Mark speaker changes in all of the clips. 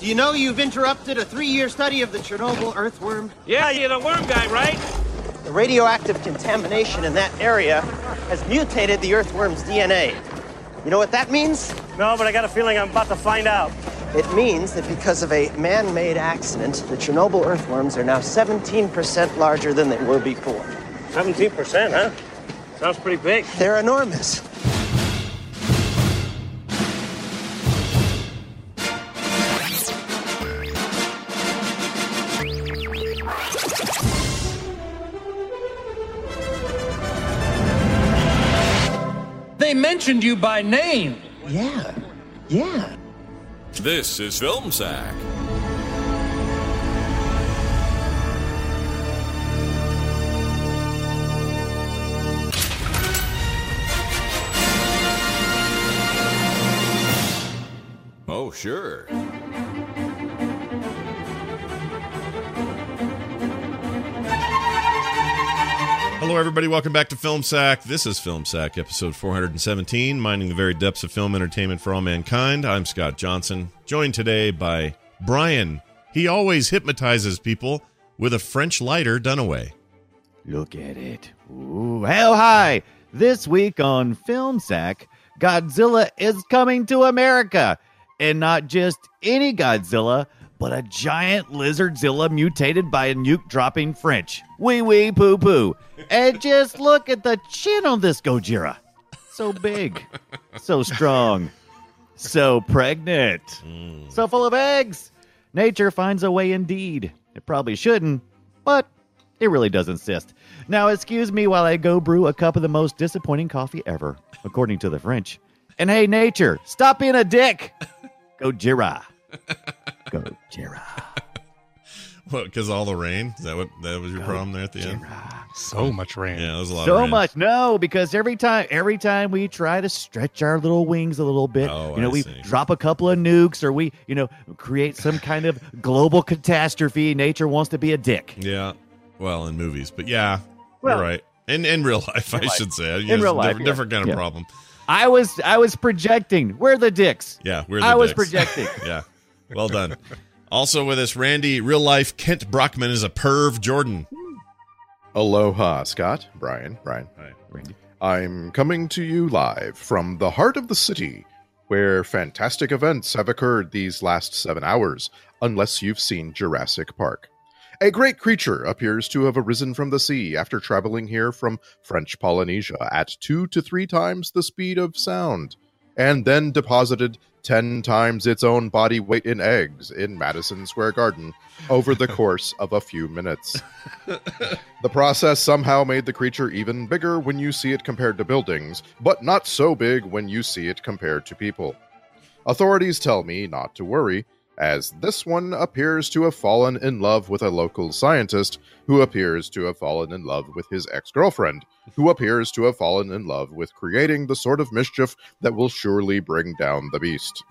Speaker 1: Do you know you've interrupted a three year study of the Chernobyl earthworm?
Speaker 2: Yeah, you're the worm guy, right?
Speaker 1: The radioactive contamination in that area has mutated the earthworm's DNA. You know what that means?
Speaker 2: No, but I got a feeling I'm about to find out.
Speaker 1: It means that because of a man made accident, the Chernobyl earthworms are now 17% larger than they were before.
Speaker 2: 17%, huh? Sounds pretty big.
Speaker 1: They're enormous.
Speaker 3: They mentioned you by name.
Speaker 1: Yeah, yeah.
Speaker 4: This is Film Sack. Oh, sure.
Speaker 5: Hello, everybody. Welcome back to Film Sack. This is Film Sack, episode 417, mining the very depths of film entertainment for all mankind. I'm Scott Johnson, joined today by Brian. He always hypnotizes people with a French lighter done away.
Speaker 6: Look at it. Ooh, hell hi. This week on Film Sack, Godzilla is coming to America. And not just any Godzilla, but a giant lizardzilla mutated by a nuke dropping French. Wee wee poo poo. And just look at the chin on this Gojira. So big, so strong, so pregnant, so full of eggs. Nature finds a way indeed. It probably shouldn't, but it really does insist. Now, excuse me while I go brew a cup of the most disappointing coffee ever, according to the French. And hey, nature, stop being a dick. Go Jira. Go Jira.
Speaker 5: What? Because all the rain? Is that what that was your problem there at the end?
Speaker 7: So much rain.
Speaker 5: Yeah, that was a lot. of
Speaker 6: So
Speaker 5: rain.
Speaker 6: much. No, because every time every time we try to stretch our little wings a little bit,
Speaker 5: Oh,
Speaker 6: you know,
Speaker 5: I
Speaker 6: we
Speaker 5: see.
Speaker 6: drop a couple of nukes or we, you know, create some kind of global catastrophe. Nature wants to be a dick.
Speaker 5: Yeah. Well, in movies, but yeah,
Speaker 6: Well-
Speaker 5: you're right. In in real life, I should say. You know, it's
Speaker 6: real
Speaker 5: a
Speaker 6: life,
Speaker 5: different,
Speaker 6: yeah.
Speaker 5: different kind of
Speaker 6: Yeah.
Speaker 5: problem.
Speaker 6: I was I was projecting. We're the dicks.
Speaker 5: Yeah, we're the
Speaker 6: I was
Speaker 5: dicks.
Speaker 6: projecting.
Speaker 5: yeah. Well done. Also with us, Randy, real life Kent Brockman is a perv Jordan.
Speaker 8: Aloha, Scott, Brian, Brian.
Speaker 5: Hi.
Speaker 8: I'm coming to you live from the heart of the city, where fantastic events have occurred these last seven hours, unless you've seen Jurassic Park. A great creature appears to have arisen from the sea after traveling here from French Polynesia at two to three times the speed of sound, and then deposited ten times its own body weight in eggs in Madison Square Garden over the course of a few minutes. The process somehow made the creature even bigger when you see it compared to buildings, but not so big when you see it compared to people. Authorities tell me not to worry, as this one appears to have fallen in love with a local scientist who appears to have fallen in love with his ex girlfriend, who appears to have fallen in love with creating the sort of mischief that will surely bring down the beast.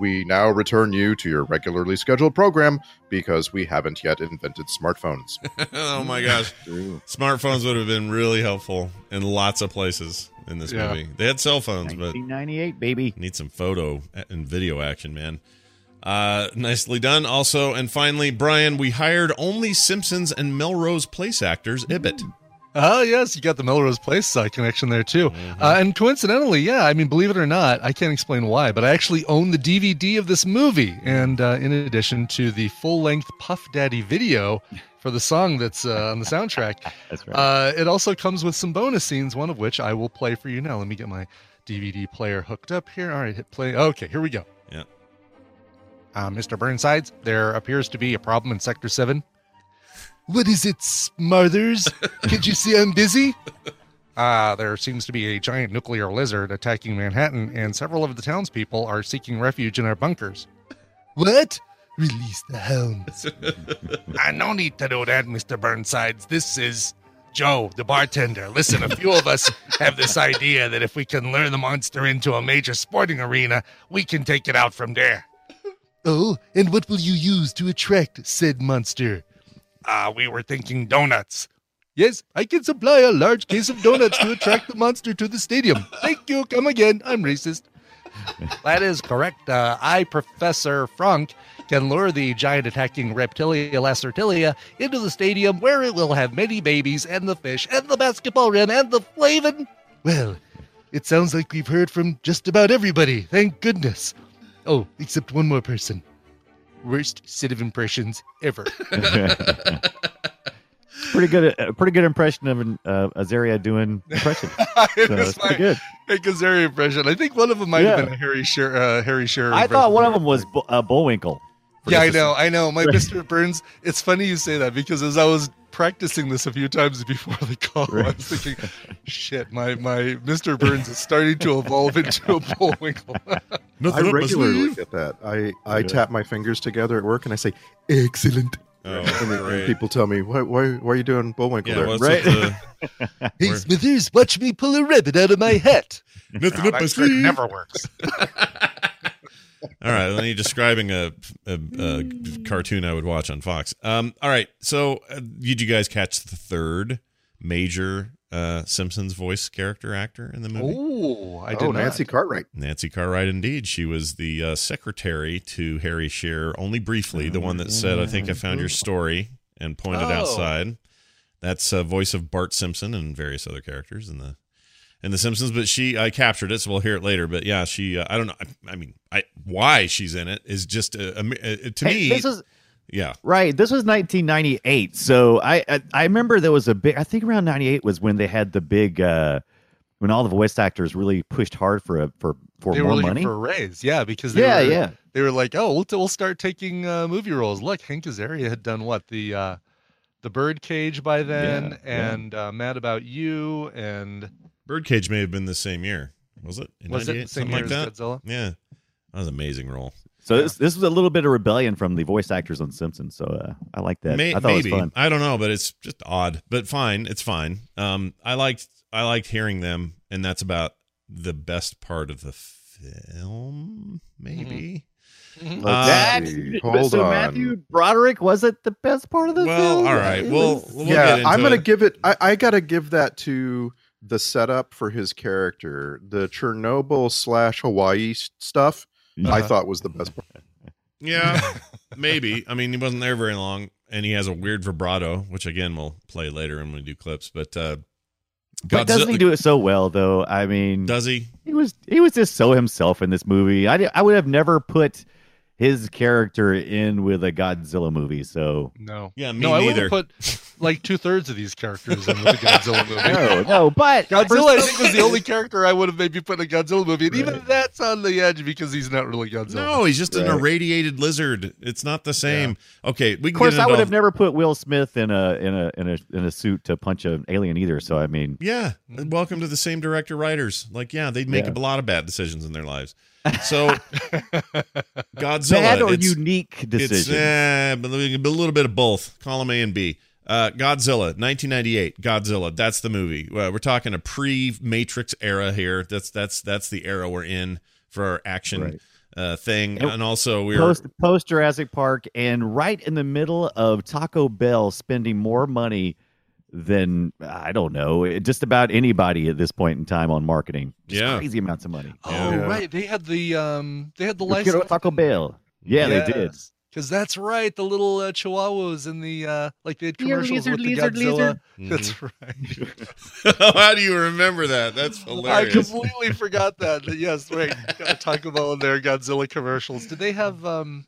Speaker 8: We now return you to your regularly scheduled program because we haven't yet invented smartphones.
Speaker 5: oh my gosh. Smartphones would have been really helpful in lots of places in this
Speaker 7: Yeah.
Speaker 5: movie. They had cell phones, but
Speaker 6: 1998, baby.
Speaker 5: need some photo and video action, man. Uh, nicely done. Also, and finally, Brian, we hired only Simpsons and Melrose Place actors, Ibbot.
Speaker 9: Oh, yes, you got the Melrose Place side connection there, too. Uh, and coincidentally, yeah, I mean, believe it or not, I can't explain why, but I actually own the DVD of this movie. And uh, in addition to the full length Puff Daddy video for the song that's uh, on the soundtrack,
Speaker 6: that's
Speaker 9: right. uh, it also comes with some bonus scenes, one of which I will play for you now. Let me get my DVD player hooked up here. All right, hit play. Okay, here we go.
Speaker 5: Yeah.
Speaker 9: Uh, Mr. Burnsides, there appears to be a problem in Sector 7. What is it, Smothers? Can't you see I'm busy? Ah, there seems to be a giant nuclear lizard attacking Manhattan, and several of the townspeople are seeking refuge in our bunkers. What? Release the hounds. I Ah, no need to do that, Mr. Burnsides. This is Joe, the bartender. Listen, a few of us have this idea that if we can lure the monster into a major sporting arena, we can take it out from there. Oh, and what will you use to attract said monster? Ah, we were thinking donuts. Yes, I can supply a large case of donuts to attract the monster to the stadium. Thank you. Come again. I'm racist. that is correct. Uh, I, Professor Frank, can lure the giant attacking reptilia lacertilia into the stadium where it will have many babies and the fish and the basketball rim and the flavin. Well, it sounds like we've heard from just about everybody. Thank goodness. Oh, except one more person. Worst set of impressions ever.
Speaker 6: pretty good, a pretty good impression of an uh, Azaria doing impression.
Speaker 9: it
Speaker 6: So
Speaker 9: was
Speaker 6: it's pretty
Speaker 9: my
Speaker 6: good.
Speaker 9: Hank Azaria impression. I think one of them might
Speaker 6: Yeah.
Speaker 9: have been a Harry Shearer. Uh, Harry Shearer.
Speaker 6: I thought
Speaker 9: impression.
Speaker 6: one of them was Bo- uh, Bullwinkle.
Speaker 9: Yeah, I know, I know. My
Speaker 6: Right.
Speaker 9: Mr. Burns. It's funny you say that because as I was practicing this a few times before the call, I was thinking, "Shit, my my Mr. Burns is starting to evolve into a Bullwinkle."
Speaker 8: I regularly
Speaker 9: Sleeve.
Speaker 8: get that. I, I
Speaker 9: Yeah.
Speaker 8: tap my fingers together at work and I say, excellent.
Speaker 5: Oh,
Speaker 8: and, then- and
Speaker 5: great.
Speaker 8: people tell me, why, why, why are you doing Bullwinkle
Speaker 5: Yeah,
Speaker 8: there?
Speaker 5: what's with the-
Speaker 9: Hey, Smithers, watch me pull a ribbon out of my hat.
Speaker 5: Nothing
Speaker 9: Ah,
Speaker 5: up my
Speaker 9: that trick
Speaker 5: sleeve.
Speaker 9: never works.
Speaker 5: All right, then you're describing a, a, a cartoon I would watch on Fox. Um, all right, so uh, did you guys catch the third major uh, Simpsons voice character actor in the movie?
Speaker 9: Oh, I did
Speaker 8: oh,
Speaker 9: not.
Speaker 8: Nancy Cartwright.
Speaker 5: Nancy Cartwright, indeed. She was the uh, secretary to Harry Shearer only briefly, the one that said, I think I found your story, and pointed
Speaker 9: Oh.
Speaker 5: outside. That's uh, voice of Bart Simpson and various other characters in the in the Simpsons. But she, I captured it, so we'll hear it later. But yeah, she, uh, I don't know. I, I mean, I why she's in it is just uh, am- uh, to
Speaker 6: Hey,
Speaker 5: me.
Speaker 6: this is
Speaker 5: yeah,
Speaker 6: Right. This was 1998. So I I, I remember there was a big. I think around 98 was when they had the big. uh when all the voice actors really pushed hard for a, for for
Speaker 9: they were
Speaker 6: more
Speaker 9: looking
Speaker 6: money.
Speaker 9: for a raise, yeah, because they
Speaker 6: Yeah,
Speaker 9: were,
Speaker 6: yeah.
Speaker 9: they were like, "Oh, we'll, we'll start taking uh, movie roles." Look, Hank Azaria had done what the uh, the Birdcage by then,
Speaker 6: yeah.
Speaker 9: and Uh, Mad About You, and
Speaker 5: Birdcage may have been the same year, was it? In
Speaker 9: was it
Speaker 5: 98?
Speaker 9: the same
Speaker 5: Something
Speaker 9: year
Speaker 5: like
Speaker 9: as
Speaker 5: that?
Speaker 9: Godzilla?
Speaker 5: Yeah, that was an amazing role.
Speaker 6: so this, this was a little bit of rebellion from the voice actors on Simpsons. So uh, I like that.
Speaker 5: May-
Speaker 6: I thought
Speaker 5: maybe
Speaker 6: it was fun.
Speaker 5: I don't know, but it's just odd. But fine, it's fine. Um, I liked I liked hearing them, and that's about the best part of the film. Maybe.
Speaker 6: Mm-hmm.
Speaker 5: Uh,
Speaker 6: that
Speaker 8: Hold
Speaker 6: so
Speaker 8: on.
Speaker 6: Matthew Broderick was it the best part of the
Speaker 5: Well,
Speaker 6: film?
Speaker 5: all right.
Speaker 6: It
Speaker 5: Well,
Speaker 6: was-
Speaker 5: we'll get
Speaker 8: yeah,
Speaker 5: into
Speaker 8: I'm gonna
Speaker 5: it.
Speaker 8: give it. I, I gotta give that to the setup for his character. The Chernobyl slash Hawaii s- stuff. I
Speaker 9: Uh-huh.
Speaker 8: thought was the best part.
Speaker 5: Yeah, maybe. I mean, he wasn't there very long, and he has a weird vibrato, which again we'll play later when we do clips. But uh,
Speaker 6: but doesn't he
Speaker 5: Godzilla-
Speaker 6: do it so well though? I mean,
Speaker 5: Does he?
Speaker 6: he was he was just so himself in this movie. I di- I would have never put his character in with a Godzilla movie. So
Speaker 9: No,
Speaker 5: Yeah, me
Speaker 9: no, I
Speaker 5: neither.
Speaker 9: wouldn't put like two thirds of these characters in the Godzilla movie.
Speaker 6: no, no, but
Speaker 9: Godzilla, I think, was the only character I would have maybe put in a Godzilla movie, and even that's on the edge because he's not really Godzilla.
Speaker 5: No, he's just an
Speaker 8: Right.
Speaker 5: irradiated lizard. It's not the same. Okay, we can
Speaker 6: Of course,
Speaker 5: get
Speaker 6: I
Speaker 5: into
Speaker 6: would
Speaker 5: all-
Speaker 6: have never put Will Smith in a in a in a in a suit to punch an alien either. So I mean,
Speaker 5: Yeah. Welcome to the same director writers. Like, yeah, they make
Speaker 6: Yeah.
Speaker 5: a lot of bad decisions in their lives. So Godzilla
Speaker 6: bad or
Speaker 5: it's,
Speaker 6: unique
Speaker 5: it's
Speaker 6: decision.
Speaker 5: eh, but a little bit of both. Column A and B. Uh, Godzilla, 1998. Godzilla, that's the movie. Uh, we're talking a pre-Matrix era here. That's that's that's the era we're in for our action
Speaker 6: Right.
Speaker 5: uh, thing,
Speaker 6: And-
Speaker 5: and also we're
Speaker 6: Post, post Jurassic Park, and right in the middle of Taco Bell spending more money than I don't know, just about anybody at this point in time on marketing. Just
Speaker 5: Yeah.
Speaker 6: crazy amounts of money.
Speaker 9: Oh
Speaker 5: Yeah.
Speaker 9: right, they had the um, they had the
Speaker 6: Yo quiero
Speaker 9: license.
Speaker 6: Taco Bell. Yeah, they did.
Speaker 9: Yes. Because that's right, the little uh, chihuahuas in the uh, like they had
Speaker 7: Here,
Speaker 9: commercials with
Speaker 7: lizard,
Speaker 9: the
Speaker 7: lizard,
Speaker 9: Godzilla.
Speaker 5: lizard.
Speaker 9: That's
Speaker 5: Mhm.
Speaker 9: right.
Speaker 5: How do you remember that? That's hilarious.
Speaker 9: I completely forgot that. That- Yes, right. Gotta talk about their Godzilla commercials. Did they have? um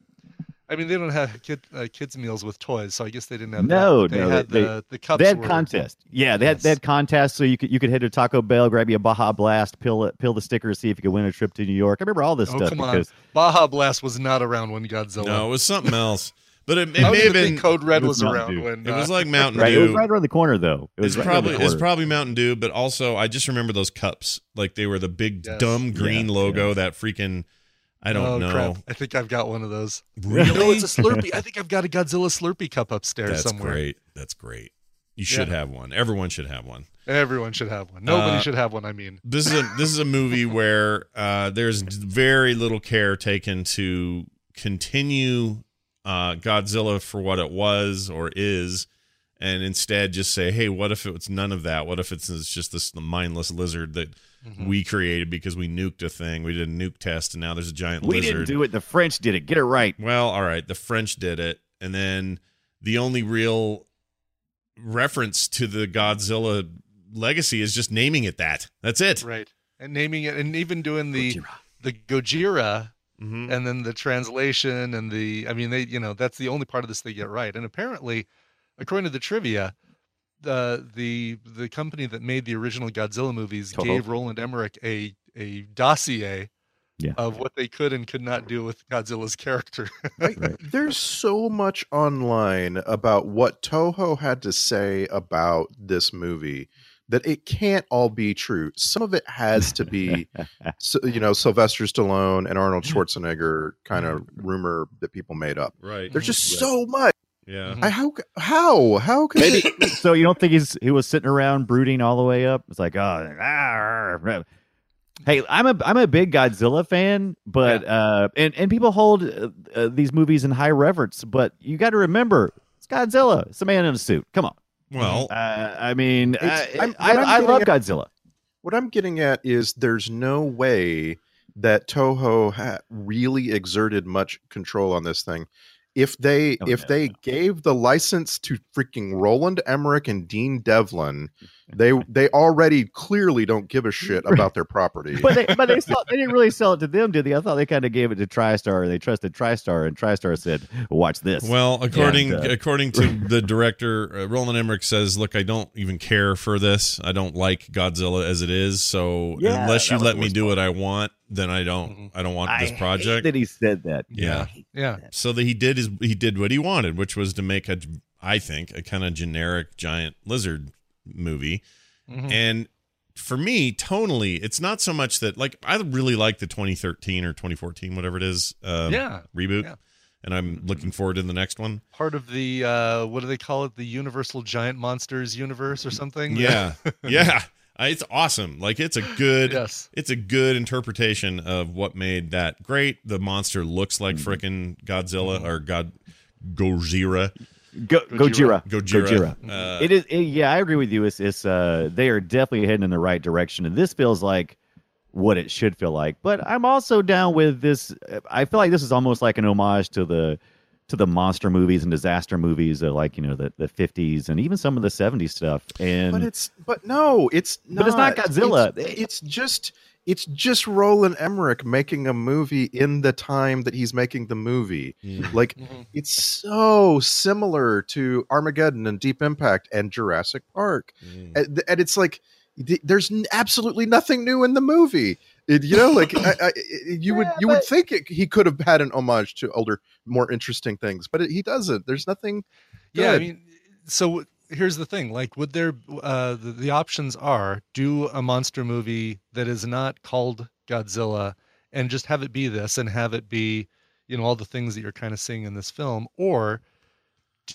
Speaker 9: I mean, they don't have kid, uh, kids meals with toys, so I guess they didn't have.
Speaker 6: No,
Speaker 9: that. they
Speaker 6: no,
Speaker 9: had
Speaker 6: they,
Speaker 9: the the cups.
Speaker 6: they had
Speaker 9: were-
Speaker 6: contest. Yeah, they had they had contest. So you could you could head to Taco Bell, grab you a Baja Blast, peel it, peel the sticker, see if you could win a trip to New York. I remember all this
Speaker 9: Oh
Speaker 6: stuff
Speaker 9: come on!
Speaker 6: because
Speaker 9: Baja Blast was not around when Godzilla.
Speaker 5: No, it was something else. But it,
Speaker 9: I
Speaker 5: it
Speaker 9: don't
Speaker 5: may have
Speaker 9: even
Speaker 5: been
Speaker 9: think Code Red
Speaker 6: It
Speaker 9: was,
Speaker 6: was Mountain
Speaker 9: around
Speaker 6: Dew.
Speaker 9: when
Speaker 5: It was
Speaker 9: uh,
Speaker 5: like Mountain
Speaker 6: right, it was
Speaker 5: Dew.
Speaker 6: right around the corner though. It
Speaker 5: It's
Speaker 6: was right around the
Speaker 5: probably it's
Speaker 6: corner.
Speaker 5: probably Mountain Dew, but also I just remember those cups. Like they were the big
Speaker 9: Yes.
Speaker 5: dumb green
Speaker 6: Yeah,
Speaker 5: logo that freaking I don't
Speaker 9: oh,
Speaker 5: know.
Speaker 9: Crap. I think I've got one of those.
Speaker 5: Really?
Speaker 9: No, it's a Slurpee. I think I've got a Godzilla Slurpee cup upstairs
Speaker 5: That's
Speaker 9: somewhere.
Speaker 5: great. That's great. You should
Speaker 9: Yeah.
Speaker 5: have one. Everyone should have one.
Speaker 9: Everyone should have one. Nobody
Speaker 5: Uh,
Speaker 9: should have one. I mean,
Speaker 5: This is a this is a movie where uh, there's very little care taken to continue uh, Godzilla for what it was or is, and instead just say, hey, what if it's none of that? What if it's, it's just this mindless lizard that
Speaker 6: Mm-hmm.
Speaker 5: we created because we nuked a thing? We did a nuke test, and now there's a giant
Speaker 6: we
Speaker 5: lizard.
Speaker 6: didn't do it. The French did it. Get it right.
Speaker 5: Well, all right, the French did it, and then the only real reference to the Godzilla legacy is just naming it that. That's it.
Speaker 9: right. And naming it, and even doing the the Gojira,
Speaker 5: Mhm.
Speaker 9: and then the translation, and the I mean, they you know that's the only part of this they get right. And apparently, according to the trivia, the the the company that made the original Godzilla movies
Speaker 6: Toho.
Speaker 9: gave Roland Emmerich a a dossier
Speaker 6: Yeah.
Speaker 9: of what they could and could not do with Godzilla's character.
Speaker 8: There's so much online about what Toho had to say about this movie that it can't all be true. Some of it has to be, so- you know, Sylvester Stallone and Arnold Schwarzenegger kind of rumor that people made up.
Speaker 5: Right.
Speaker 8: There's just so much.
Speaker 5: Yeah.
Speaker 8: I how how how can
Speaker 6: Maybe so. You don't think he's he was sitting around brooding all the way up? It's like oh, ah, hey, I'm a I'm a big Godzilla fan, but uh, and and people hold uh, uh, these movies in high reverence, but you got to remember it's Godzilla. It's a man in a suit. Come on.
Speaker 5: Well,
Speaker 6: Uh, I mean, I
Speaker 8: It's-
Speaker 6: I,
Speaker 8: I'm- what I'm
Speaker 6: I love
Speaker 8: getting
Speaker 6: Godzilla.
Speaker 8: What I'm getting at is there's no way that Toho ha- really exerted much control on this thing. If they
Speaker 6: Oh,
Speaker 8: if
Speaker 6: no,
Speaker 8: they gave the license to freaking Roland Emmerich and Dean Devlin, they they already clearly don't give a shit about their property.
Speaker 6: but they but they, sell, they didn't really sell it to them, did they? I thought they kind of gave it to TriStar. They trusted TriStar, and TriStar said, "Watch this."
Speaker 5: Well, according
Speaker 6: And, uh,
Speaker 5: according to the director, uh, Roland Emmerich says, "Look, I don't even care for this. I don't like Godzilla as it is. So
Speaker 6: Yeah,
Speaker 5: unless you
Speaker 6: that was
Speaker 5: let
Speaker 6: the
Speaker 5: me
Speaker 6: worst
Speaker 5: do what I want, then I don't. I don't want
Speaker 6: I
Speaker 5: this
Speaker 6: hate
Speaker 5: project."
Speaker 6: that he said that.
Speaker 5: yeah.
Speaker 9: yeah.
Speaker 5: So that he did his he did what he wanted, which was to make a I think a kind of generic giant lizard movie.
Speaker 6: Mm-hmm.
Speaker 5: And for me, tonally, it's not so much that like I really like the 2013 or 2014, whatever it is, um,
Speaker 9: Yeah.
Speaker 5: reboot,
Speaker 9: Yeah.
Speaker 5: and I'm looking forward to the next one.
Speaker 9: part of the uh what do they call it the universal giant monsters universe or something
Speaker 5: Yeah, yeah, I- it's awesome. Like it's a good,
Speaker 9: Yes.
Speaker 5: it's a good interpretation of what made that great. The monster looks like frickin' Godzilla or God Gojira.
Speaker 6: Go, Gojira.
Speaker 5: Gojira. Uh,
Speaker 6: it is. it- yeah, I agree with you. It's. It's. Uh, they are definitely heading in the right direction, and this feels like what it should feel like. But I'm also down with this. I feel like this is almost like an homage to the to the monster movies and disaster movies of like you know the the 50s and even some of the 70s stuff. And
Speaker 8: but it's but no, it's not.
Speaker 6: But it's not Godzilla.
Speaker 8: It's, it's just it's just Roland Emmerich making a movie in the time that he's making the movie. Like
Speaker 3: Mm-hmm.
Speaker 8: it's so similar to Armageddon and Deep Impact and Jurassic Park, and, and it's like th- there's n- absolutely nothing new in the movie. It- you know, like I, I, you would you would think it, he could have had an homage to older, more interesting things, but it, he doesn't. There's nothing.
Speaker 9: yeah i
Speaker 8: good.
Speaker 9: mean so here's the thing like would there uh the, the options are do a monster movie that is not called godzilla and just have it be this and have it be you know all the things that you're kind of seeing in this film or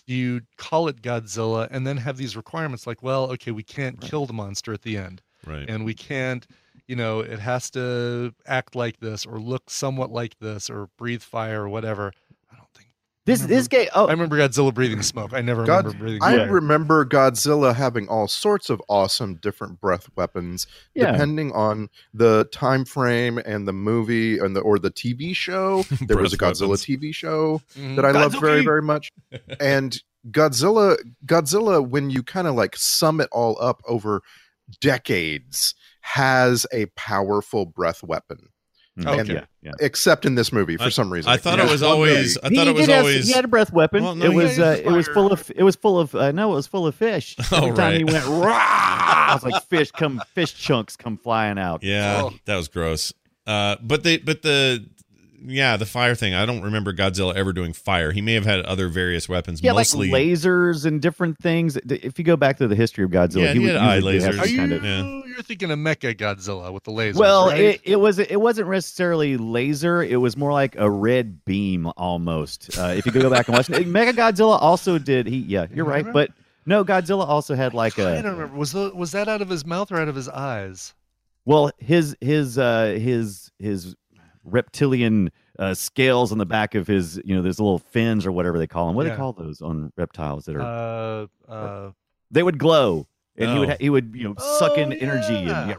Speaker 9: do you call it godzilla and then have these requirements like well okay we can't kill the monster at the end
Speaker 5: right.
Speaker 9: and we can't you know it has to act like this or look somewhat like this or breathe fire or whatever i don't think
Speaker 6: This this game. Oh, I
Speaker 7: remember Godzilla breathing smoke. I never
Speaker 8: God,
Speaker 7: remember breathing.
Speaker 8: I
Speaker 7: smoke.
Speaker 8: remember Godzilla having all sorts of awesome different breath weapons,
Speaker 6: Yeah.
Speaker 8: depending on the time frame and the movie and the or the TV show. There was a
Speaker 5: Breath
Speaker 8: Godzilla
Speaker 5: weapons. Mm-hmm.
Speaker 8: TV show
Speaker 7: Mhm.
Speaker 8: that I loved very
Speaker 7: Godzuki!
Speaker 8: very much, and Godzilla Godzilla when you kind of like sum it all up over decades has a powerful breath weapon.
Speaker 6: Okay.
Speaker 8: And-
Speaker 6: mm, Yeah, yeah.
Speaker 8: Except in this movie for
Speaker 5: I-
Speaker 8: some reason.
Speaker 5: I thought it was
Speaker 8: One day-
Speaker 5: always. I
Speaker 6: He
Speaker 5: thought it
Speaker 6: did
Speaker 5: was
Speaker 6: have-
Speaker 5: always.
Speaker 6: He had a breath weapon.
Speaker 5: Well, no,
Speaker 6: it
Speaker 5: he
Speaker 6: was
Speaker 5: had
Speaker 6: uh,
Speaker 5: his
Speaker 6: it was
Speaker 5: fire.
Speaker 6: full of it was full of uh, no, it was full of fish.
Speaker 5: Oh,
Speaker 6: Every time he
Speaker 5: right.
Speaker 6: went, rah! It was like fish come fish chunks come flying out.
Speaker 5: Yeah,
Speaker 7: Oh.
Speaker 5: that was gross. Uh, but they, but the, yeah, the fire thing. I don't remember Godzilla ever doing fire. He may have had other various weapons,
Speaker 6: Yeah,
Speaker 5: mostly
Speaker 6: like lasers and different things. D- If you go back to the history of Godzilla,
Speaker 5: Yeah,
Speaker 6: he
Speaker 5: he
Speaker 6: would
Speaker 5: had eye
Speaker 6: usually have
Speaker 5: lasers.
Speaker 6: some
Speaker 7: Are you?
Speaker 6: kind of
Speaker 5: yeah.
Speaker 7: You're thinking of Mecha Godzilla with the lasers.
Speaker 6: Well,
Speaker 7: right?
Speaker 6: it, it was it wasn't necessarily laser. It was more like a red beam almost. Uh, if you go back and watch it, Mega Godzilla also did. He yeah, you're right. But no, Godzilla also had like
Speaker 7: I don't
Speaker 6: a
Speaker 7: remember. Was the, was that out of his mouth or out of his eyes?
Speaker 6: well his his uh, his his reptilian uh, scales on the back of his you know those little fins or whatever they call them. What do
Speaker 7: Yeah.
Speaker 6: they call those on reptiles that are
Speaker 7: Uh, uh,
Speaker 6: they would glow and he would
Speaker 5: Oh.
Speaker 6: ha- he would you know suck in
Speaker 7: Oh,
Speaker 6: energy
Speaker 7: yeah.
Speaker 6: and yeah,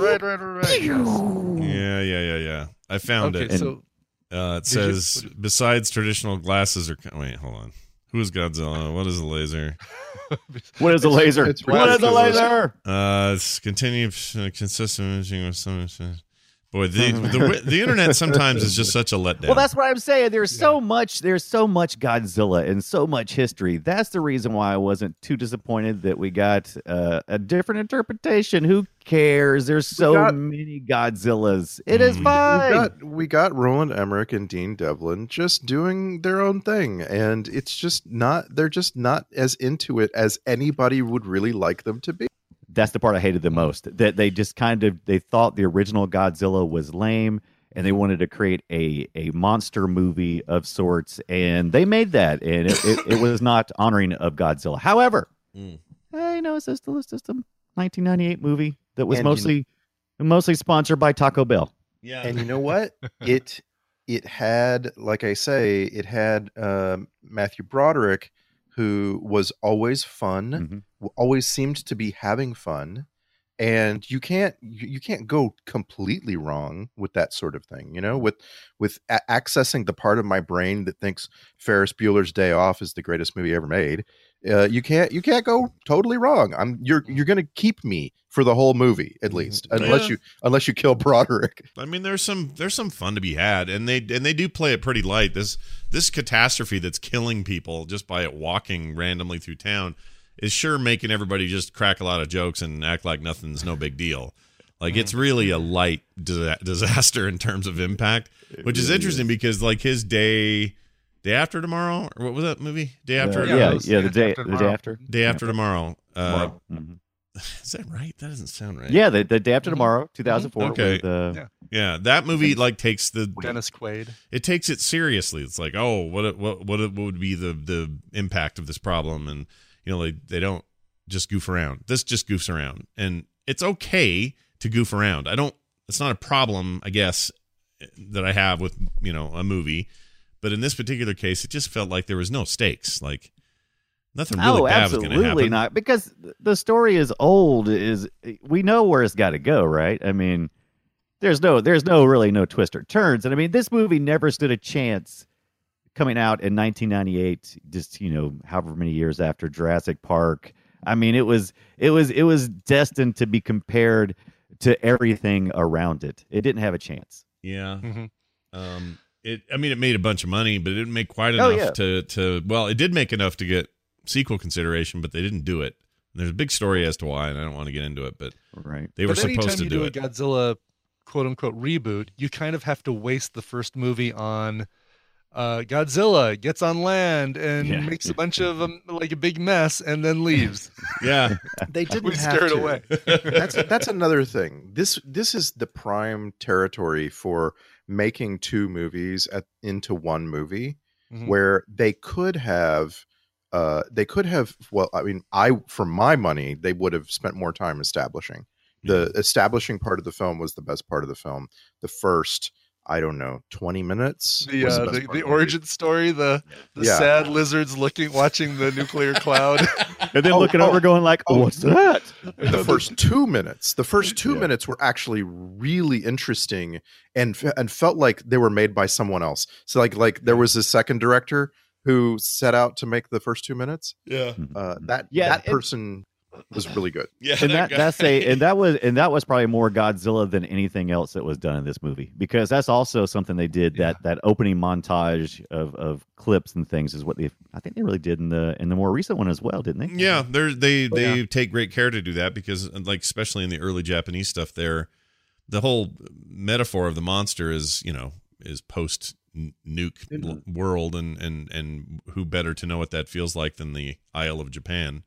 Speaker 7: right, right, right, right. yes.
Speaker 5: Yeah, yeah, yeah, yeah. I found
Speaker 7: Okay,
Speaker 5: it.
Speaker 7: so
Speaker 5: Uh, it
Speaker 7: Did you-
Speaker 5: says besides traditional glasses or wait, hold on. Who is Godzilla? What is a laser?
Speaker 6: what is a laser?
Speaker 8: it's
Speaker 6: what is a
Speaker 8: ridiculous.
Speaker 6: laser?
Speaker 5: Uh, it's continued uh, consistent imaging with some. uh, Boy, the, the wi- the internet sometimes is just such a letdown.
Speaker 6: Well, that's what I'm saying. There's so much. There's so much Godzilla and so much history. That's the reason why I wasn't too disappointed that we got uh, a different interpretation. Who cares? There's so
Speaker 8: got-
Speaker 6: many Godzillas. It is
Speaker 5: Mm. We
Speaker 6: fine.
Speaker 8: we got we got Roland Emmerich and Dean Devlin just doing their own thing, and it's just not they're just not as into it as anybody would really like them to be.
Speaker 6: That's the part I hated the most. That they just kind of they thought the original Godzilla was lame. And they wanted to create a, a monster movie of sorts, and they made that, and it, it, it was not honoring of Godzilla. However,
Speaker 5: Mm.
Speaker 6: Eh, you know, it's just, it's just a 1998 movie that was
Speaker 8: And you-
Speaker 6: mostly mostly sponsored by Taco Bell.
Speaker 5: yeah.
Speaker 8: And you know what? it it had, like I say, it had um, Matthew Broderick, who was always fun,
Speaker 6: Mhm.
Speaker 8: w- always seemed to be having fun, and you can't you you can't go completely wrong with that sort of thing. You know, with with a- accessing the part of my brain that thinks Ferris Bueller's Day Off is the greatest movie ever made. Uh, you can't you can't go totally wrong. I'm you're you're gonna keep me for the whole movie at least, unless
Speaker 5: Yeah.
Speaker 8: you unless you kill Broderick.
Speaker 5: I mean, there's some there's some fun to be had, and they and they do play it pretty light. This this catastrophe that's killing people just by it walking randomly through town is sure making everybody just crack a lot of jokes and act like nothing's no big deal. Like it's
Speaker 6: Mm-hmm.
Speaker 5: really a light disa- disaster in terms of impact, which is interesting because like his day day after tomorrow or what was that movie day after
Speaker 6: Uh, yeah,
Speaker 7: it was-
Speaker 6: yeah, the
Speaker 7: it's
Speaker 6: day
Speaker 7: after
Speaker 6: the day
Speaker 7: tomorrow.
Speaker 6: after.
Speaker 5: day after tomorrow. Uh,
Speaker 6: Tomorrow. Mhm.
Speaker 5: Is that right? That doesn't sound right.
Speaker 6: Yeah, the, the day after tomorrow, 2004.
Speaker 5: Mm-hmm. Okay.
Speaker 6: With, uh,
Speaker 7: Yeah.
Speaker 5: yeah. That movie like takes the
Speaker 7: Dennis Quaid.
Speaker 5: it takes it seriously. It's like, oh, what what what what would be the the impact of this problem? And you know, they they don't just goof around. This just goofs around, and it's okay to goof around. I don't. It's not a problem, I guess, that I have with you know a movie, but in this particular case, it just felt like there was no stakes. Like nothing really
Speaker 6: oh,
Speaker 5: bad was going to
Speaker 6: absolutely
Speaker 5: happen.
Speaker 6: not. Because th- the story is old. Is we know where it's got to go, right? I mean, there's no there's no really no twist or turns, and I mean this movie never stood a chance coming out in 1998. Just you know, however many years after Jurassic Park. I mean, it was it was it was destined to be compared to everything around it. It didn't have a chance.
Speaker 5: Yeah.
Speaker 7: Mhm.
Speaker 5: Um, it. I mean, it made a bunch of money, but it didn't make quite enough
Speaker 6: Oh,
Speaker 5: to to. Well, it did make enough to get sequel consideration, but they didn't do it. And there's a big story as to why, and I don't want to get into it, but
Speaker 6: Right.
Speaker 5: they were
Speaker 7: but anytime
Speaker 5: supposed to
Speaker 7: you
Speaker 5: do
Speaker 7: a
Speaker 5: it.
Speaker 7: Godzilla quote unquote reboot, you kind of have to waste the first movie on uh, Godzilla gets on land and
Speaker 6: Yeah.
Speaker 7: makes a bunch of um, like a big mess and then leaves.
Speaker 5: Yeah,
Speaker 8: They didn't
Speaker 7: we
Speaker 8: have
Speaker 7: scare it
Speaker 8: to.
Speaker 7: away.
Speaker 8: That's that's another thing. This this is the prime territory for making two movies at, into one movie,
Speaker 9: Mm-hmm.
Speaker 7: Mhm.
Speaker 8: where they could have, uh, they could have. Well, I mean, I for my money, they would have spent more
Speaker 9: Mm-hmm.
Speaker 8: time establishing the establishing part of the film was the best part of the film. The first I don't know, 20 minutes.
Speaker 9: The
Speaker 8: was
Speaker 9: uh,
Speaker 8: best
Speaker 9: the,
Speaker 8: part
Speaker 9: the
Speaker 8: of movie.
Speaker 9: origin story, the the
Speaker 8: Yeah.
Speaker 9: sad lizards looking watching the nuclear cloud.
Speaker 6: And then looking over, going like, oh, "What's that?"
Speaker 8: the first two minutes. The first two minutes were actually really interesting and f- and felt like they were made by someone else. So like like there was a second director who set out to make the first two minutes.
Speaker 5: Yeah.
Speaker 8: Uh, that
Speaker 6: Yeah,
Speaker 8: that
Speaker 6: it-
Speaker 8: person was really good.
Speaker 5: Yeah,
Speaker 6: and that, that's a and that was and that was probably more Godzilla than anything else that was done in this movie because that's also something they did that that opening montage of of clips and things is what they I think they really did in the in the more recent one as well didn't they
Speaker 5: Yeah, they're, they
Speaker 6: Oh,
Speaker 5: they
Speaker 6: yeah.
Speaker 5: take great care to do that because, like, especially in the early Japanese stuff, there, the whole metaphor of the monster is you know is post nuke l- world, and and and who better to know what that feels like than the Isle of Japan.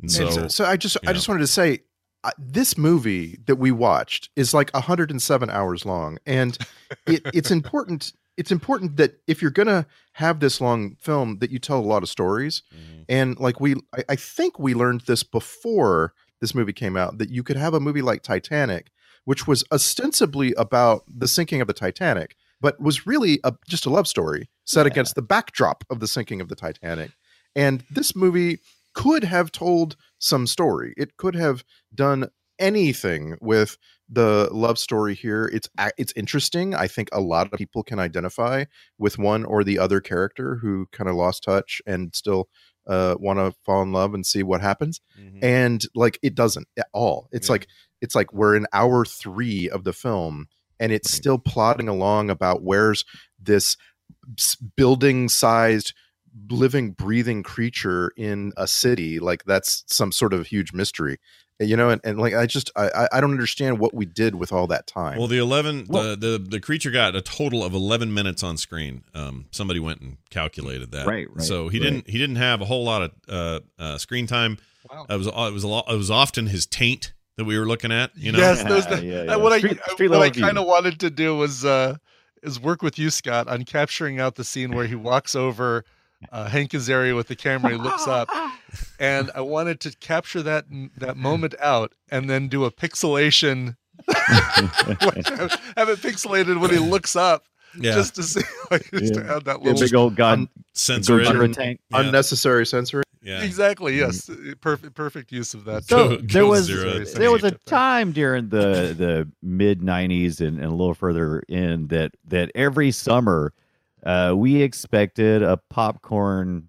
Speaker 5: And so,
Speaker 8: so, so I just
Speaker 5: you
Speaker 8: I
Speaker 5: know.
Speaker 8: just wanted to say uh, this movie that we watched is like 107 hours long, and it, it's important. It's important that if you're gonna have this long film, that you tell a lot of stories,
Speaker 5: Mm-hmm.
Speaker 8: and like we, I, I think we learned this before this movie came out that you could have a movie like Titanic, which was ostensibly about the sinking of the Titanic, but was really a, just a love story set against the backdrop of the sinking of the Titanic. And this movie could have told some story. It could have done anything with the love story here. It's a- it's interesting. I think a lot of people can identify with one or the other character who kind of lost touch and still uh, want to fall in love and see what happens. And like it doesn't at all. It's like it's like we're in hour three of the film and it's still plodding along about where's this building sized living breathing creature in a city like that's some sort of huge mystery eh, you know and, and like i just I, I- I don't understand what we did with all that time
Speaker 5: well, the eleven the, the the creature got a total of eleven minutes on screen. Um, somebody went and calculated that.
Speaker 6: Right, right,
Speaker 5: So he
Speaker 6: right.
Speaker 5: didn't he didn't have a whole lot of uh, uh screen time.
Speaker 9: Wow.
Speaker 5: It was it was a lot, it was often his taint that we were looking at. You know.
Speaker 9: yes, there's the, uh, what I what I kind of
Speaker 6: view.
Speaker 9: wanted to do was uh, is work with you, Scott, on capturing out the scene where he walks over uh, Hank Azaria with the camera. He looks up, and I wanted to capture that that moment out, and then do a pixelation. have have it pixelated when he looks up,
Speaker 5: Yeah.
Speaker 9: just to see, like, just to
Speaker 6: Yeah.
Speaker 9: add that
Speaker 6: Yeah,
Speaker 9: little
Speaker 6: big old gun
Speaker 5: Censor it.
Speaker 6: Gojira tank
Speaker 8: unnecessary censoring
Speaker 5: Yeah.
Speaker 9: Exactly. Yes. Perfect. Perfect use of that.
Speaker 6: Mm-hmm. So there was there was a time during the the mid '90s and, and a little further in that that every summer uh, we expected a popcorn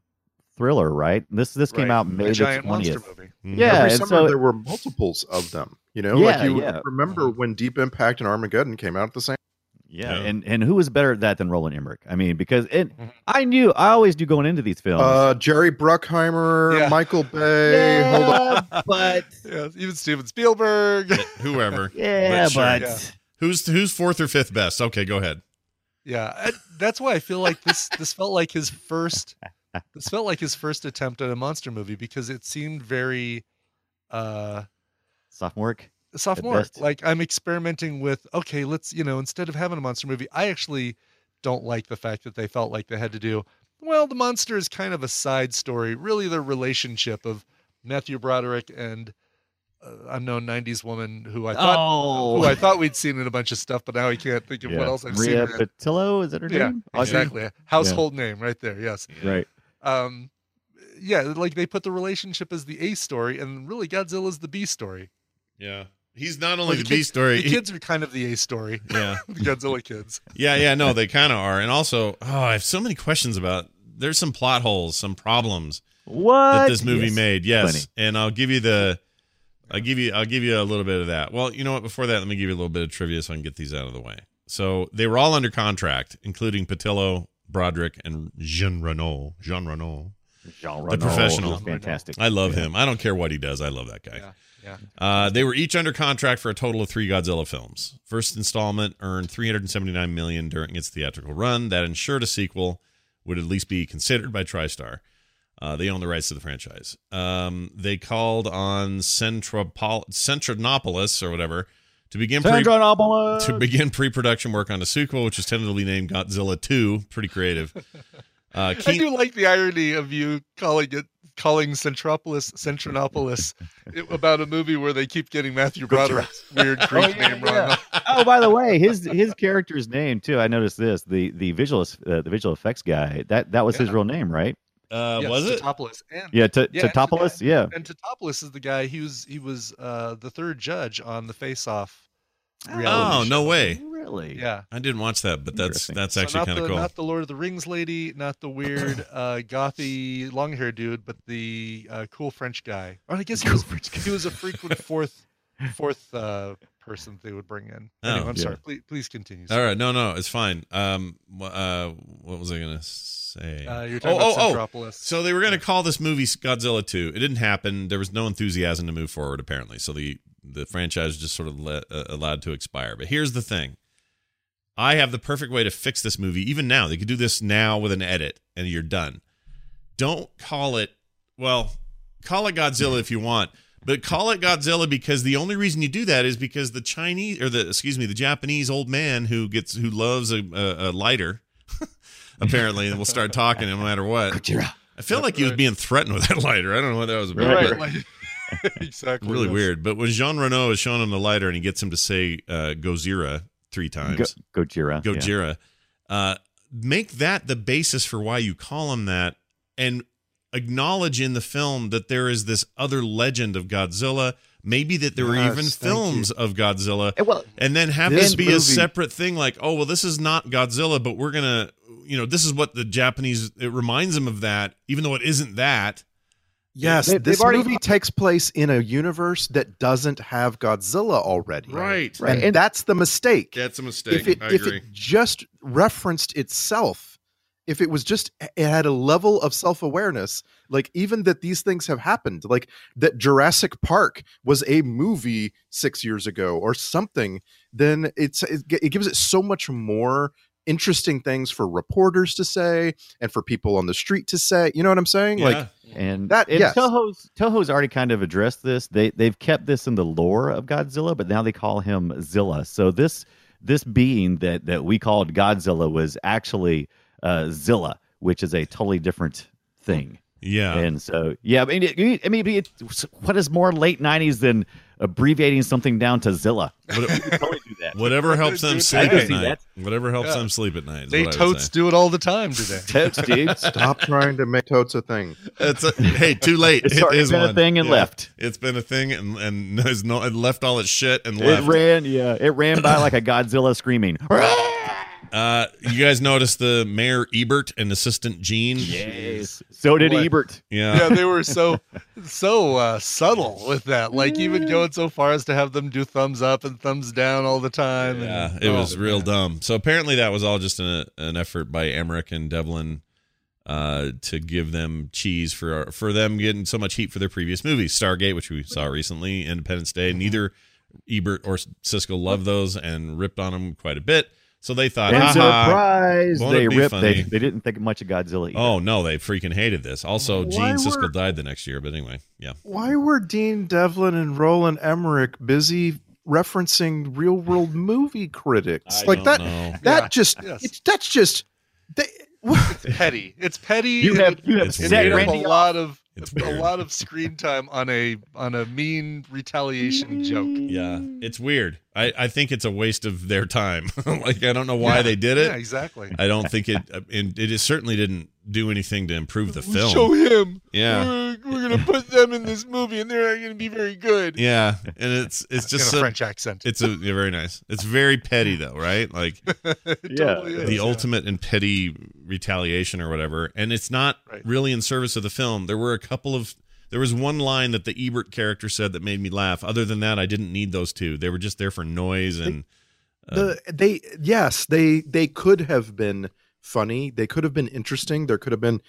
Speaker 6: thriller, right? This this came
Speaker 9: Right.
Speaker 6: out
Speaker 9: A
Speaker 6: May the
Speaker 9: giant monster
Speaker 6: twentieth.
Speaker 9: movie.
Speaker 6: Yeah,
Speaker 8: every
Speaker 6: and
Speaker 8: summer
Speaker 6: so-
Speaker 8: there were multiples of them you know
Speaker 6: Yeah,
Speaker 8: like you
Speaker 6: yeah.
Speaker 8: remember when deep impact and armageddon came out at the same
Speaker 6: yeah, and and who was better at that than Roland Emmerich? I mean, because it,
Speaker 9: Mm-hmm.
Speaker 6: I knew I always knew going into these films.
Speaker 8: uh jerry bruckheimer michael bay hold on
Speaker 6: but
Speaker 9: yeah, even Steven Spielberg,
Speaker 5: whoever.
Speaker 6: Yeah, but-
Speaker 9: Yeah.
Speaker 5: who's who's fourth or fifth best? Okay, go ahead.
Speaker 9: Yeah, I- that's why I feel like this. This felt like his first. This felt like his first attempt at a monster movie because it seemed very uh
Speaker 6: sophomore.
Speaker 9: sophomore.
Speaker 6: best.
Speaker 9: Like I'm experimenting with okay, let's you know instead of having a monster movie, I actually don't like the fact that they felt like they had to do. Well, the monster is kind of a side story. Really, the relationship of Matthew Broderick and uh, unknown '90s woman who I thought
Speaker 6: Oh.
Speaker 9: who I thought we'd seen in a bunch of stuff, but now I can't think of
Speaker 6: Yeah.
Speaker 9: what else I've
Speaker 6: Rhea
Speaker 9: seen.
Speaker 6: Petillo, is that her
Speaker 9: yeah,
Speaker 6: name? Audrey?
Speaker 9: exactly.
Speaker 6: Yeah.
Speaker 9: Household name right there. Yes.
Speaker 6: Right.
Speaker 9: Um, yeah, like they put the relationship as the A story, and really Godzilla's the B story.
Speaker 5: Yeah. He's not only
Speaker 9: Or
Speaker 5: the
Speaker 9: kid-
Speaker 5: B story,
Speaker 9: The
Speaker 5: he-
Speaker 9: kids are kind of the A story.
Speaker 5: Yeah.
Speaker 9: the Godzilla kids.
Speaker 5: Yeah, yeah, no, they kind of are. And also, oh, I have so many questions about. There's some plot holes, some problems that
Speaker 6: What?
Speaker 5: this movie
Speaker 6: Yes.
Speaker 5: made. Yes,
Speaker 6: Plenty.
Speaker 5: and I'll give you the. I'll give you. I'll give you a little bit of that. Well, you know what? Before that, let me give you a little bit of trivia so I can get these out of the way. So they were all under contract, including Patillo, Broderick, and Jean Renault. Jean Renault,
Speaker 6: Jean
Speaker 5: the
Speaker 6: Reno
Speaker 5: professional,
Speaker 6: was fantastic.
Speaker 5: I love
Speaker 6: Yeah.
Speaker 5: him. I don't care what he does. I love that guy.
Speaker 9: Yeah.
Speaker 5: Uh, they were each under contract for a total of three Godzilla films. First installment earned 379 million during its theatrical run. That ensured a sequel would at least be considered by TriStar. Uh, they own the rights to the franchise. Um, they called on Centropol- Centronopolis or whatever to begin pre-
Speaker 6: Sandronopolis.
Speaker 5: to begin pre-production work on a sequel, which is tentatively named Godzilla 2. Pretty creative. Uh,
Speaker 9: I do like the irony of you calling it calling Centropolis Centronopolis it- about a movie where they keep getting Matthew Broderick's weird Greek name wrong.
Speaker 6: oh, by the way, his his character's name too. I noticed this the the visual uh, the visual effects guy that that was his real name, right?
Speaker 5: Uh,
Speaker 9: Yes,
Speaker 5: was it?
Speaker 9: Totopoulos and
Speaker 6: Yeah, T-
Speaker 9: and the
Speaker 6: Totopoulos,
Speaker 9: guy-
Speaker 6: yeah.
Speaker 9: and Totopoulos is the guy. He was he was uh, the third judge on the Face Off.
Speaker 5: Oh no way!
Speaker 6: Really?
Speaker 9: Yeah.
Speaker 5: I didn't watch that, but that's
Speaker 6: Interesting.
Speaker 5: that's
Speaker 9: So
Speaker 5: actually
Speaker 9: not
Speaker 5: kind
Speaker 9: the-
Speaker 5: of cool.
Speaker 9: Not the Lord of the Rings lady, not the weird uh, gothy long haired dude, but the uh, cool French guy. Or I guess he was he was a frequent fourth fourth uh, person they would bring in.
Speaker 5: Oh.
Speaker 9: Anyway, I'm
Speaker 5: Yeah.
Speaker 9: sorry. Please, please continue.
Speaker 5: All right, no, no, it's fine. Um, wh- uh, what was I gonna say?
Speaker 9: Uh, you were talking about Centropolis.
Speaker 5: Oh, So they were gonna call this movie Godzilla Two. It didn't happen. There was no enthusiasm to move forward, apparently. So the the franchise just sort of let, uh, allowed to expire. But here's the thing: I have the perfect way to fix this movie. Even now, they could do this now with an edit, and you're done. Don't call it. Well, call it Godzilla if you want, but call it Godzilla because the only reason you do that is because the Chinese or the excuse me, the Japanese old man who gets who loves a, a, a lighter, apparently, and will start talking no matter what. I feel like he was being threatened with that lighter. I don't know what that was about.
Speaker 9: Right.
Speaker 5: but-
Speaker 9: like- exactly.
Speaker 5: Really
Speaker 9: yes.
Speaker 5: weird. But when Jean Reno is shown on the lighter and he gets him to say uh, Gozira three times,
Speaker 6: Go, Gojira. yeah.
Speaker 5: Gojira. Uh, make that the basis for why you call him that, and acknowledge in the film that there is this other legend of Godzilla. Maybe that there
Speaker 7: Yes,
Speaker 5: are even
Speaker 7: thank
Speaker 5: films
Speaker 7: you.
Speaker 5: of Godzilla,
Speaker 6: And well,
Speaker 5: and then have
Speaker 6: this
Speaker 5: this be a
Speaker 6: movie-
Speaker 5: separate thing. Like, oh well, this is not Godzilla, but we're gonna, you know, this is what the Japanese. It reminds them of that, even though it isn't that.
Speaker 8: Yes,
Speaker 6: They-
Speaker 8: this
Speaker 6: they've already-
Speaker 8: movie takes place in a universe that doesn't have Godzilla already.
Speaker 5: Right.
Speaker 6: Right.
Speaker 8: And,
Speaker 6: And-
Speaker 8: that's the mistake.
Speaker 5: That's a mistake.
Speaker 8: If it, if it just referenced itself, if it was just, it had a level of self awareness, like even that these things have happened, like that Jurassic Park was a movie six years ago or something, then it's it, gi- it gives it so much more interesting things for reporters to say and for people on the street to say. You know what I'm saying?
Speaker 5: Yeah.
Speaker 8: Like,
Speaker 6: And
Speaker 8: That-
Speaker 6: and
Speaker 8: yes.
Speaker 6: Toho's Toho's already kind of addressed this. They they've kept this in the lore of Godzilla, but now they call him Zilla. So this this being that that we called Godzilla was actually uh, Zilla, which is a totally different thing.
Speaker 5: yeah.
Speaker 6: And so yeah, I mean, it- I mean, it- what is more late '90s than abbreviating something down to Zilla?
Speaker 5: What-
Speaker 6: Totally do that.
Speaker 5: Whatever helps them
Speaker 9: Dude,
Speaker 5: sleep
Speaker 6: I
Speaker 5: at
Speaker 6: see
Speaker 5: night.
Speaker 6: that.
Speaker 5: Whatever helps
Speaker 9: Yeah.
Speaker 5: them sleep at night. is
Speaker 9: They
Speaker 5: what I would
Speaker 9: totes
Speaker 5: say.
Speaker 9: do it all the time, do they?
Speaker 6: Totes, dude.
Speaker 8: stop trying to make totes a thing.
Speaker 5: It's a, hey, too late.
Speaker 6: It's
Speaker 5: It
Speaker 6: already
Speaker 5: is
Speaker 6: been a
Speaker 5: one.
Speaker 6: thing and left.
Speaker 5: It's been a thing and and has no, it left all its shit and
Speaker 6: It
Speaker 5: left.
Speaker 6: ran, yeah, it ran by like a Godzilla screaming.
Speaker 5: uh, you guys noticed the mayor Ebert and assistant Gene?
Speaker 6: Yes. So did
Speaker 9: What?
Speaker 6: Ebert.
Speaker 5: Yeah.
Speaker 9: yeah, they were so so uh, subtle with that. Like even going so far as to have them do thumbs up and thumbs down all the time. and-
Speaker 5: Yeah, it
Speaker 9: oh,
Speaker 5: was real
Speaker 9: man.
Speaker 5: dumb. So apparently that was all just an, an effort by Emmerich and Devlin uh, to give them cheese for for them getting so much heat for their previous movies, Stargate, which we saw recently, Independence Day. Neither Ebert or Siskel loved those and ripped on them quite a bit. So they thought,
Speaker 6: And
Speaker 5: "Ha ha."
Speaker 6: surprise,
Speaker 5: Uh, Won't it
Speaker 6: they
Speaker 5: be
Speaker 6: ripped.
Speaker 5: funny?
Speaker 6: They, they didn't think much of Godzilla. Either.
Speaker 5: Oh no, they freaking hated this. Also, Gene
Speaker 8: were-
Speaker 5: Siskel died the next year, but anyway, yeah.
Speaker 8: Why were Dean Devlin and Roland Emmerich busy referencing real world movie critics?
Speaker 5: I
Speaker 8: like
Speaker 5: don't
Speaker 8: that
Speaker 5: know.
Speaker 8: that
Speaker 9: Yeah,
Speaker 8: just
Speaker 9: yes.
Speaker 8: it's, that's just they,
Speaker 9: petty. It's petty.
Speaker 6: you
Speaker 9: and
Speaker 6: have
Speaker 9: it-
Speaker 6: you have
Speaker 5: It's
Speaker 9: it
Speaker 6: set
Speaker 9: made
Speaker 5: weird.
Speaker 9: up a
Speaker 6: Randy.
Speaker 9: lot of
Speaker 5: It's
Speaker 9: a
Speaker 5: weird.
Speaker 9: lot of screen time on a on a mean retaliation joke.
Speaker 5: Yeah, it's weird. I, I think it's a waste of their time. like I don't know why they did it.
Speaker 9: Yeah, exactly.
Speaker 5: I don't think it, and it is certainly didn't do anything to improve the film.
Speaker 9: Show him.
Speaker 5: Yeah.
Speaker 9: We're, we're gonna put them in this movie, and they're not gonna be very good.
Speaker 5: Yeah, and it's it's
Speaker 9: In a
Speaker 5: just so,
Speaker 9: French accent.
Speaker 5: it's a yeah, very nice. It's very petty though, right? Like
Speaker 9: It
Speaker 6: Yeah.
Speaker 9: totally is,
Speaker 5: the
Speaker 9: yeah.
Speaker 5: ultimate in petty retaliation or whatever. And it's not
Speaker 9: Right.
Speaker 5: really in service of the film. There were a couple of there was one line that the Ebert character said that made me laugh. Other than that, I didn't need those two. They were just there for noise and uh,
Speaker 8: the they yes, they they could have been funny. They could have been interesting. There could have been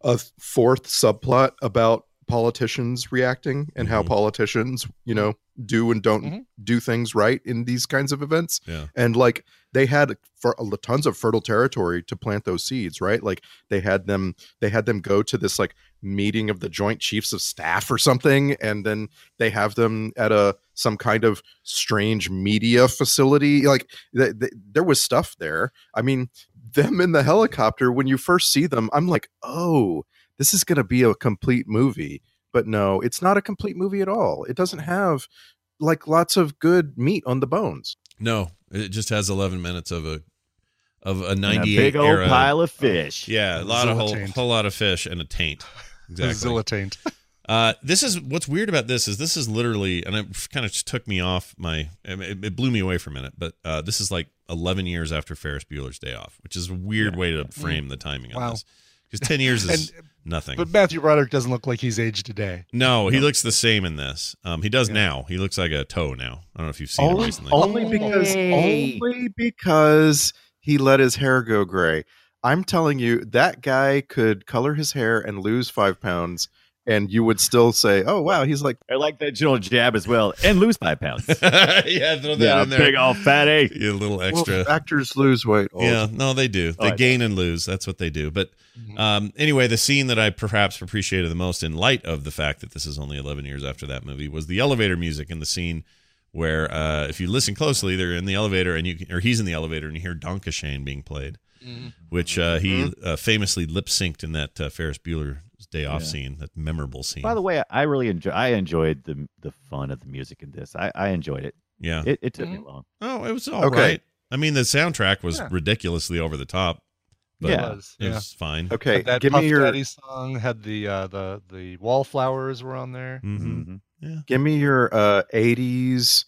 Speaker 8: a fourth subplot about politicians reacting and how
Speaker 5: Mhm.
Speaker 8: politicians, you know, do and don't
Speaker 9: Mhm.
Speaker 8: do things right in these kinds of events.
Speaker 5: yeah.
Speaker 8: and like they had fer- tons of fertile territory to plant those seeds right like they had them they had them go to this like meeting of the joint chiefs of staff or something and then they have them at a some kind of strange media facility like th- th- there was stuff there i mean them in the helicopter when you first see them i'm like oh this is going to be a complete movie. But no, it's not a complete movie at all. It doesn't have like lots of good meat on the bones.
Speaker 5: No, it just has 11 minutes of a of a
Speaker 6: a
Speaker 5: 98
Speaker 6: big old
Speaker 5: era-
Speaker 6: pile of fish.
Speaker 5: Yeah, a lot of whole,
Speaker 9: Zilletaint.
Speaker 5: whole lot of fish and a taint. Exactly.
Speaker 9: Zilletaint.
Speaker 5: Uh, this is what's weird about this is this is literally, and it kind of took me off my, I mean, it, it blew me away for a minute, but uh, this is like 11 years after Ferris Bueller's Day Off, which is a weird way to frame the timing on
Speaker 9: Wow.
Speaker 5: this. Because 10 years is
Speaker 9: And-
Speaker 5: nothing.
Speaker 9: But Matthew Broderick doesn't look like he's aged a day.
Speaker 5: no, he looks the same in this. Um, he does now. He looks like a toe now. I don't know if you've seen him
Speaker 8: Only-
Speaker 5: recently.
Speaker 8: Only because
Speaker 6: Hey.
Speaker 8: only because he let his hair go gray. I'm telling you, that guy could color his hair and lose five pounds, and you would still say, "Oh wow, he's like
Speaker 6: I like that general jab as well, and lose five pounds.
Speaker 5: yeah, throw that
Speaker 6: yeah,
Speaker 5: in there.
Speaker 6: big old fatty.
Speaker 5: Yeah, a little
Speaker 8: well,
Speaker 5: extra.
Speaker 8: actors lose weight." all the
Speaker 5: Yeah, no, they do.
Speaker 6: Oh,
Speaker 5: They
Speaker 6: I-
Speaker 5: gain and lose. That's what they do. But um, anyway, the scene that I perhaps appreciated the most, in light of the fact that this is only 11 years after that movie, was the elevator music in the scene where, uh, if you listen closely, they're in the elevator and you can, or he's in the elevator and you hear Donkashane being played,
Speaker 9: Mm-hmm.
Speaker 5: which uh, he uh, famously lip synced in that uh, Ferris Bueller's Day Off
Speaker 6: Yeah.
Speaker 5: scene, that memorable scene.
Speaker 6: By the way, I really enjoy. I enjoyed the the fun of the music in this. I, I enjoyed it.
Speaker 5: yeah.
Speaker 6: It, it took me long.
Speaker 5: oh, it was all right.
Speaker 8: Okay.
Speaker 5: I mean, the soundtrack was ridiculously over the top. But it
Speaker 6: Yeah.
Speaker 9: It
Speaker 5: was,
Speaker 9: was, yeah.
Speaker 5: fine.
Speaker 8: Okay,
Speaker 9: that
Speaker 8: give
Speaker 9: Puff
Speaker 8: me your
Speaker 9: Daddy song had the uh, the the wallflowers were on there.
Speaker 5: hmm
Speaker 6: Mhm.
Speaker 8: give me your uh, '80s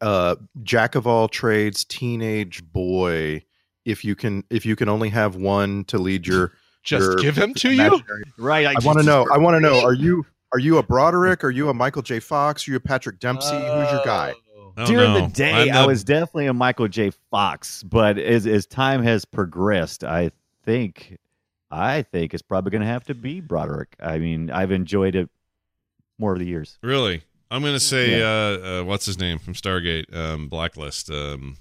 Speaker 8: uh, jack of all trades teenage boy. If you can, if you can only have one to lead your
Speaker 9: Just
Speaker 8: your
Speaker 9: give him to you.
Speaker 8: imaginary
Speaker 6: Right.
Speaker 8: I want to know. I want to know. Are you are you a Broderick? Are you a Michael J. Fox? Are you a Patrick Dempsey? Who's your guy?
Speaker 5: Oh,
Speaker 6: During
Speaker 5: no.
Speaker 6: the day,
Speaker 5: I'm
Speaker 6: I
Speaker 5: not-
Speaker 6: was definitely a Michael J. Fox, but as as time has progressed, I think I think it's probably going to have to be Broderick. I mean, I've enjoyed it more over the years.
Speaker 5: Really? I'm gonna say uh, uh what's his name from Stargate, um, Blacklist. Um,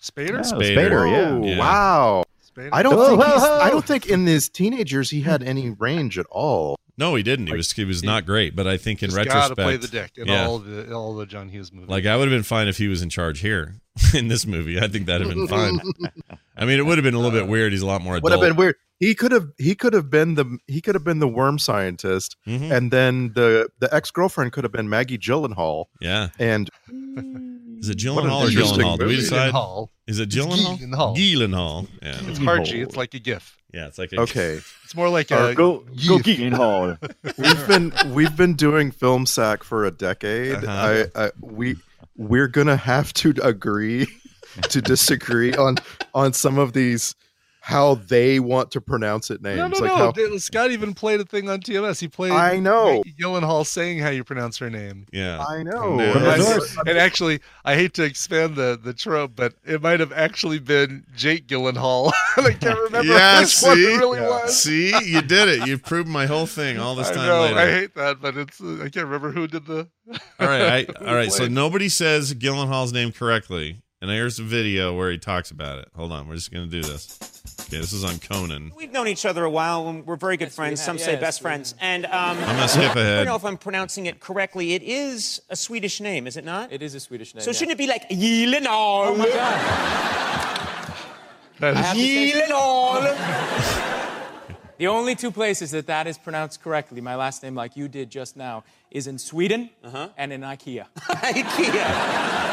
Speaker 9: Spader.
Speaker 6: Yeah.
Speaker 5: Spader.
Speaker 6: Spader, yeah.
Speaker 8: Oh,
Speaker 5: Yeah.
Speaker 8: Wow.
Speaker 9: Spader.
Speaker 8: I don't
Speaker 6: Ho,
Speaker 8: think
Speaker 6: ho,
Speaker 8: he's, I
Speaker 6: ho.
Speaker 8: don't think in his teenagers he had any range at all.
Speaker 5: no, he didn't. He was he was not great. But I think in
Speaker 9: Just
Speaker 5: retrospect,
Speaker 9: gotta play the dick in
Speaker 5: yeah.
Speaker 9: all the in all the John Hughes movies.
Speaker 5: like I would have been fine if he was in charge here in this movie. I think that'd have been fine. I mean, it would have been a little bit weird. He's a lot more
Speaker 8: Would
Speaker 5: adult.
Speaker 8: have been weird. He could have he could have been the he could have been the worm scientist,
Speaker 5: Mhm.
Speaker 8: and then the the ex girlfriend could have been Maggie Gyllenhaal.
Speaker 5: Mm-hmm. Yeah.
Speaker 8: And
Speaker 5: Is it
Speaker 8: What an
Speaker 5: Gyllenhaal or
Speaker 8: interesting
Speaker 5: Gyllenhaal? Do we
Speaker 8: movie.
Speaker 5: decide?
Speaker 9: Hall.
Speaker 5: Is it
Speaker 9: It's
Speaker 5: Gyllenhaal?
Speaker 9: Gyllenhaal.
Speaker 5: Gyllenhaal. Yeah.
Speaker 9: It's hard G. It's like a GIF.
Speaker 5: Yeah. It's like a,
Speaker 8: okay,
Speaker 9: It's more like
Speaker 8: Or
Speaker 5: Uh,
Speaker 9: a
Speaker 6: Go go
Speaker 9: GIF.
Speaker 6: Hall.
Speaker 8: we've been we've been doing film sack for a decade.
Speaker 5: Uh-huh.
Speaker 8: I, I we we're gonna have to agree to disagree on on some of these how they want to pronounce it names.
Speaker 9: No, no,
Speaker 8: like
Speaker 9: no.
Speaker 8: how-
Speaker 9: Did- Scott even played a thing on TMS. He played
Speaker 8: I know.
Speaker 9: Maggie Gyllenhaal saying how you pronounce her name.
Speaker 5: Yeah.
Speaker 8: I know.
Speaker 5: Yeah.
Speaker 8: And
Speaker 9: I-
Speaker 8: I-
Speaker 6: course.
Speaker 9: and actually, I hate to expand the the trope, but it might have actually been Jake Gyllenhaal. and I can't remember
Speaker 5: Yeah,
Speaker 9: which one
Speaker 5: see?
Speaker 9: it really
Speaker 5: Yeah.
Speaker 9: was.
Speaker 5: See, you did it. You proved my whole thing all this
Speaker 9: I
Speaker 5: time
Speaker 9: know.
Speaker 5: later.
Speaker 9: I hate that, but it's uh, I can't remember who did the.
Speaker 5: All right, I, all right. So
Speaker 9: Wait.
Speaker 5: nobody says Gyllenhaal's name correctly, and here's a video where he talks about it. Hold on, we're just gonna do this. Okay, this is on Conan.
Speaker 10: We've known each other a while, and we're very good friends. Some say best friends. And um,
Speaker 5: I'm gonna skip
Speaker 10: I don't
Speaker 5: ahead.
Speaker 10: know if I'm pronouncing it correctly. It is a Swedish name, is it not?
Speaker 11: It is a Swedish name.
Speaker 10: so
Speaker 11: yeah.
Speaker 10: shouldn't it be like
Speaker 11: Oh,
Speaker 10: Jilenol?
Speaker 11: I have to say-
Speaker 10: Jilenol?
Speaker 11: the only two places that that is pronounced correctly, my last name, like you did just now, is in Sweden and in IKEA.
Speaker 10: Uh-huh. IKEA.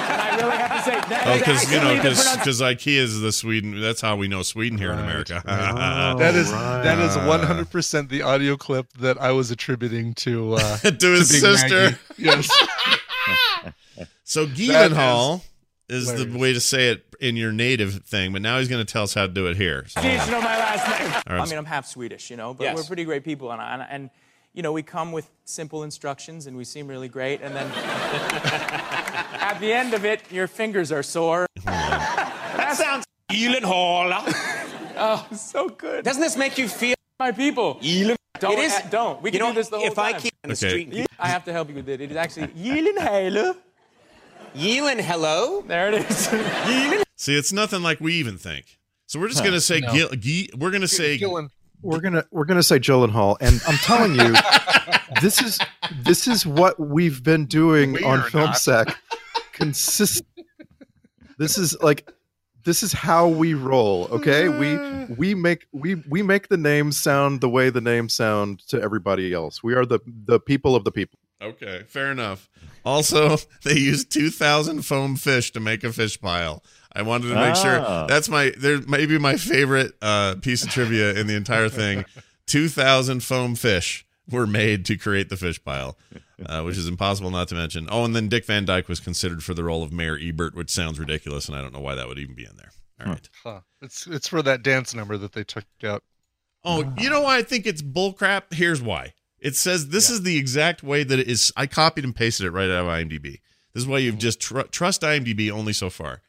Speaker 11: and I really have to say that
Speaker 5: Oh,
Speaker 11: is
Speaker 5: because you know,
Speaker 11: actually the
Speaker 5: because
Speaker 11: pronounci-
Speaker 5: IKEA is the Sweden. That's how we know Sweden here in America.
Speaker 9: That is that is one hundred percent the audio clip that I was attributing to uh,
Speaker 5: to his
Speaker 9: Big
Speaker 5: sister.
Speaker 9: Maggie. Yes,
Speaker 5: So
Speaker 9: That is
Speaker 5: Gyllenhaal is, the
Speaker 9: hilarious.
Speaker 5: way to say it in your native thing, but now he's gonna tell us how to do it here. So,
Speaker 11: Swedish, you know my last name.
Speaker 5: right.
Speaker 11: I mean, I'm half Swedish, you know, but
Speaker 10: Yes.
Speaker 11: we're pretty great people, and, I- and and you know, we come with simple instructions, and we seem really great, and then at the end of it, your fingers are sore.
Speaker 10: That sounds
Speaker 5: ah.
Speaker 10: Jilenol.
Speaker 11: Oh, so good.
Speaker 10: Doesn't this make you feel?
Speaker 11: my people.
Speaker 10: Jilen-
Speaker 11: Don't uh,
Speaker 10: It is-
Speaker 11: don't. We
Speaker 10: you
Speaker 11: can
Speaker 10: know,
Speaker 11: do this the whole
Speaker 10: if
Speaker 11: time.
Speaker 10: I keep on the
Speaker 5: Okay.
Speaker 10: street,
Speaker 11: I have to help you with it. It is actually Jilenheiler.
Speaker 10: Jilen, hello.
Speaker 11: There it is.
Speaker 10: Jilen.
Speaker 5: see, it's nothing like we even think. So we're just gonna say Gil, Gy- We're gonna say
Speaker 9: Gyllen-
Speaker 8: we're gonna we're gonna say Gyllenhaal, and I'm telling you, this is this is what we've been doing
Speaker 9: We
Speaker 8: on
Speaker 9: are
Speaker 8: film
Speaker 9: not.
Speaker 8: sack. Consist. This is like this is how we roll okay we we make we we make the names sound the way the names sound to everybody else we are the the people of the people
Speaker 5: Okay, fair enough. Also, they used 2,000 foam fish to make a fish pile. I wanted to make
Speaker 12: Ah.
Speaker 5: sure that's my there maybe my favorite uh, piece of trivia in the entire thing. 2,000 foam fish were made to create the fish pile, uh, which is impossible not to mention. Oh, and then Dick Van Dyke was considered for the role of Mayor Ebert, which sounds ridiculous, and I don't know why that would even be in there. All right.
Speaker 9: Huh. It's it's for that dance number that they took out.
Speaker 5: Oh,
Speaker 8: Uh-huh.
Speaker 5: you know why I think it's bullcrap? Here's why. It says this is the exact way that it is. I copied and pasted it right out of IMDb. This is why
Speaker 8: Mm-hmm.
Speaker 5: you've just tr- trust IMDb only so far.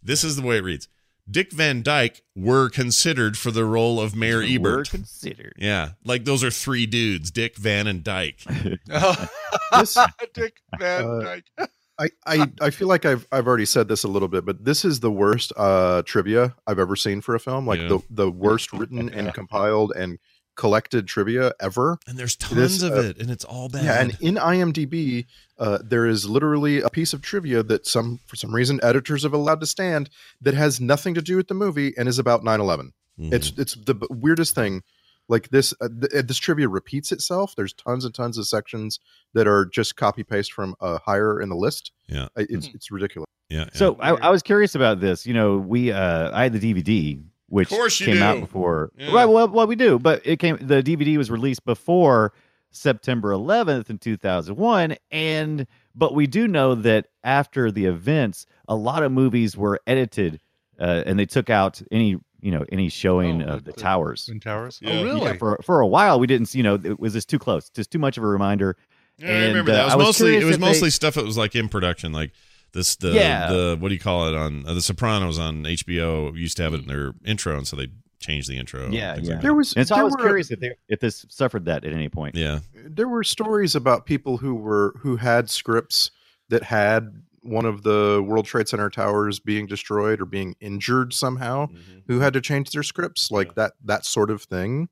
Speaker 5: This is the way it reads. Dick Van Dyke were considered for the role of Mayor
Speaker 6: Were
Speaker 5: Ebert.
Speaker 6: considered.
Speaker 5: Yeah, like those are three dudes: Dick, Van, and Dyke.
Speaker 8: This-
Speaker 9: Dick Van
Speaker 8: Uh,
Speaker 9: Dyke.
Speaker 8: I, I i feel like i've i've already said this a little bit but this is the worst uh trivia i've ever seen for a film like
Speaker 5: Yeah.
Speaker 8: the the worst written and compiled and collected trivia ever
Speaker 5: and there's
Speaker 8: This,
Speaker 5: tons of
Speaker 8: uh,
Speaker 5: it, and it's all bad.
Speaker 8: Yeah, and in IMDb, uh, there is literally a piece of trivia that some, for some reason, editors have allowed to stand that has nothing to do with the movie and is about 9/11. It's
Speaker 5: Mm-hmm.
Speaker 8: it's the b- weirdest thing. Like this, uh, th- uh, this trivia repeats itself. There's tons and tons of sections that are just copy paste from uh, higher in the list.
Speaker 5: Yeah, Mm-hmm.
Speaker 8: Uh, it's it's ridiculous.
Speaker 5: Yeah.
Speaker 6: So I, I was curious about this. You know, we uh, I had the DVD, which
Speaker 8: course you
Speaker 6: came out
Speaker 8: do.
Speaker 6: before.
Speaker 8: Yeah.
Speaker 6: Right. Well, well, we do, but it came. The DVD was released before September 11th in 2001, and but we do know that after the events, a lot of movies were edited, uh, and they took out any you know any showing
Speaker 8: Oh,
Speaker 6: of the towers.
Speaker 9: Twin Towers.
Speaker 6: Yeah,
Speaker 9: Oh, really?
Speaker 6: for for a while, we didn't. see- You know, it was just too close, just too much of a reminder.
Speaker 5: Yeah, I remember that.
Speaker 6: uh,
Speaker 5: It was, mostly
Speaker 6: curious
Speaker 5: it was
Speaker 6: if
Speaker 5: mostly
Speaker 6: they-
Speaker 5: stuff that was like in production, like this the
Speaker 6: Yeah.
Speaker 5: the what do you call it on uh, the Sopranos on HBO used to have it in their intro, and so they changed the
Speaker 8: Oh,
Speaker 5: intro. and
Speaker 6: Yeah,
Speaker 5: things
Speaker 6: yeah.
Speaker 5: like
Speaker 8: There
Speaker 5: that.
Speaker 8: was-
Speaker 6: And so I
Speaker 8: there
Speaker 6: was
Speaker 8: were-
Speaker 6: curious if they, if this suffered that at any point.
Speaker 5: Yeah.
Speaker 8: there were stories about people who were who had scripts that had one of the World Trade Center towers being destroyed or being injured somehow,
Speaker 5: Mm.
Speaker 6: Mm-hmm.
Speaker 8: who had to change their scripts, like that that sort of thing.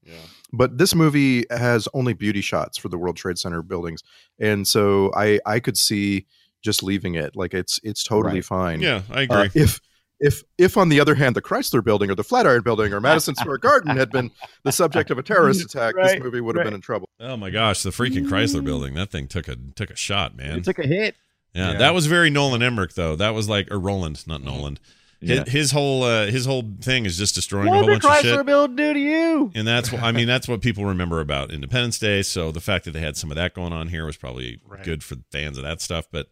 Speaker 8: But this movie has only beauty shots for the World Trade Center buildings, and so I I could see just leaving it. Like it's it's totally
Speaker 5: Right.
Speaker 8: fine.
Speaker 5: Yeah, I
Speaker 8: Uh,
Speaker 5: agree.
Speaker 8: if if if on the other hand the Chrysler Building or the Flatiron Building or Madison Square Garden had been the subject of a terrorist attack,
Speaker 6: Right,
Speaker 8: this movie would have
Speaker 6: right.
Speaker 8: been in trouble.
Speaker 5: Oh my gosh, the freaking Chrysler Building! That thing took a took a shot, man.
Speaker 6: It took a hit.
Speaker 5: Yeah,
Speaker 6: Yeah. Mm-hmm.
Speaker 5: that was very Nolan Emmerich though. That was like or Roland, not Nolan. His,
Speaker 6: Yeah.
Speaker 5: his whole uh, his whole thing is just destroying a
Speaker 6: What
Speaker 5: whole
Speaker 6: did
Speaker 5: bunch of
Speaker 6: Chrysler
Speaker 5: shit.
Speaker 6: Bill do to you?
Speaker 5: And that's what I mean. That's what people remember about Independence Day. So the fact that they had some of that going on here was probably
Speaker 9: Right.
Speaker 5: good for fans of that stuff. But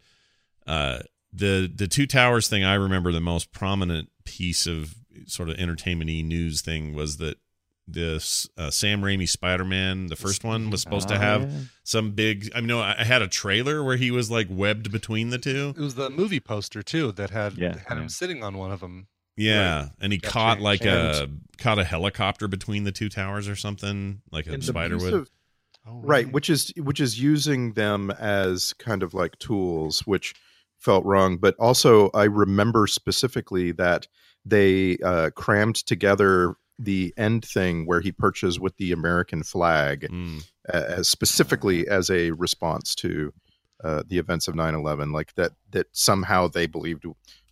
Speaker 5: uh, the the two towers thing, I remember the most prominent piece of sort of entertainment y news thing was that this uh, Sam Raimi Spider Man, the first one, was supposed to
Speaker 9: Oh,
Speaker 5: have
Speaker 9: yeah.
Speaker 5: some big. I mean, no, I I had a trailer where he was like webbed between the two.
Speaker 9: It was the movie poster too that had
Speaker 6: Yeah,
Speaker 9: had him sitting on one of them.
Speaker 5: Yeah, and he
Speaker 9: Got
Speaker 5: caught
Speaker 9: changed.
Speaker 5: like a
Speaker 9: And-
Speaker 5: caught a helicopter between the two towers or something, like a
Speaker 8: And the
Speaker 5: spider
Speaker 8: piece
Speaker 5: would.
Speaker 8: of-
Speaker 9: Oh, Mm-hmm.
Speaker 8: right which is which is using them as kind of like tools which felt wrong but also i remember specifically that they uh, crammed together the end thing where he perches with the american flag
Speaker 5: Mm.
Speaker 8: uh, as specifically as a response to uh, the events of 9-11 like that that somehow they believed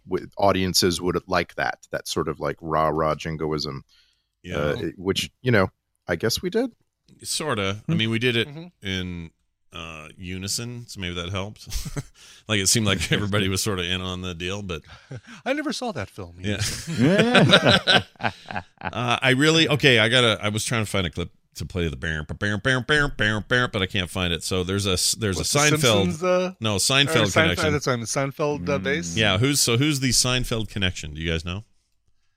Speaker 8: w- audiences would like that that sort of like rah rah jingoism
Speaker 5: Yeah.
Speaker 8: uh, it- which you know i guess we did
Speaker 5: sort of i mean we did it
Speaker 9: Mm-hmm.
Speaker 5: in uh unison so maybe that helped like it seemed like everybody was sort of in on the deal but
Speaker 9: I never saw that film.
Speaker 5: yeah
Speaker 9: Yeah.
Speaker 5: uh, i really okay i gotta i was trying to find a clip to play the bear bear bear bear bear bear but i can't find it so there's a s- there's
Speaker 9: What's
Speaker 5: a
Speaker 9: the
Speaker 5: seinfeld
Speaker 9: Simpsons, uh,
Speaker 5: no
Speaker 9: or
Speaker 5: seinfeld connection Mm.
Speaker 9: That's on the Seinfeld uh, base.
Speaker 5: yeah who's so who's the seinfeld connection do you guys know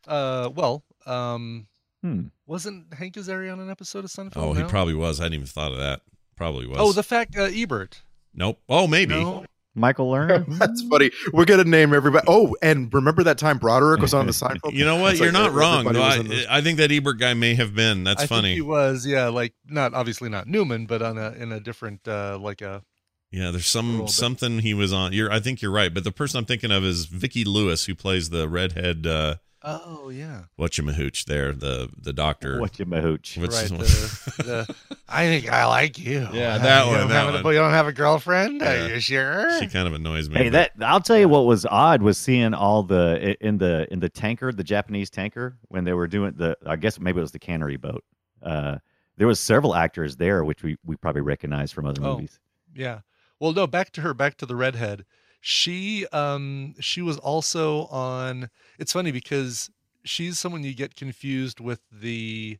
Speaker 9: Uh, well, um,
Speaker 6: Hmm.
Speaker 9: wasn't Hank Azaria on an episode of Seinfeld?
Speaker 5: oh he
Speaker 9: No?
Speaker 5: probably was i hadn't even thought of that probably was
Speaker 9: Oh, the fact uh, Ebert.
Speaker 5: nope oh maybe
Speaker 9: No.
Speaker 6: Michael Lerner.
Speaker 8: That's funny. We're gonna name everybody. Oh, and remember that time Broderick was on the Seinfeld.
Speaker 5: you know what
Speaker 8: It's
Speaker 5: you're
Speaker 8: like
Speaker 5: not wrong
Speaker 8: everybody
Speaker 5: though.
Speaker 8: was in
Speaker 5: I, I think that ebert guy may have been that's
Speaker 9: I
Speaker 5: funny
Speaker 9: Think he was, yeah, like not obviously not Newman, but on a in a different uh, like a
Speaker 5: Yeah, there's
Speaker 9: little
Speaker 5: some
Speaker 9: bit.
Speaker 5: something he was on. You're, I think you're right, but the person I'm thinking of is Vicki Lewis, who plays the redhead uh,
Speaker 9: Oh yeah.
Speaker 5: What you mahooch there, the the doctor.
Speaker 6: What you mahooch.
Speaker 9: Right, the- I think I like you. Uh,
Speaker 5: Yeah, that
Speaker 9: you
Speaker 5: one,
Speaker 9: Don't
Speaker 5: that
Speaker 9: have a-
Speaker 5: one.
Speaker 9: you don't have a girlfriend?
Speaker 5: Yeah.
Speaker 9: Are you sure?
Speaker 5: She kind of annoys me.
Speaker 6: Hey, that I'll tell you what was odd was seeing all the i- in the in the tanker, the Japanese tanker, when they were doing the. I guess maybe it was the cannery boat. Uh, there was several actors there, which we we probably recognize from other
Speaker 9: Oh.
Speaker 6: movies.
Speaker 9: Yeah. Well, no, back to her, back to the redhead. She um she was also on it's funny because she's someone you get confused with the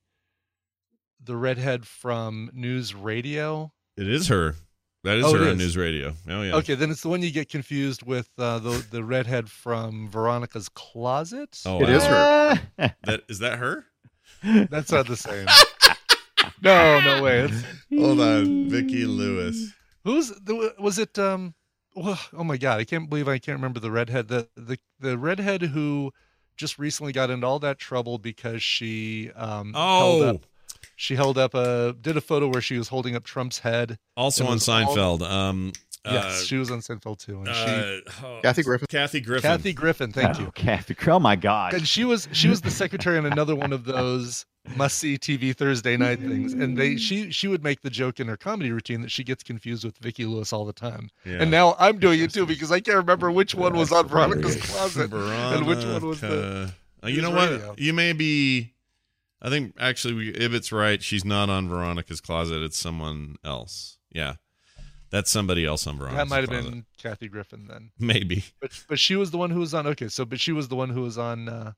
Speaker 9: the redhead from news radio.
Speaker 5: It is her. That is
Speaker 9: Oh, it
Speaker 5: her on
Speaker 9: is.
Speaker 5: news radio. Oh yeah.
Speaker 9: Okay, then it's the one you get confused with uh the the redhead from Veronica's closet.
Speaker 5: Oh,
Speaker 8: It is her.
Speaker 5: That is that her?
Speaker 9: That's not the same. no, no way. It's,
Speaker 5: Hold on, Vicky Lewis.
Speaker 9: Who's the, was it? Um, wha- oh my god, I can't believe I can't remember the redhead. The the the redhead who just recently got into all that trouble because she um held
Speaker 5: Oh.
Speaker 9: up, she held up a did a photo where she was holding up Trump's head.
Speaker 5: Also
Speaker 9: It
Speaker 5: on
Speaker 9: was all-
Speaker 5: Seinfeld. Um.
Speaker 9: yes,
Speaker 5: uh,
Speaker 9: she was on Seinfeld too. And
Speaker 5: uh,
Speaker 9: she,
Speaker 5: oh,
Speaker 8: Kathy Griffin.
Speaker 5: Kathy Griffin.
Speaker 9: Kathy Griffin, thank you.
Speaker 6: Oh, Kathy. Oh my God.
Speaker 9: And she was she was the secretary on another one of those must see TV Thursday night things. And they she she would make the joke in her comedy routine that she gets confused with Vicki Lewis all the time.
Speaker 5: Yeah.
Speaker 9: And now I'm doing it too because I can't remember which one was on Veronica's closet and which one was the
Speaker 5: Veronica. Uh, you know
Speaker 9: news
Speaker 5: what?
Speaker 9: radio.
Speaker 5: You may be. I think actually, we, if it's right, she's not on Veronica's closet. It's someone else. Yeah, that's somebody else on
Speaker 9: that
Speaker 5: Veronica's.
Speaker 9: might have
Speaker 5: Closet.
Speaker 9: been Kathy Griffin then.
Speaker 5: maybe.
Speaker 9: But but she was the one who was on okay, so but she was the one who was on uh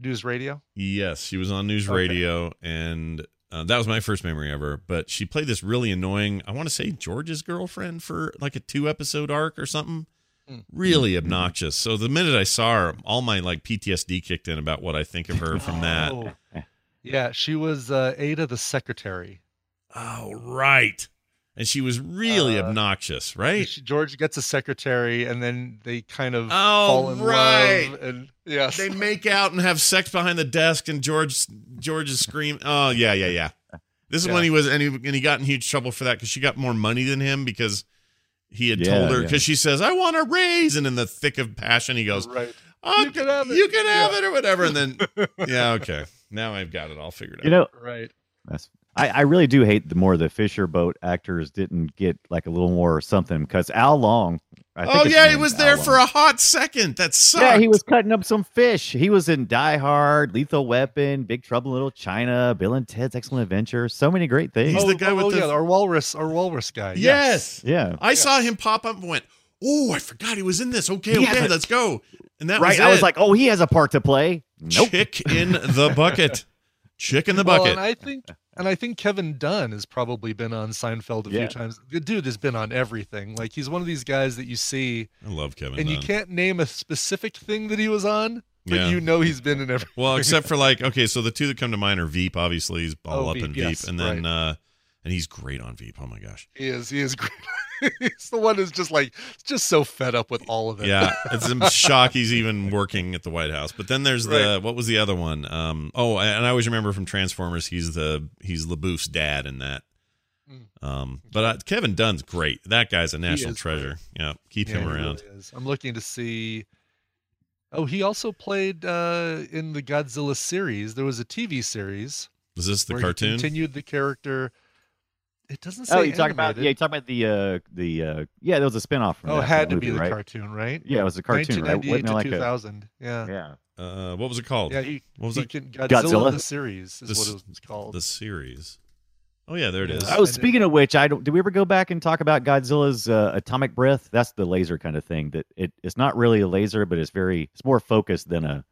Speaker 9: news radio.
Speaker 5: Yes, she was on news
Speaker 9: Okay.
Speaker 5: radio, and uh, that was my first memory of her. But she played this really annoying. I want to say George's girlfriend for like a two episode arc or something.
Speaker 9: Mm.
Speaker 5: Really obnoxious. So the minute I saw her, all my like PTSD kicked in about what I think of her from that.
Speaker 9: Oh. Yeah, she was uh Ada the secretary.
Speaker 5: Oh, right. And she was really
Speaker 9: Uh,
Speaker 5: obnoxious, right?
Speaker 9: She- George gets a secretary, and then they kind of
Speaker 5: Oh,
Speaker 9: fall in
Speaker 5: right.
Speaker 9: love. And yes,
Speaker 5: They make out and have sex behind the desk, and George George is screaming. Oh yeah, yeah, yeah. This is
Speaker 9: Yeah.
Speaker 5: when he was and he, and he got in huge trouble for that because she got more money than him because he had
Speaker 6: Yeah,
Speaker 5: told her
Speaker 6: yeah.
Speaker 5: because she says I want a raise, and in the thick of passion he goes,
Speaker 9: right.
Speaker 5: oh,
Speaker 9: You can have it."
Speaker 5: you can have
Speaker 9: Yeah.
Speaker 5: it or whatever, and then yeah, okay, now I've got it all figured out.
Speaker 6: You know,
Speaker 9: Right.
Speaker 6: That's I, I really do hate the more the Fisher boat actors didn't get like a little more something because Al Long. I think
Speaker 5: oh
Speaker 6: his
Speaker 5: yeah, he
Speaker 6: name's
Speaker 5: was
Speaker 6: Al
Speaker 5: there for
Speaker 6: Long.
Speaker 5: a hot second. That sucked.
Speaker 6: Yeah, he was cutting up some fish. He was in Die Hard, Lethal Weapon, Big Trouble in Little China, Bill and Ted's Excellent Adventure. So many great things.
Speaker 5: He's the guy with the-
Speaker 9: Oh, yeah, our walrus, our walrus guy.
Speaker 5: Yes.
Speaker 6: yeah.
Speaker 5: I saw him pop up and went, "Oh, I forgot he was in this." Okay,
Speaker 6: Yeah,
Speaker 5: okay,
Speaker 6: but-
Speaker 5: let's go. And that
Speaker 6: Right.
Speaker 5: was
Speaker 6: I was
Speaker 5: it.
Speaker 6: like, oh, he has a part to play. Nope.
Speaker 5: chick in the bucket, chick in the
Speaker 9: Well,
Speaker 5: bucket.
Speaker 9: and I think, and I think Kevin Dunn has probably been on Seinfeld a few
Speaker 6: Yeah.
Speaker 9: times. The dude has been on everything. Like he's one of these guys that you see,
Speaker 5: I, love Kevin.
Speaker 9: and you
Speaker 5: Dunn.
Speaker 9: can't name a specific thing that he was on, but
Speaker 5: Yeah.
Speaker 9: you know he's been in every.
Speaker 5: Well, except for like, okay, so the two that come to mind are Veep. Obviously, he's all
Speaker 9: Oh,
Speaker 5: up
Speaker 9: Veep,
Speaker 5: in Veep,
Speaker 9: yes,
Speaker 5: and then uh and he's great on Veep. Oh my gosh.
Speaker 9: He is. He is great. he's the one who's just like just so fed up with all of it.
Speaker 5: Yeah, it's a shock he's even working at the White House. But then there's the what was the other one? Um, oh, and I always remember from Transformers, he's the he's LeBouf's dad in that. Um, but uh, Kevin Dunn's great. That guy's a national
Speaker 9: is
Speaker 5: treasure. Yeah, keep
Speaker 9: Yeah,
Speaker 5: him
Speaker 9: he
Speaker 5: around.
Speaker 9: really is. I'm looking to see. Oh, he also played uh, in the Godzilla series. There was a TV series
Speaker 5: Was this the
Speaker 9: where
Speaker 5: cartoon?
Speaker 9: he continued the character. It doesn't say.
Speaker 6: Oh, you talking about yeah, you
Speaker 9: animated.
Speaker 6: talking about the uh the uh yeah, there was a spin-off from
Speaker 9: Oh,
Speaker 6: that
Speaker 9: it had to
Speaker 6: movie,
Speaker 9: be the
Speaker 6: right?
Speaker 9: cartoon, right?
Speaker 6: Yeah, it was a cartoon, right?
Speaker 9: 1998
Speaker 6: Wasn't
Speaker 9: to
Speaker 6: it like a,
Speaker 9: 2000. yeah.
Speaker 6: yeah.
Speaker 5: Uh, what was it called?
Speaker 9: Yeah. He,
Speaker 5: what was
Speaker 9: he
Speaker 5: it?
Speaker 9: can, Godzilla,
Speaker 6: Godzilla?
Speaker 9: the series is
Speaker 5: This-
Speaker 9: what it was called.
Speaker 5: The series. Oh yeah, there it is.
Speaker 9: Yeah.
Speaker 6: Oh,
Speaker 9: I did.
Speaker 6: speaking of which, I don't. Did we ever go back and talk about Godzilla's uh, atomic breath? That's the laser kind of thing. That it, it's not really a laser, but it's very it's more focused than a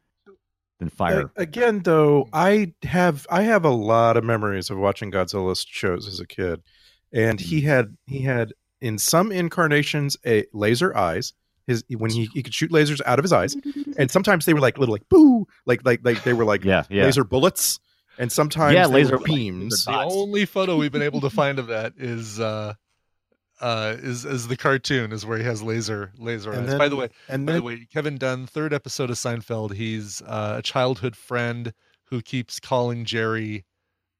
Speaker 6: than fire.
Speaker 8: A- Again, though, I have I have a lot of memories of watching Godzilla shows as a kid, and he had he had in some incarnations a laser eyes. His when he, he could shoot lasers out of his eyes, and sometimes they were like little like boo, like like like they were like
Speaker 6: Yeah, yeah.
Speaker 8: laser bullets, and sometimes
Speaker 6: Yeah,
Speaker 8: they
Speaker 6: laser-
Speaker 8: were beams.
Speaker 9: the only photo we've been able to find of that is uh, uh, is is the cartoon is where he has laser laser eyes.
Speaker 8: And then-
Speaker 9: By the way,
Speaker 8: and
Speaker 9: By the
Speaker 8: then
Speaker 9: way, Kevin Dunn, third episode of Seinfeld, he's uh, a childhood friend who keeps calling Jerry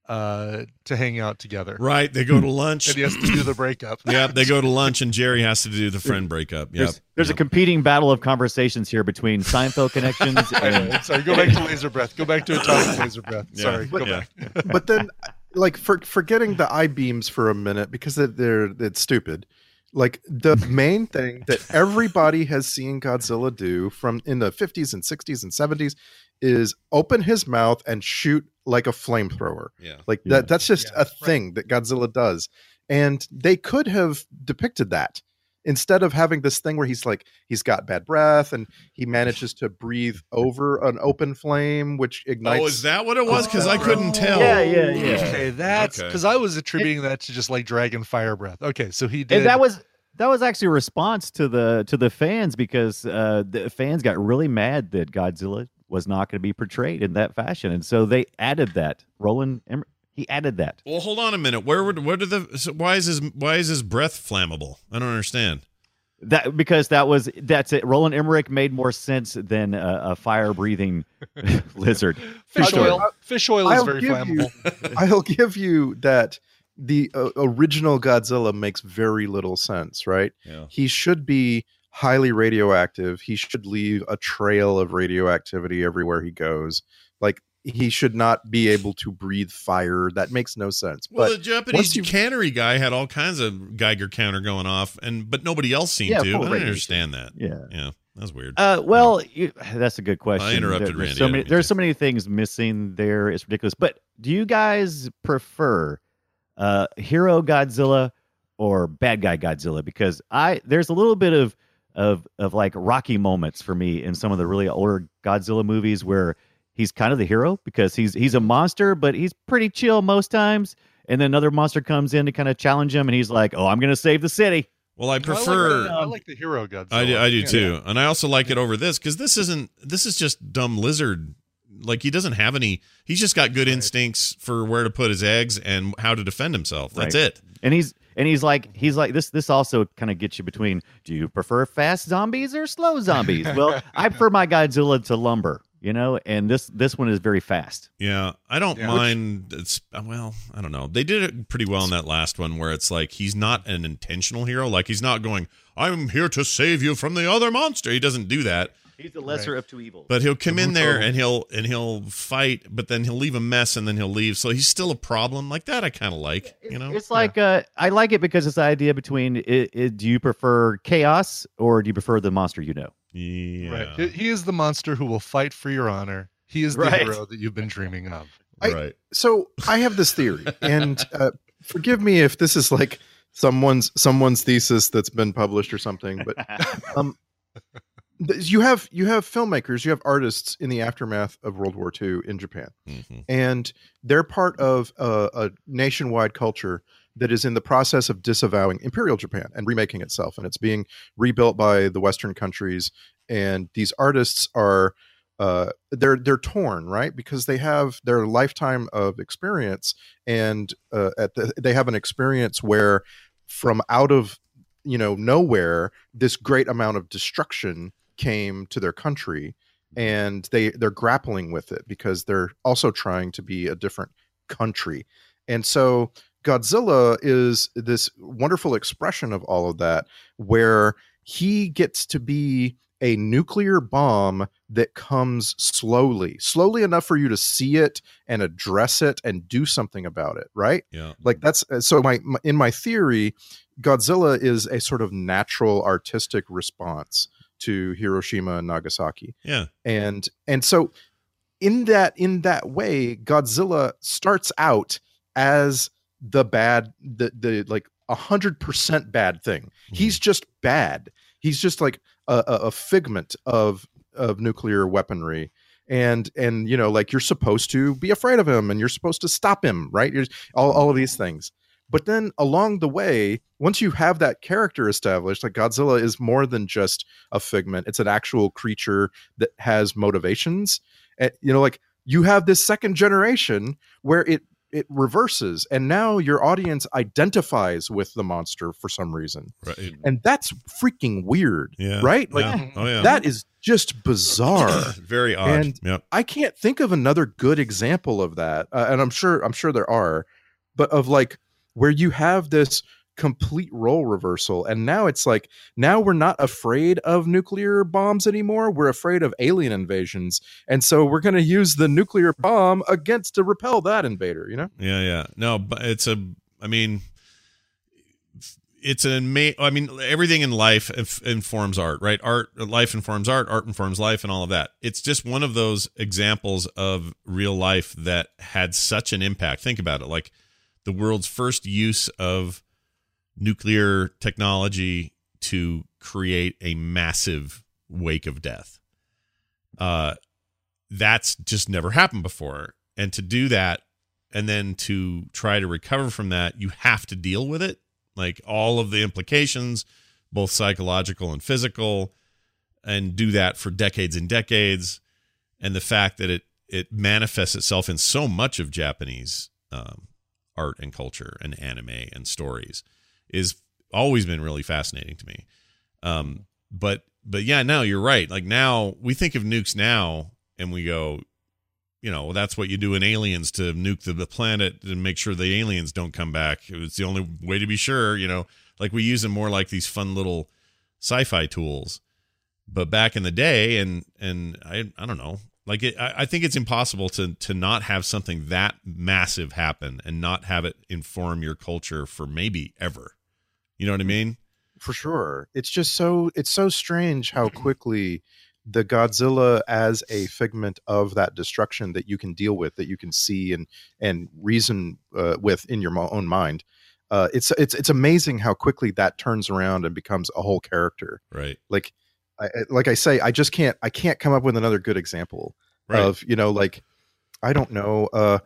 Speaker 7: uh, to hang out together.
Speaker 5: Right. They go to lunch.
Speaker 7: and he has to do the breakup.
Speaker 5: Yeah, they go to lunch and Jerry has to do the friend breakup. Yep.
Speaker 6: There's, there's a competing battle of conversations here between Seinfeld connections. and,
Speaker 7: Sorry, go back to laser breath. Go back to atomic laser breath. Sorry, go back.
Speaker 8: but then like for forgetting the i beams for a minute because they're, they're it's stupid like the main thing that everybody has seen godzilla do from in the 50s and 60s and 70s is open his mouth and shoot like a flamethrower
Speaker 5: Yeah.
Speaker 8: like
Speaker 5: Yeah.
Speaker 8: that that's just a thing that godzilla does and they could have depicted that instead of having this thing where he's like he's got bad breath and he manages to breathe over an open flame which ignites
Speaker 5: Oh, is that what it was? Because I couldn't tell.
Speaker 7: Okay, that's
Speaker 5: Okay.
Speaker 7: because I was attributing that to just like dragon fire breath. Okay, so he did.
Speaker 6: and that was that was actually a response to the to the fans because uh, the fans got really mad that Godzilla was not going to be portrayed in that fashion, and so they added that. Roland, Emmer- he added that.
Speaker 5: Well, hold on a minute. Where would where did the so why is his why is his breath flammable? I don't understand.
Speaker 6: That because that was that's it. Roland Emmerich made more sense than a, a fire breathing lizard.
Speaker 7: fish
Speaker 6: Sure.
Speaker 7: oil. Fish oil is very
Speaker 8: give you-
Speaker 7: flammable.
Speaker 8: I'll give you that the uh, original Godzilla makes very little sense, right?
Speaker 5: Yeah.
Speaker 8: He should be highly radioactive. He should leave a trail of radioactivity everywhere he goes. Like he should not be able to breathe fire. That makes no sense.
Speaker 5: Well, the
Speaker 8: but
Speaker 5: Japanese
Speaker 8: once you-
Speaker 5: cannery guy had all kinds of Geiger counter going off, and but nobody else seemed
Speaker 6: Yeah,
Speaker 5: to. I
Speaker 6: full
Speaker 5: don't
Speaker 6: radiation.
Speaker 5: understand that.
Speaker 6: Yeah.
Speaker 5: yeah, that was weird.
Speaker 6: Uh, well, you, that's a good question.
Speaker 5: interrupted
Speaker 6: there's
Speaker 5: Randy, I
Speaker 6: So
Speaker 5: didn't
Speaker 6: many,
Speaker 5: mean
Speaker 6: there's so many things missing there. It's ridiculous. But do you guys prefer uh, hero Godzilla or bad guy Godzilla? Because I there's a little bit of of of like Rocky moments for me in some of the really older Godzilla movies where he's kind of the hero because he's he's a monster, but he's pretty chill most times. And then another monster comes in to kind of challenge him, and he's like, "Oh, I'm going to save the city."
Speaker 5: well, I
Speaker 7: I like
Speaker 5: prefer.
Speaker 7: the- I
Speaker 9: um,
Speaker 7: like the hero Godzilla.
Speaker 5: I do, I do
Speaker 7: Yeah.
Speaker 5: too, and I also like it over this because this isn't this is just dumb lizard. Like he doesn't have any. He's just got good instincts for where to put his eggs and how to defend himself. That's
Speaker 6: Right.
Speaker 5: it.
Speaker 6: And he's and he's like he's like this this also kind of gets you between do you prefer fast zombies or slow zombies? well, I prefer my Godzilla to lumber, you know, and this this one is very fast.
Speaker 5: Yeah, I don't
Speaker 6: Yeah. Which-
Speaker 5: mind. It's uh, well, I don't know. They did it pretty well in that last one where it's like he's not an intentional hero. Like he's not going, "I'm here to save you from the other monster." He doesn't do that,
Speaker 6: He's the lesser of two evils.
Speaker 5: but he'll come in there and he'll and he'll fight, but then he'll leave a mess and then he'll leave. So he's still a problem like that. I kind of like, you know.
Speaker 6: It's like uh, I like it because it's the idea between i i do you prefer chaos or do you prefer the monster you know?
Speaker 5: Yeah.
Speaker 7: Right. He- He is the monster who will fight for your honor. He is the
Speaker 6: Right.
Speaker 7: hero that you've been dreaming of.
Speaker 8: I- so I have this theory, and uh, forgive me if this is like someone's someone's thesis that's been published or something, but um, th- you have you have filmmakers, you have artists in the aftermath of World War II in Japan,
Speaker 5: Mm-hmm.
Speaker 8: and they're part of a, a nationwide culture that is in the process of disavowing imperial Japan and remaking itself, and it's being rebuilt by the Western countries, and these artists are uh, they're they're torn, right? Because they have their lifetime of experience, and uh, at the, they have an experience where, from out of you know nowhere, this great amount of destruction came to their country, and they they're grappling with it because they're also trying to be a different country, and so Godzilla is this wonderful expression of all of that, where he gets to be a nuclear bomb that comes slowly, slowly enough for you to see it and address it and do something about it, right?
Speaker 5: Yeah.
Speaker 8: Like that's uh, so my, my in my theory, Godzilla is a sort of natural artistic response to Hiroshima and Nagasaki
Speaker 5: Yeah.
Speaker 8: and and so in that in that way godzilla starts out as the bad the the like 100% bad thing he's just bad he's just like a, a, a figment of of nuclear weaponry and and you know like you're supposed to be afraid of him and you're supposed to stop him right you're all, all of these things but then along the way, once you have that character established, like Godzilla is more than just a figment, it's an actual creature that has motivations. And, you know, like you have this second generation where it it reverses and now your audience identifies with the monster for some reason
Speaker 5: Right.
Speaker 8: and that's freaking weird
Speaker 5: Yeah.
Speaker 8: right
Speaker 5: Yeah. Oh, yeah.
Speaker 8: that is just bizarre
Speaker 5: very odd
Speaker 8: and
Speaker 5: yep.
Speaker 8: i can't think of another good example of that uh, and i'm sure i'm sure there are but of like where you have this complete role reversal and now it's like now we're not afraid of nuclear bombs anymore we're afraid of alien invasions and so we're going to use the nuclear bomb against to repel that invader you know
Speaker 5: Yeah, yeah. No, but it's a. I mean, it's an amazing. I mean, everything in life inf- informs art, right? Art, life informs art. Art informs life, and all of that. It's just one of those examples of real life that had such an impact. Think about it, like the world's first use of nuclear technology to create a massive wake of death. Uh, that's just never happened before, and to do that and then to try to recover from that, you have to deal with it, like all of the implications, both psychological and physical, and do that for decades and decades. And the fact that it it manifests itself in so much of Japanese um, art and culture and anime and stories is always been really fascinating to me. Um, but but yeah, no, you're right. Like now we think of nukes now and we go, you know, that's what you do in aliens to nuke the, the planet and make sure the aliens don't come back. It's the only way to be sure, you know. Like we use them more like these fun little sci-fi tools. But back in the day, and and I I don't know, like it, I, I think it's impossible to to not have something that massive happen and not have it inform your culture for maybe ever. You know what I mean?
Speaker 8: for sure it's just so it's so strange how quickly the godzilla as a figment of that destruction that you can deal with that you can see and and reason uh, with in your mo- own mind uh, it's it's it's amazing how quickly that turns around and becomes a whole character
Speaker 5: Right.
Speaker 8: like I, I- like i say i just can't i can't come up with another good example
Speaker 5: Right.
Speaker 8: of you know like i don't know uh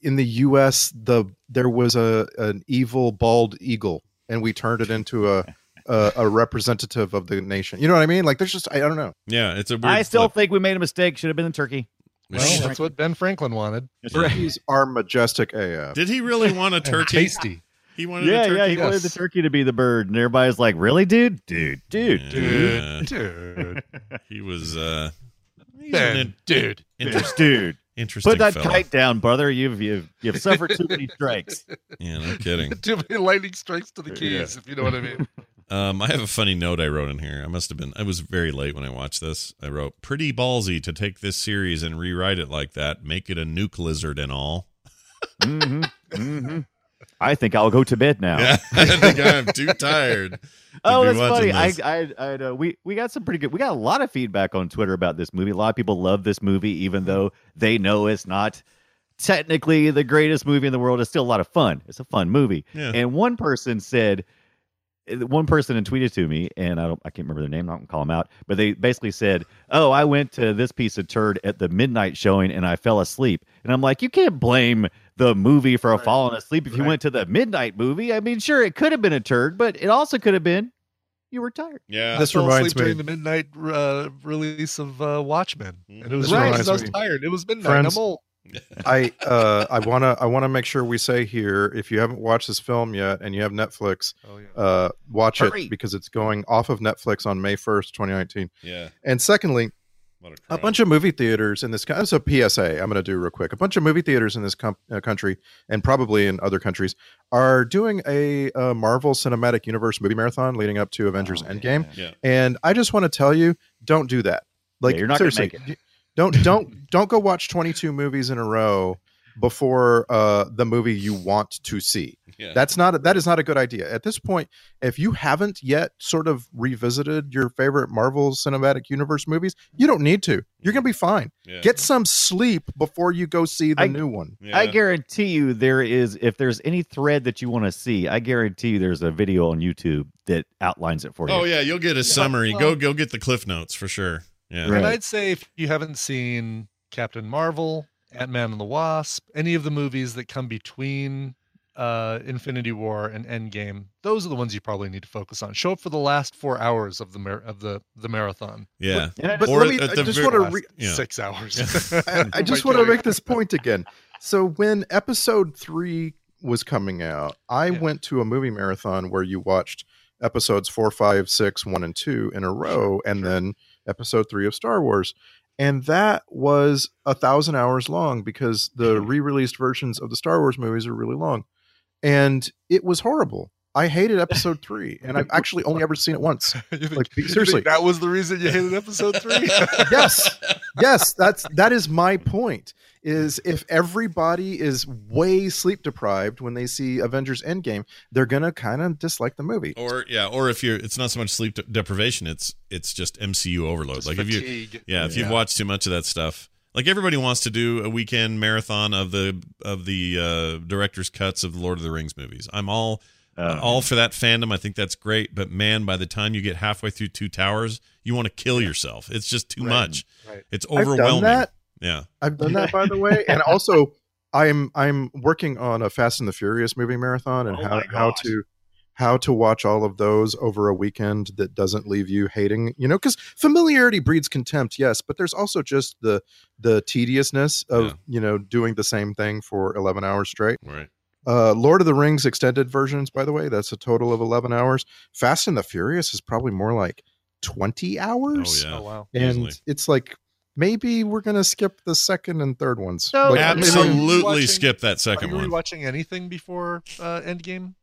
Speaker 8: in the us the there was a an evil bald eagle and we turned it into a a, a representative of the nation you know what i mean like there's just i, I don't know
Speaker 5: Yeah, it's a weird
Speaker 6: I still
Speaker 5: flip.
Speaker 6: think we made a mistake. Should have been in Turkey.
Speaker 7: Well, that's what Ben Franklin wanted.
Speaker 8: turkeys are majestic af
Speaker 5: Did he really want a turkey?
Speaker 7: Tasty.
Speaker 5: He wanted
Speaker 6: Yeah,
Speaker 5: a turkey.
Speaker 6: yeah. He wanted the turkey to be the bird, and everybody's like, "Really, dude? Dude, dude, dude,
Speaker 5: Yeah.
Speaker 7: Dude.
Speaker 5: He was uh he's
Speaker 7: Ben,
Speaker 5: an in-
Speaker 7: dude.
Speaker 5: interest-
Speaker 6: dude."
Speaker 5: interesting
Speaker 6: Put that
Speaker 5: fella.
Speaker 6: kite down, brother. You've you've you've suffered too many strikes.
Speaker 5: Yeah, no kidding.
Speaker 7: Too many lightning strikes to the keys, if you know what I mean.
Speaker 5: Um, I have a funny note I wrote in here. I must have been. I was very late when I watched this. I wrote, "Pretty ballsy to take this series and rewrite it like that. Make it a nuke lizard and all."
Speaker 6: hmm I think I'll go to bed now.
Speaker 5: Yeah, I think I'm too tired. to
Speaker 6: Oh,
Speaker 5: be
Speaker 6: that's
Speaker 5: watching
Speaker 6: funny. I,
Speaker 5: this.
Speaker 6: I, I, uh, we, we got some pretty good. We got a lot of feedback on Twitter about this movie. A lot of people love this movie, even though they know it's not technically the greatest movie in the world. It's still a lot of fun. It's a fun movie.
Speaker 5: Yeah.
Speaker 6: And one person said, one person had tweeted to me, and I don't, I can't remember their name. I'm not gonna call them out, but they basically said, "Oh, I went to this piece of turd at the midnight showing, and I fell asleep." And I'm like, you can't blame the movie for falling asleep if you went to the midnight movie. I mean, sure, it could have been a turd, but it also could have been you were tired.
Speaker 5: yeah,
Speaker 8: This
Speaker 7: I fell
Speaker 8: reminds
Speaker 7: asleep during
Speaker 8: me-
Speaker 7: the midnight uh, release of uh, Watchmen, and it was
Speaker 8: This
Speaker 7: right
Speaker 8: reminds
Speaker 7: because I was
Speaker 8: me-
Speaker 7: tired. It was midnight.
Speaker 8: Friends-
Speaker 7: I'm old.
Speaker 8: i uh i want to i want to make sure we say here if you haven't watched this film yet and you have netflix
Speaker 7: Oh, yeah.
Speaker 8: uh watch
Speaker 6: Hurry.
Speaker 8: it because it's going off of netflix on may 1st 2019
Speaker 5: yeah.
Speaker 8: and secondly
Speaker 5: What a,
Speaker 8: a
Speaker 5: crime.
Speaker 8: bunch of movie theaters in this country. That's a PSA I'm going to do real quick. A bunch of movie theaters in this com- uh, country and probably in other countries are doing a, uh Marvel Cinematic Universe movie marathon leading up to Avengers
Speaker 6: Oh,
Speaker 8: Endgame.
Speaker 5: Yeah.
Speaker 8: And I just want to tell you, don't do that. Like
Speaker 6: you're not gonna
Speaker 8: seriously,
Speaker 6: make
Speaker 8: d- don't don't don't go watch 22 movies in a row before uh, the movie you want to see.
Speaker 5: Yeah.
Speaker 8: That's not that is not a good idea. At this point, if you haven't yet sort of revisited your favorite Marvel Cinematic Universe movies, you don't need to. You're gonna be fine.
Speaker 5: Yeah.
Speaker 8: Get some sleep before you go see the
Speaker 6: I-
Speaker 8: new one.
Speaker 5: Yeah.
Speaker 6: I guarantee you there is if there's any thread that you want to see, I guarantee you there's a video on YouTube that outlines it for you.
Speaker 5: Oh yeah, you'll get a summary. Go go get the cliff notes for sure. Yeah.
Speaker 6: Right.
Speaker 7: And I'd say if you haven't seen Captain Marvel, Ant Man and the Wasp, any of the movies that come between uh, Infinity War and Endgame, those are the ones you probably need to focus on. Show up for the last four hours of the mar- of the the marathon.
Speaker 5: Yeah.
Speaker 6: And I-
Speaker 8: But
Speaker 5: Or
Speaker 8: let me,
Speaker 5: at
Speaker 8: I
Speaker 5: the
Speaker 8: just
Speaker 5: ver-
Speaker 8: want to
Speaker 7: Last
Speaker 8: re-
Speaker 5: yeah.
Speaker 7: Six hours.
Speaker 8: I, I
Speaker 7: Oh
Speaker 8: just
Speaker 7: my
Speaker 8: want to
Speaker 7: God.
Speaker 8: make this point again. So when episode three was coming out, I
Speaker 7: Yeah.
Speaker 8: went to a movie marathon where you watched episodes four, five, six, one, and two in a row, and then episode three of Star Wars. And that was a thousand hours long because the re released versions of the Star Wars movies are really long. And it was horrible. I hated episode three, and I've actually only ever seen it once. Like, seriously,
Speaker 9: that was the reason you hated episode three.
Speaker 8: yes, yes, that's that is my point. Is if everybody is way sleep deprived when they see Avengers Endgame, they're gonna kind of dislike the movie.
Speaker 5: Or yeah, or if you're, it's not so much sleep de- deprivation, it's it's just MCU overload.
Speaker 9: Just
Speaker 5: like if you,
Speaker 9: fatigue.
Speaker 5: yeah, if
Speaker 9: Yeah.
Speaker 5: you've watched too much of that stuff, like everybody wants to do a weekend marathon of the of the uh, director's cuts of the Lord of the Rings movies. I'm all
Speaker 8: Oh.
Speaker 6: Um,
Speaker 5: all for that fandom. I think that's great, but man, by the time you get halfway through Two Towers, you want to kill yourself. It's just too much.
Speaker 8: right.
Speaker 5: It's
Speaker 8: I've done
Speaker 5: overwhelming.
Speaker 8: that.
Speaker 5: Yeah.
Speaker 8: I've done that, by the way, and also I'm I'm working on a Fast and the Furious movie marathon and how how to how to watch all of those over a weekend that doesn't leave you hating, you know, because familiarity breeds contempt, yes, but there's also just the the tediousness of you know doing the same thing for eleven hours straight.
Speaker 5: Right.
Speaker 8: Uh, Lord of the Rings extended versions, by the way, that's a total of eleven hours. Fast and the Furious is probably more like twenty hours.
Speaker 5: Oh, yeah. Oh, wow.
Speaker 8: And
Speaker 5: Easily.
Speaker 8: it's like maybe we're gonna skip the second and third ones.
Speaker 9: So-
Speaker 8: Like,
Speaker 5: Absolutely
Speaker 9: Watching-
Speaker 5: skip that second
Speaker 9: Are
Speaker 5: one.
Speaker 9: you watching anything before uh, Endgame?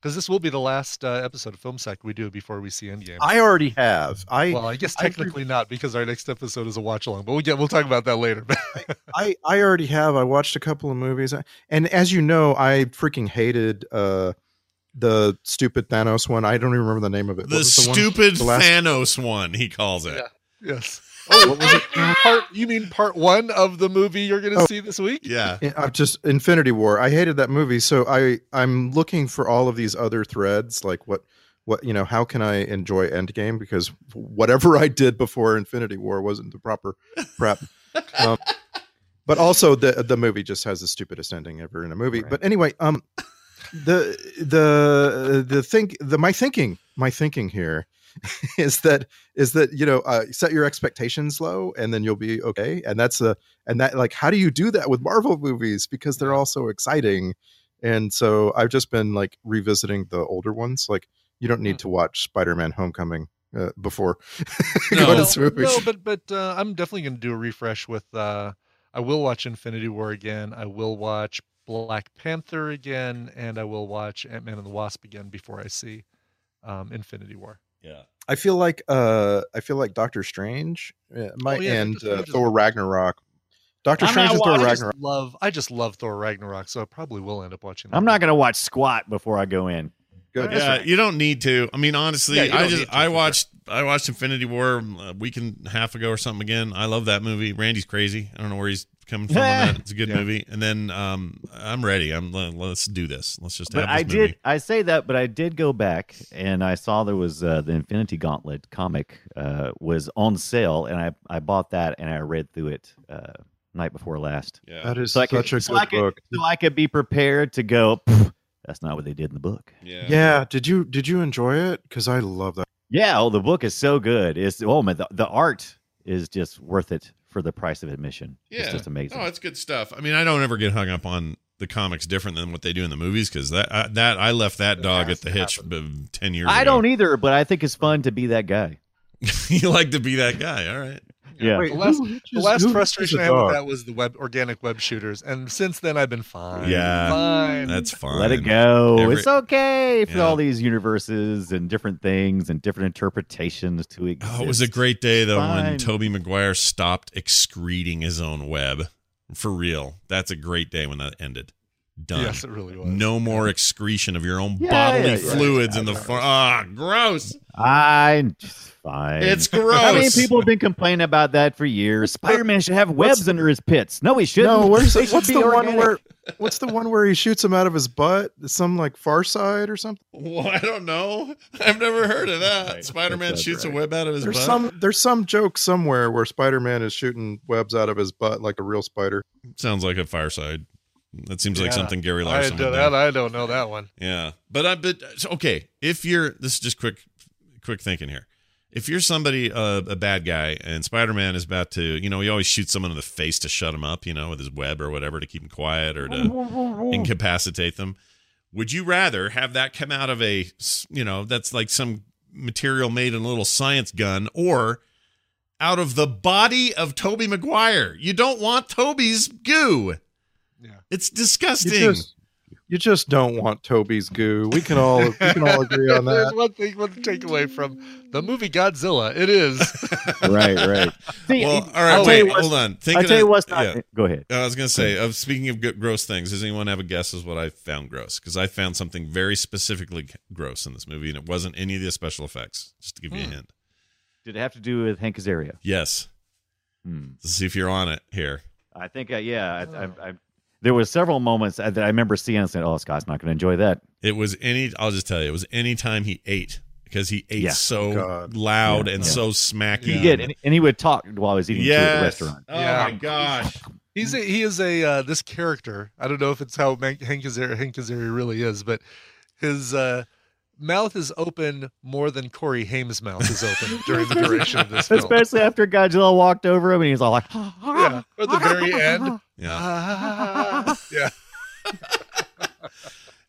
Speaker 9: Because this will be the last uh, episode of Film Sec we do before we see Endgame.
Speaker 8: I already have. I
Speaker 9: well, I guess
Speaker 8: I-
Speaker 9: technically not because our next episode is a watch along, but we'll get we'll talk about that later.
Speaker 8: I I already have. I watched a couple of movies, and as you know, I freaking hated uh the stupid Thanos one. I don't even remember the name of it. What
Speaker 5: The
Speaker 8: was one-
Speaker 5: stupid
Speaker 8: the last-
Speaker 5: Thanos one, he calls it.
Speaker 9: yes. Oh, what was it? part, you mean part one of the movie you're going to
Speaker 8: Oh.
Speaker 9: see this week?
Speaker 5: Yeah.
Speaker 8: Yeah, I'm just Infinity War. I hated that movie, so I I'm looking for all of these other threads, like what what you know, how can I enjoy Endgame? Because whatever I did before Infinity War wasn't the proper prep. um, but also the the movie just has the stupidest ending ever in a movie. But anyway, um, the the the think the my thinking my thinking here is that is that you know uh, set your expectations low and then you'll be okay and that's a and that like how do you do that with marvel movies because they're all so exciting and so i've just been like revisiting the older ones like you don't need to watch spider-man homecoming uh, before going to this movie.
Speaker 9: no, but but uh, I'm definitely going to do a refresh with. Uh, I will watch Infinity War again. I will watch Black Panther again, and I will watch Ant Man and the Wasp again before I see um, Infinity War.
Speaker 5: Yeah.
Speaker 8: I feel like uh I feel like Doctor Strange uh, my
Speaker 9: Oh, yeah,
Speaker 8: and
Speaker 9: Doctor Strange
Speaker 8: uh,
Speaker 9: is-
Speaker 8: Thor Ragnarok. Doctor
Speaker 9: I'm
Speaker 8: Strange
Speaker 9: not
Speaker 8: and
Speaker 9: wa-
Speaker 8: Thor
Speaker 9: I just
Speaker 8: Ragnarok.
Speaker 9: love I just love Thor Ragnarok, so I probably will end up watching.
Speaker 6: I'm not gonna watch squat before I go in.
Speaker 8: Good.
Speaker 5: Yeah, you don't need to. I mean, honestly,
Speaker 9: Yeah, you
Speaker 5: I
Speaker 9: don't
Speaker 5: just
Speaker 9: need to,
Speaker 5: I
Speaker 9: for
Speaker 5: watched I watched Infinity War a week and a half ago or something again. I love that movie. Randy's crazy. I don't know where he's coming from. on that. It's a good
Speaker 6: Yeah.
Speaker 5: movie. And then um, I'm ready. I'm let- let's do this. Let's just have
Speaker 6: But
Speaker 5: this
Speaker 6: I
Speaker 5: movie.
Speaker 6: did. I say that, but I did go back and I saw there was uh, the Infinity Gauntlet comic uh, was on sale, and I I bought that and I read through it uh, night before last.
Speaker 5: Yeah.
Speaker 8: That is
Speaker 6: So I could-
Speaker 8: such a
Speaker 6: so
Speaker 8: good
Speaker 6: I could-
Speaker 8: book.
Speaker 6: so I could be prepared to go. "Pff, That's not what they did in the book.
Speaker 5: Yeah.
Speaker 8: Yeah. did you did you enjoy it? Because I love that.
Speaker 6: Yeah. Oh, the book is so good. It's oh man, the, the art is just worth it for the price of admission. It's just amazing.
Speaker 5: No, Oh, it's good stuff. I mean, I don't ever get hung up on the comics different than what they do in the movies because that I, that I left that dog at the hitch b- ten years.
Speaker 6: I
Speaker 5: ago.
Speaker 6: don't e either, but I think it's fun to be that guy.
Speaker 5: you like to be that guy, all right?
Speaker 6: Yeah.
Speaker 9: The last,
Speaker 8: who
Speaker 9: the
Speaker 8: hitches-
Speaker 9: last
Speaker 8: who hitches
Speaker 9: frustration
Speaker 8: a
Speaker 9: I had with
Speaker 8: dog?
Speaker 9: that was the web organic web shooters, and since then I've been fine.
Speaker 5: Yeah.
Speaker 9: fine.
Speaker 5: That's fine.
Speaker 6: Let it go.
Speaker 5: Every-
Speaker 6: it's okay for
Speaker 5: Yeah.
Speaker 6: all these universes and different things and different interpretations to exist.
Speaker 5: Oh, it was a great day though when
Speaker 6: Fine.
Speaker 5: Toby Maguire stopped excreting his own web. For real. That's a great day when that ended. Done.
Speaker 9: Yes, it really was.
Speaker 5: No more excretion of your own
Speaker 6: Yeah,
Speaker 5: bodily
Speaker 6: yeah, yeah.
Speaker 5: fluids in the form. Ah, gross.
Speaker 6: I fine.
Speaker 5: It's gross.
Speaker 6: I mean, people have been complaining about that for years. Spider-Man should have webs under his pits. No, he shouldn't.
Speaker 8: No, where's
Speaker 6: They
Speaker 8: the,
Speaker 6: should
Speaker 8: what's
Speaker 6: be
Speaker 8: the one
Speaker 6: organic.
Speaker 8: where what's the one where he shoots him out of his butt? Some like Far Side or something.
Speaker 5: Well, I don't know. I've never heard of that. Spider Man
Speaker 6: That's
Speaker 5: shoots a
Speaker 6: right.
Speaker 5: web out of his
Speaker 8: There's
Speaker 5: butt.
Speaker 8: some there's some joke somewhere where Spider Man is shooting webs out of his butt like a real spider.
Speaker 5: Sounds like a fireside. That seems like
Speaker 9: Yeah.
Speaker 5: something Gary
Speaker 9: I,
Speaker 5: Larson
Speaker 9: do
Speaker 5: would do.
Speaker 9: that, I don't know that one.
Speaker 5: Yeah, but I but so, okay. If you're this is just quick, quick thinking here. If you're somebody uh, a bad guy and Spider Man is about to, you know, he always shoots someone in the face to shut him up, you know, with his web or whatever to keep him quiet or to incapacitate them. Would you rather have that come out of a, s- you know, that's like some material made in a little science gun, or out of the body of Toby Maguire. You don't want Toby's goo. Yeah. It's disgusting.
Speaker 8: You just, you just don't want Toby's goo. We can all we can all agree on that.
Speaker 9: There's one thing, one takeaway from the movie Godzilla. It is
Speaker 6: right, right.
Speaker 5: See, well, all right,
Speaker 6: I'll
Speaker 5: wait,
Speaker 6: tell you
Speaker 5: hold
Speaker 6: what's-
Speaker 5: on.
Speaker 6: I'll tell you what's not.
Speaker 5: yeah.
Speaker 6: Go ahead.
Speaker 5: I was gonna say, uh, speaking of g- gross things, does anyone have a guess as what I found gross? Because I found something very specifically g- gross in this movie, and it wasn't any of the special effects. Just to give you a
Speaker 6: Hmm.
Speaker 5: hint.
Speaker 6: Did it have to do with Hank Azaria? Hmm.
Speaker 5: Yes. Let's see if you're on it here.
Speaker 6: I think, uh, yeah, I, I, I, there were several moments uh, that I remember seeing and saying, "Oh, Scott's not going to enjoy that."
Speaker 5: It was any. I'll just tell you, it was any time he ate because he ate
Speaker 6: Yeah.
Speaker 9: Oh,
Speaker 5: so
Speaker 8: God.
Speaker 5: loud
Speaker 6: Yeah.
Speaker 5: and
Speaker 6: Yeah.
Speaker 5: so smacky.
Speaker 6: He did, and, and he would talk while he was eating too at the
Speaker 5: Yes.
Speaker 6: restaurant.
Speaker 5: Oh
Speaker 9: Yeah.
Speaker 5: my gosh.
Speaker 9: He's a, he is a uh, this character. I don't know if it's how Man- Hank Azaria, Hank Azaria really is, but his uh, mouth is open more than Corey Haim's mouth is open during the duration of this film.
Speaker 6: Especially after Godzilla walked over him, and he's all like,
Speaker 9: Yeah, at the very end.
Speaker 5: Yeah.
Speaker 9: Ah, yeah.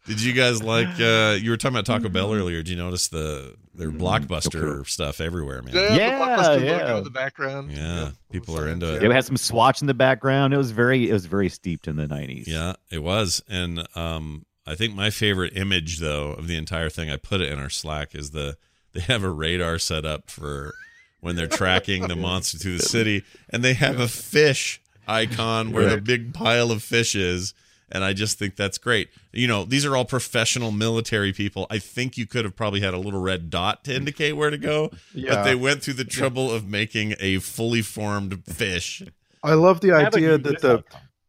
Speaker 5: Did you guys like? uh You were talking about Taco
Speaker 6: Mm-hmm.
Speaker 5: Bell earlier. Did you notice the their blockbuster stuff everywhere, man?
Speaker 9: Yeah,
Speaker 6: Yeah,
Speaker 9: the blockbuster logo
Speaker 6: yeah.
Speaker 9: in the background.
Speaker 5: Yeah, people are into
Speaker 6: It
Speaker 5: it.
Speaker 6: had some swatch in the background. It was very, it was very steeped in the '90s.
Speaker 5: Yeah, it was. And um, I think my favorite image though of the entire thing, I put it in our Slack, is the they have a radar set up for when they're tracking the monster through the city, and they have a fish icon where the
Speaker 8: Right.
Speaker 5: big pile of fish is. And I just think that's great. You know, these are all professional military people. I think you could have probably had a little red dot to indicate where to go, but
Speaker 8: Yeah.
Speaker 5: they went through the trouble of making a fully formed fish.
Speaker 8: I love the
Speaker 6: Have a
Speaker 8: idea
Speaker 6: good
Speaker 8: that the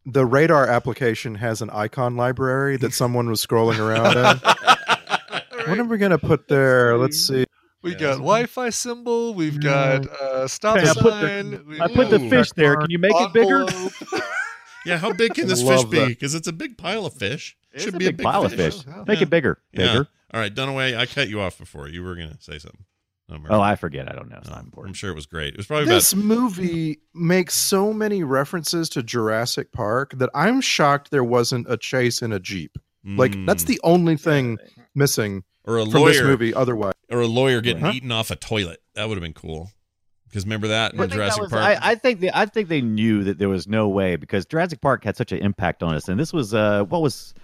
Speaker 8: the radar application has an icon library that someone was scrolling around at. What are we gonna put there? Let's see.
Speaker 9: We got Wi-Fi symbol. We've got uh, stop
Speaker 6: Okay, I put the-
Speaker 9: sign. we-
Speaker 6: I put the fish there. Can you make it bigger?
Speaker 9: Envelope.
Speaker 5: Yeah, how big can this fish
Speaker 8: Love
Speaker 5: be?
Speaker 8: that.
Speaker 5: Because it's a big pile of fish.
Speaker 6: It is a big pile of fish. Make it bigger,
Speaker 5: Yeah.
Speaker 6: bigger.
Speaker 5: All right, Dunaway, I cut you off before. You were going to say something. No, Murphy.
Speaker 6: Oh, I forget. I don't know. It's not
Speaker 5: I'm
Speaker 6: important.
Speaker 5: sure it was great. It was probably
Speaker 8: This
Speaker 5: about.
Speaker 8: movie makes so many references to Jurassic Park that I'm shocked there wasn't a chase in a jeep. Like that's
Speaker 5: Mm.
Speaker 8: the only thing missing
Speaker 5: Or a
Speaker 8: from this
Speaker 5: lawyer.
Speaker 8: movie. Otherwise,
Speaker 5: Or a lawyer getting
Speaker 8: Huh?
Speaker 5: eaten off a toilet. That would have been cool. Because remember that in
Speaker 6: I think that
Speaker 5: Jurassic
Speaker 6: was-
Speaker 5: Park?
Speaker 6: I, I think they, I think they knew that there was no way because Jurassic Park had such an impact on us, and this was uh, what was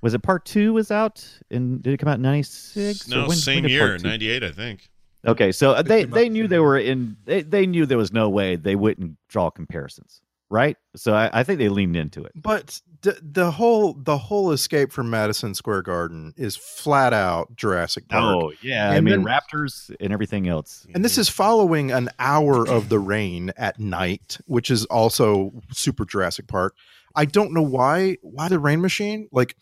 Speaker 6: was it? Part two was out, and did it come out in '96?
Speaker 5: no, same year, 98, I think.
Speaker 6: Okay, so uh, they
Speaker 8: came
Speaker 6: they
Speaker 8: out
Speaker 6: knew they were in. They, they knew there was no way they wouldn't draw comparisons, right? So I, I think they leaned into it.
Speaker 8: but the, the whole the whole escape from Madison Square Garden is flat out Jurassic Park.
Speaker 6: Oh yeah, I
Speaker 8: And
Speaker 6: mean
Speaker 8: then-
Speaker 6: raptors and everything else.
Speaker 8: And this is following an hour of the rain at night, which is also super Jurassic Park. I don't know why why the rain machine. Like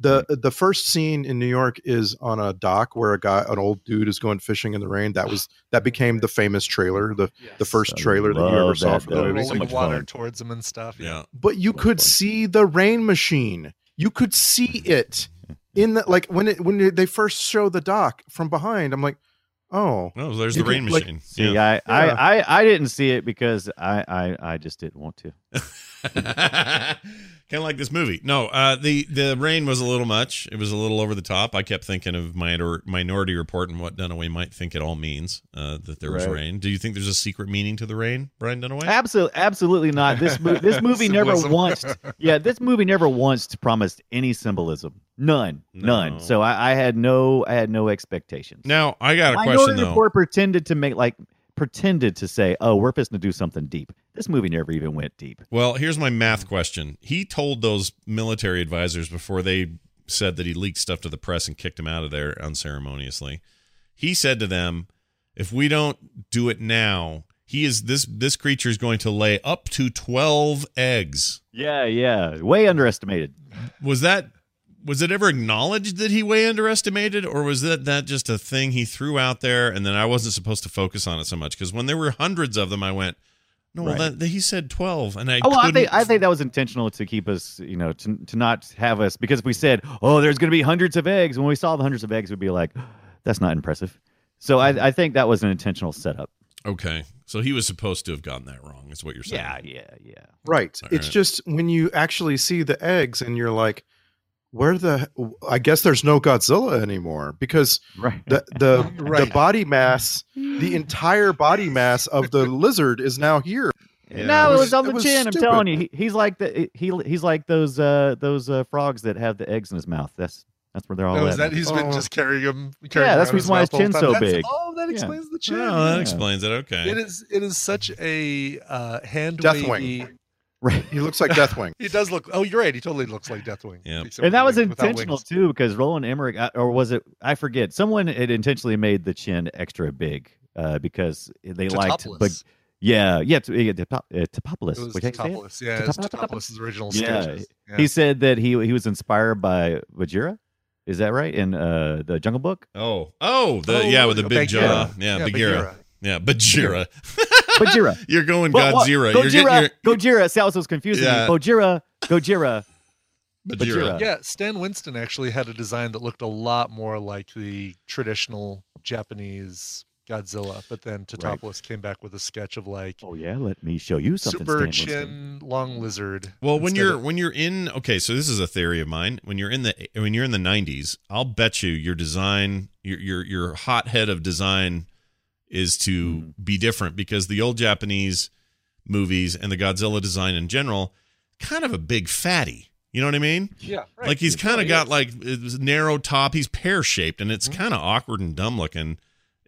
Speaker 8: the the first scene in New York is on a dock where a guy an old dude is going fishing in the rain. That was that became the famous trailer, the the first
Speaker 6: I
Speaker 8: trailer that you
Speaker 6: love
Speaker 8: ever saw
Speaker 6: that,
Speaker 8: for the
Speaker 6: though.
Speaker 8: movie.
Speaker 6: Oh, So much
Speaker 9: Rolling water
Speaker 6: fun.
Speaker 9: towards him and stuff.
Speaker 5: Yeah.
Speaker 8: But you could see the rain machine. You could see it in the like when it when they first show the dock from behind. I'm like, oh,
Speaker 5: No, there's
Speaker 8: You
Speaker 5: the
Speaker 8: could,
Speaker 5: rain
Speaker 8: like,
Speaker 5: machine.
Speaker 6: See,
Speaker 5: yeah.
Speaker 6: I,
Speaker 8: Yeah.
Speaker 6: I, I, I didn't see it because I, I, I just didn't want to.
Speaker 5: kind of like this movie. No, uh, the the rain was a little much. It was a little over the top. I kept thinking of minor, Minority Report and what Dunaway might think it all means uh, that there was
Speaker 8: Right.
Speaker 5: rain. Do you think there's a secret meaning to the rain, Brian Dunaway?
Speaker 6: Absolutely, absolutely not. This movie, this movie never
Speaker 9: Symbolism.
Speaker 6: once. Yeah, this movie never once promised any symbolism. None,
Speaker 5: No.
Speaker 6: none. So I, I had no, I had no expectations.
Speaker 5: Now I got a question
Speaker 6: Minority
Speaker 5: though.
Speaker 6: Report pretended to make like pretended to say, "Oh, we're fixing to do something deep." This movie never even went deep.
Speaker 5: Well, here's my math question. He told those military advisors before they said that he leaked stuff to the press and kicked him out of there unceremoniously. He said to them, "If we don't do it now, he is this this creature is going to lay up to 12 eggs."
Speaker 6: Yeah, yeah, way underestimated.
Speaker 5: Was that was it ever acknowledged that he way underestimated or was that that just a thing he threw out there and then I wasn't supposed to focus on it so much cuz when there were hundreds of them I went, "No, well,
Speaker 6: Right.
Speaker 5: that, he said 12." And I
Speaker 6: oh, well, I
Speaker 5: couldn't
Speaker 6: think I think that was intentional to keep us, you know, to, to not have us because if we said, "Oh, there's going to be hundreds of eggs," when we saw the hundreds of eggs, we'd be like, "That's not impressive." So I, I think that was an intentional setup.
Speaker 5: Okay. So he was supposed to have gotten that wrong, is what you're saying.
Speaker 6: Yeah, yeah, yeah.
Speaker 8: Right.
Speaker 5: All
Speaker 8: it's
Speaker 5: right.
Speaker 8: just when you actually see the eggs and you're like, where the I guess there's no Godzilla anymore because
Speaker 6: right.
Speaker 8: the the, the body mass, the entire body mass of the lizard is now here.
Speaker 6: Yeah. No, it was, on the chin. I'm telling you, he, he's like the he he's like those uh those uh, frogs that have the eggs in his mouth. That's that's where they're all.
Speaker 9: No,
Speaker 6: at.
Speaker 9: Oh, is that he's been just carrying him? Carrying
Speaker 6: yeah,
Speaker 9: around
Speaker 6: that's the
Speaker 9: his
Speaker 6: reason why his
Speaker 9: mouth all the
Speaker 6: chin's
Speaker 9: time.
Speaker 6: so
Speaker 9: That's
Speaker 6: big.
Speaker 9: all that explains the chin.
Speaker 5: Oh, that explains it. Okay.
Speaker 9: It is. It is such a uh, hand wavy-
Speaker 8: Deathwing.
Speaker 6: Right.
Speaker 8: He looks like Deathwing.
Speaker 9: He does look. Oh, you're right. He totally looks like Deathwing.
Speaker 5: Yeah.
Speaker 9: Except
Speaker 6: and that was
Speaker 9: without
Speaker 6: intentional
Speaker 9: wings.
Speaker 6: too, because Roland Emmerich, I- or was it? I forget. Someone had intentionally made the chin extra big uh, because they
Speaker 9: To
Speaker 6: liked.
Speaker 9: topless.
Speaker 6: But yeah, yeah, to, yeah, to, uh,
Speaker 9: It was
Speaker 6: Topopoulos. Would I say it?
Speaker 9: Totopolis. Yeah, it's
Speaker 6: Totopoulos?
Speaker 9: Totopolis' original
Speaker 6: Yeah.
Speaker 9: sketches. Yeah.
Speaker 6: He said that he he was inspired by Vajira. Is that right? In uh, the Jungle Book.
Speaker 5: Oh, oh,
Speaker 9: Oh,
Speaker 5: the yeah with the
Speaker 9: a
Speaker 5: big jaw.
Speaker 9: Bagheera.
Speaker 5: Yeah,
Speaker 9: Yeah,
Speaker 5: Bagheera.
Speaker 9: Bagheera.
Speaker 5: Yeah, Bajira.
Speaker 6: Bajira.
Speaker 5: You're going
Speaker 6: Well,
Speaker 5: Godzilla.
Speaker 6: what?
Speaker 5: You're getting
Speaker 6: Gojira.
Speaker 5: your
Speaker 6: Gojira. See, I was so confusing.
Speaker 5: Yeah.
Speaker 6: Bojira. Gojira.
Speaker 5: Bajira.
Speaker 9: Yeah, Stan Winston actually had a design that looked a lot more like the traditional Japanese Godzilla, but then
Speaker 6: Right.
Speaker 9: Totopoulos came back with a sketch of like
Speaker 6: Oh yeah, let me show you something.
Speaker 9: super
Speaker 6: Stan
Speaker 9: chin
Speaker 6: Winston.
Speaker 9: long lizard.
Speaker 5: Well, when
Speaker 9: instead
Speaker 5: you're
Speaker 9: of-
Speaker 5: when you're in okay, so this is a theory of mine. When you're in the when you're in the 90s, I'll bet you your design your your your hot head of design is to
Speaker 6: Mm-hmm.
Speaker 5: be different because the old Japanese movies and the Godzilla design in general kind of a big fatty. You know what I mean?
Speaker 9: yeah, right.
Speaker 5: Like he's
Speaker 9: It
Speaker 5: kind of
Speaker 9: really
Speaker 5: got
Speaker 9: is.
Speaker 5: like it's narrow top. He's pear shaped, and it's kind of awkward and dumb looking.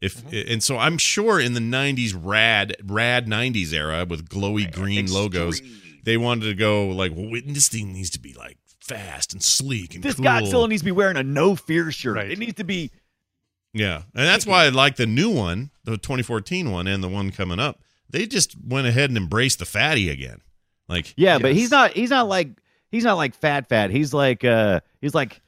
Speaker 5: If and so I'm sure in the '90s rad rad '90s era with glowy green logos, they wanted to go like, well, wait, this thing needs to be like fast and sleek and
Speaker 6: This
Speaker 5: cool.
Speaker 6: Godzilla needs to be wearing a no fear shirt.
Speaker 9: Right.
Speaker 6: It needs to be
Speaker 5: Yeah, and that's why I like the new one, the 2014 one, and the one coming up. They just went ahead and embraced the fatty again. Like,
Speaker 6: Yeah, but
Speaker 9: Yes.
Speaker 6: he's not he's not like he's not like fat fat. He's like uh he's like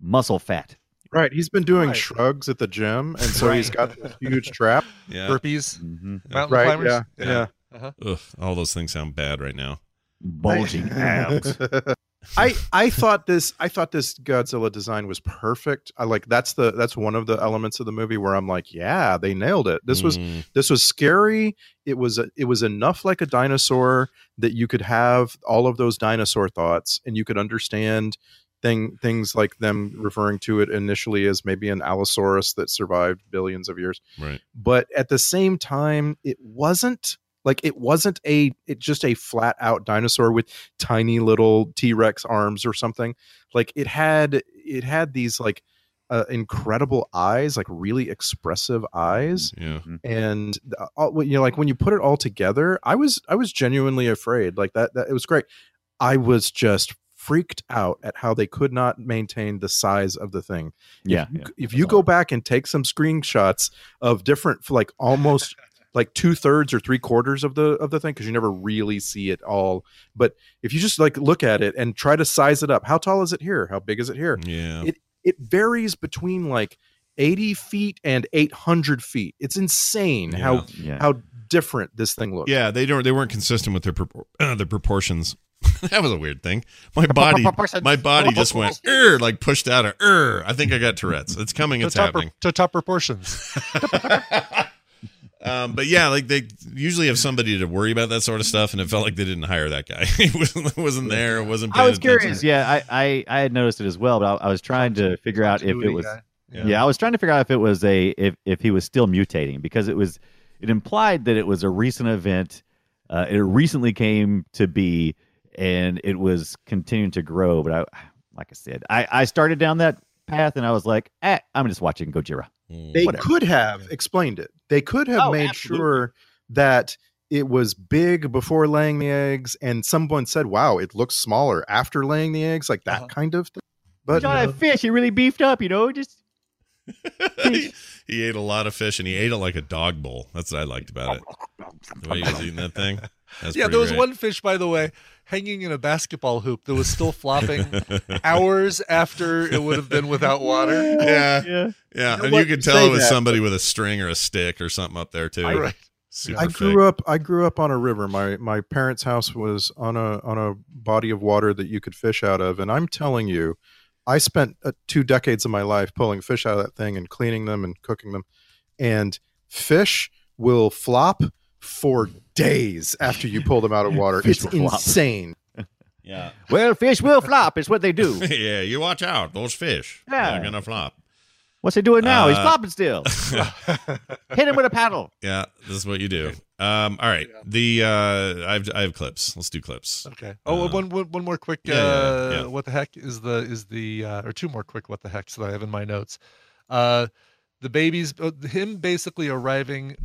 Speaker 6: muscle fat.
Speaker 8: Right, he's been doing
Speaker 9: Right.
Speaker 8: shrugs at the gym, and so he's got this huge trap.
Speaker 5: yeah,
Speaker 9: burpees,
Speaker 6: Mm-hmm.
Speaker 9: mountain
Speaker 8: Right?
Speaker 9: climbers.
Speaker 8: Yeah, yeah.
Speaker 5: Ugh, all those things sound bad right now.
Speaker 6: Bulging abs.
Speaker 8: I I thought this I thought this Godzilla design was perfect. I like that's the that's one of the elements of the movie where I'm like, yeah, they nailed it. This was
Speaker 5: Mm.
Speaker 8: this was scary. It was it was enough like a dinosaur that you could have all of those dinosaur thoughts and you could understand thing things like them referring to it initially as maybe an allosaurus that survived billions of years.
Speaker 5: right.
Speaker 8: But at the same time, it wasn't like it wasn't a it just a flat out dinosaur with tiny little T-Rex arms or something. Like it had it had these like uh, incredible eyes, like really expressive eyes
Speaker 5: Yeah.
Speaker 8: and uh, all, you know like when you put it all together i was i was genuinely afraid like that, that it was great i was just freaked out at how they could not maintain the size of the thing
Speaker 6: Yeah.
Speaker 8: if, you- if you go back and take some screenshots of different like almost like two-thirds or three-quarters of the of the thing because you never really see it all but if you just like look at it and try to size it up how tall is it here how big is it here
Speaker 5: Yeah.
Speaker 8: it it varies between like 80 feet and 800 feet it's insane how
Speaker 6: Yeah.
Speaker 8: how different this thing looks
Speaker 5: Yeah, they don't. They weren't consistent with their propor- uh, their proportions. that was a weird thing. My body, my body just went er, like pushed out a er. I think I got Tourette's. It's coming.
Speaker 9: To
Speaker 5: It's
Speaker 9: top,
Speaker 5: happening.
Speaker 9: to top proportions.
Speaker 5: Um, but yeah, like they usually have somebody to worry about that sort of stuff, and it felt like they didn't hire that guy. he wasn't, wasn't there. It wasn't.
Speaker 6: I was
Speaker 5: paying attention.
Speaker 6: curious. Yeah, I, I I had noticed it as well, but I, I was trying to figure out if it
Speaker 9: Continuity
Speaker 6: was
Speaker 9: guy.
Speaker 6: yeah. I was trying to figure out if it was a if if he was still mutating because it was it implied that it was a recent event. Uh, it recently came to be, and it was continuing to grow. But I, like I said, I I started down that path, and I was like, eh, I'm just watching Gojira.
Speaker 5: Hmm.
Speaker 8: they
Speaker 6: Whatever.
Speaker 8: could have explained it they could have
Speaker 6: Oh,
Speaker 8: made
Speaker 6: absolutely.
Speaker 8: sure that it was big before laying the eggs and someone said wow it looks smaller after laying the eggs like that
Speaker 9: Uh-huh.
Speaker 8: kind of thing but
Speaker 6: John, that fish, he really beefed up, you know, just
Speaker 5: he, he ate a lot of fish, and he ate it like a dog bowl. That's what I liked about it. The way he was eating that thing. That's
Speaker 9: yeah,
Speaker 5: pretty
Speaker 9: there was
Speaker 5: great.
Speaker 9: one fish, by the way, hanging in a basketball hoop that was still flopping hours after it would have been without water.
Speaker 5: Yeah,
Speaker 6: yeah.
Speaker 5: yeah,
Speaker 8: know
Speaker 5: and
Speaker 8: what?
Speaker 5: you could tell
Speaker 8: Say
Speaker 5: it was
Speaker 8: that,
Speaker 5: somebody with a string or a stick or something up there too.
Speaker 9: Right.
Speaker 5: Super
Speaker 8: I
Speaker 5: fake.
Speaker 8: grew up. I grew up on a river. My my parents' house was on a on a body of water that you could fish out of, and I'm telling you, I spent uh, two decades of my life pulling fish out of that thing and cleaning them and cooking them, and fish will flop for days after you pull them out of water.
Speaker 6: Fish
Speaker 8: it's
Speaker 6: will flop.
Speaker 8: insane.
Speaker 5: Yeah.
Speaker 6: Well, fish will flop. It's what they do.
Speaker 5: yeah, you watch out. Those fish.
Speaker 6: Yeah.
Speaker 5: They're going to flop.
Speaker 6: What's he doing now? He's
Speaker 5: Uh,
Speaker 6: flopping still. Hit him with a paddle.
Speaker 5: Yeah, this is what you do. Um, all right. The uh, I've I have clips. Let's do clips.
Speaker 9: Okay. Oh, one- one- one more quick.
Speaker 5: Um, yeah,
Speaker 9: uh,
Speaker 5: yeah, yeah.
Speaker 9: What the heck is the is the uh, or two more quick what the hecks that I have in my notes. Uh, the babies, uh, him basically arriving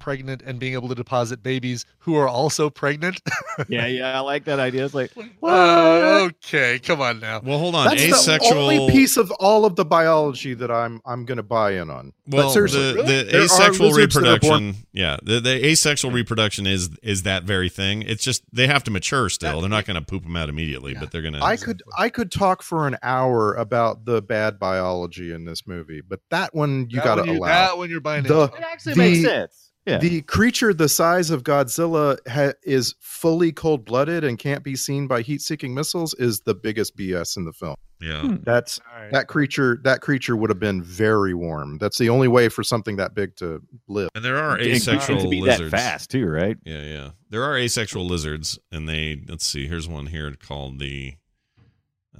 Speaker 9: pregnant and being able to deposit babies who are also pregnant.
Speaker 6: Yeah, yeah, I like that idea. It's like,
Speaker 9: Uh, okay, come on now.
Speaker 5: Well, hold
Speaker 8: That's the only piece of all of the biology that I'm I'm going to buy in on.
Speaker 5: Well,
Speaker 8: but seriously,
Speaker 5: the,
Speaker 8: really,
Speaker 5: the
Speaker 8: there are
Speaker 5: asexual
Speaker 8: lizards that are born-
Speaker 5: reproduction, yeah, the, the asexual reproduction is is that very thing. It's just they have to mature still. they're not going to poop them out immediately, but they're going to.
Speaker 8: I could I could talk for an hour about the bad biology in this movie, but that one you
Speaker 9: That
Speaker 8: got to
Speaker 9: one you-
Speaker 8: allow.
Speaker 9: that one you're buying
Speaker 8: The-
Speaker 9: into. It actually
Speaker 8: the-
Speaker 9: makes sense. Yeah.
Speaker 8: The creature the size of Godzilla ha- is fully cold blooded and can't be seen by heat seeking missiles is the biggest BS in the film.
Speaker 5: Yeah,
Speaker 8: That's
Speaker 9: All right.
Speaker 8: that creature. That creature would have been very warm. That's the only way for something that big to live.
Speaker 5: And there are
Speaker 6: Didn't
Speaker 5: asexual
Speaker 6: to be that
Speaker 5: lizards.
Speaker 6: fast, too, right?
Speaker 5: Yeah, yeah. There are asexual lizards, and they let's see. Here's one here called the.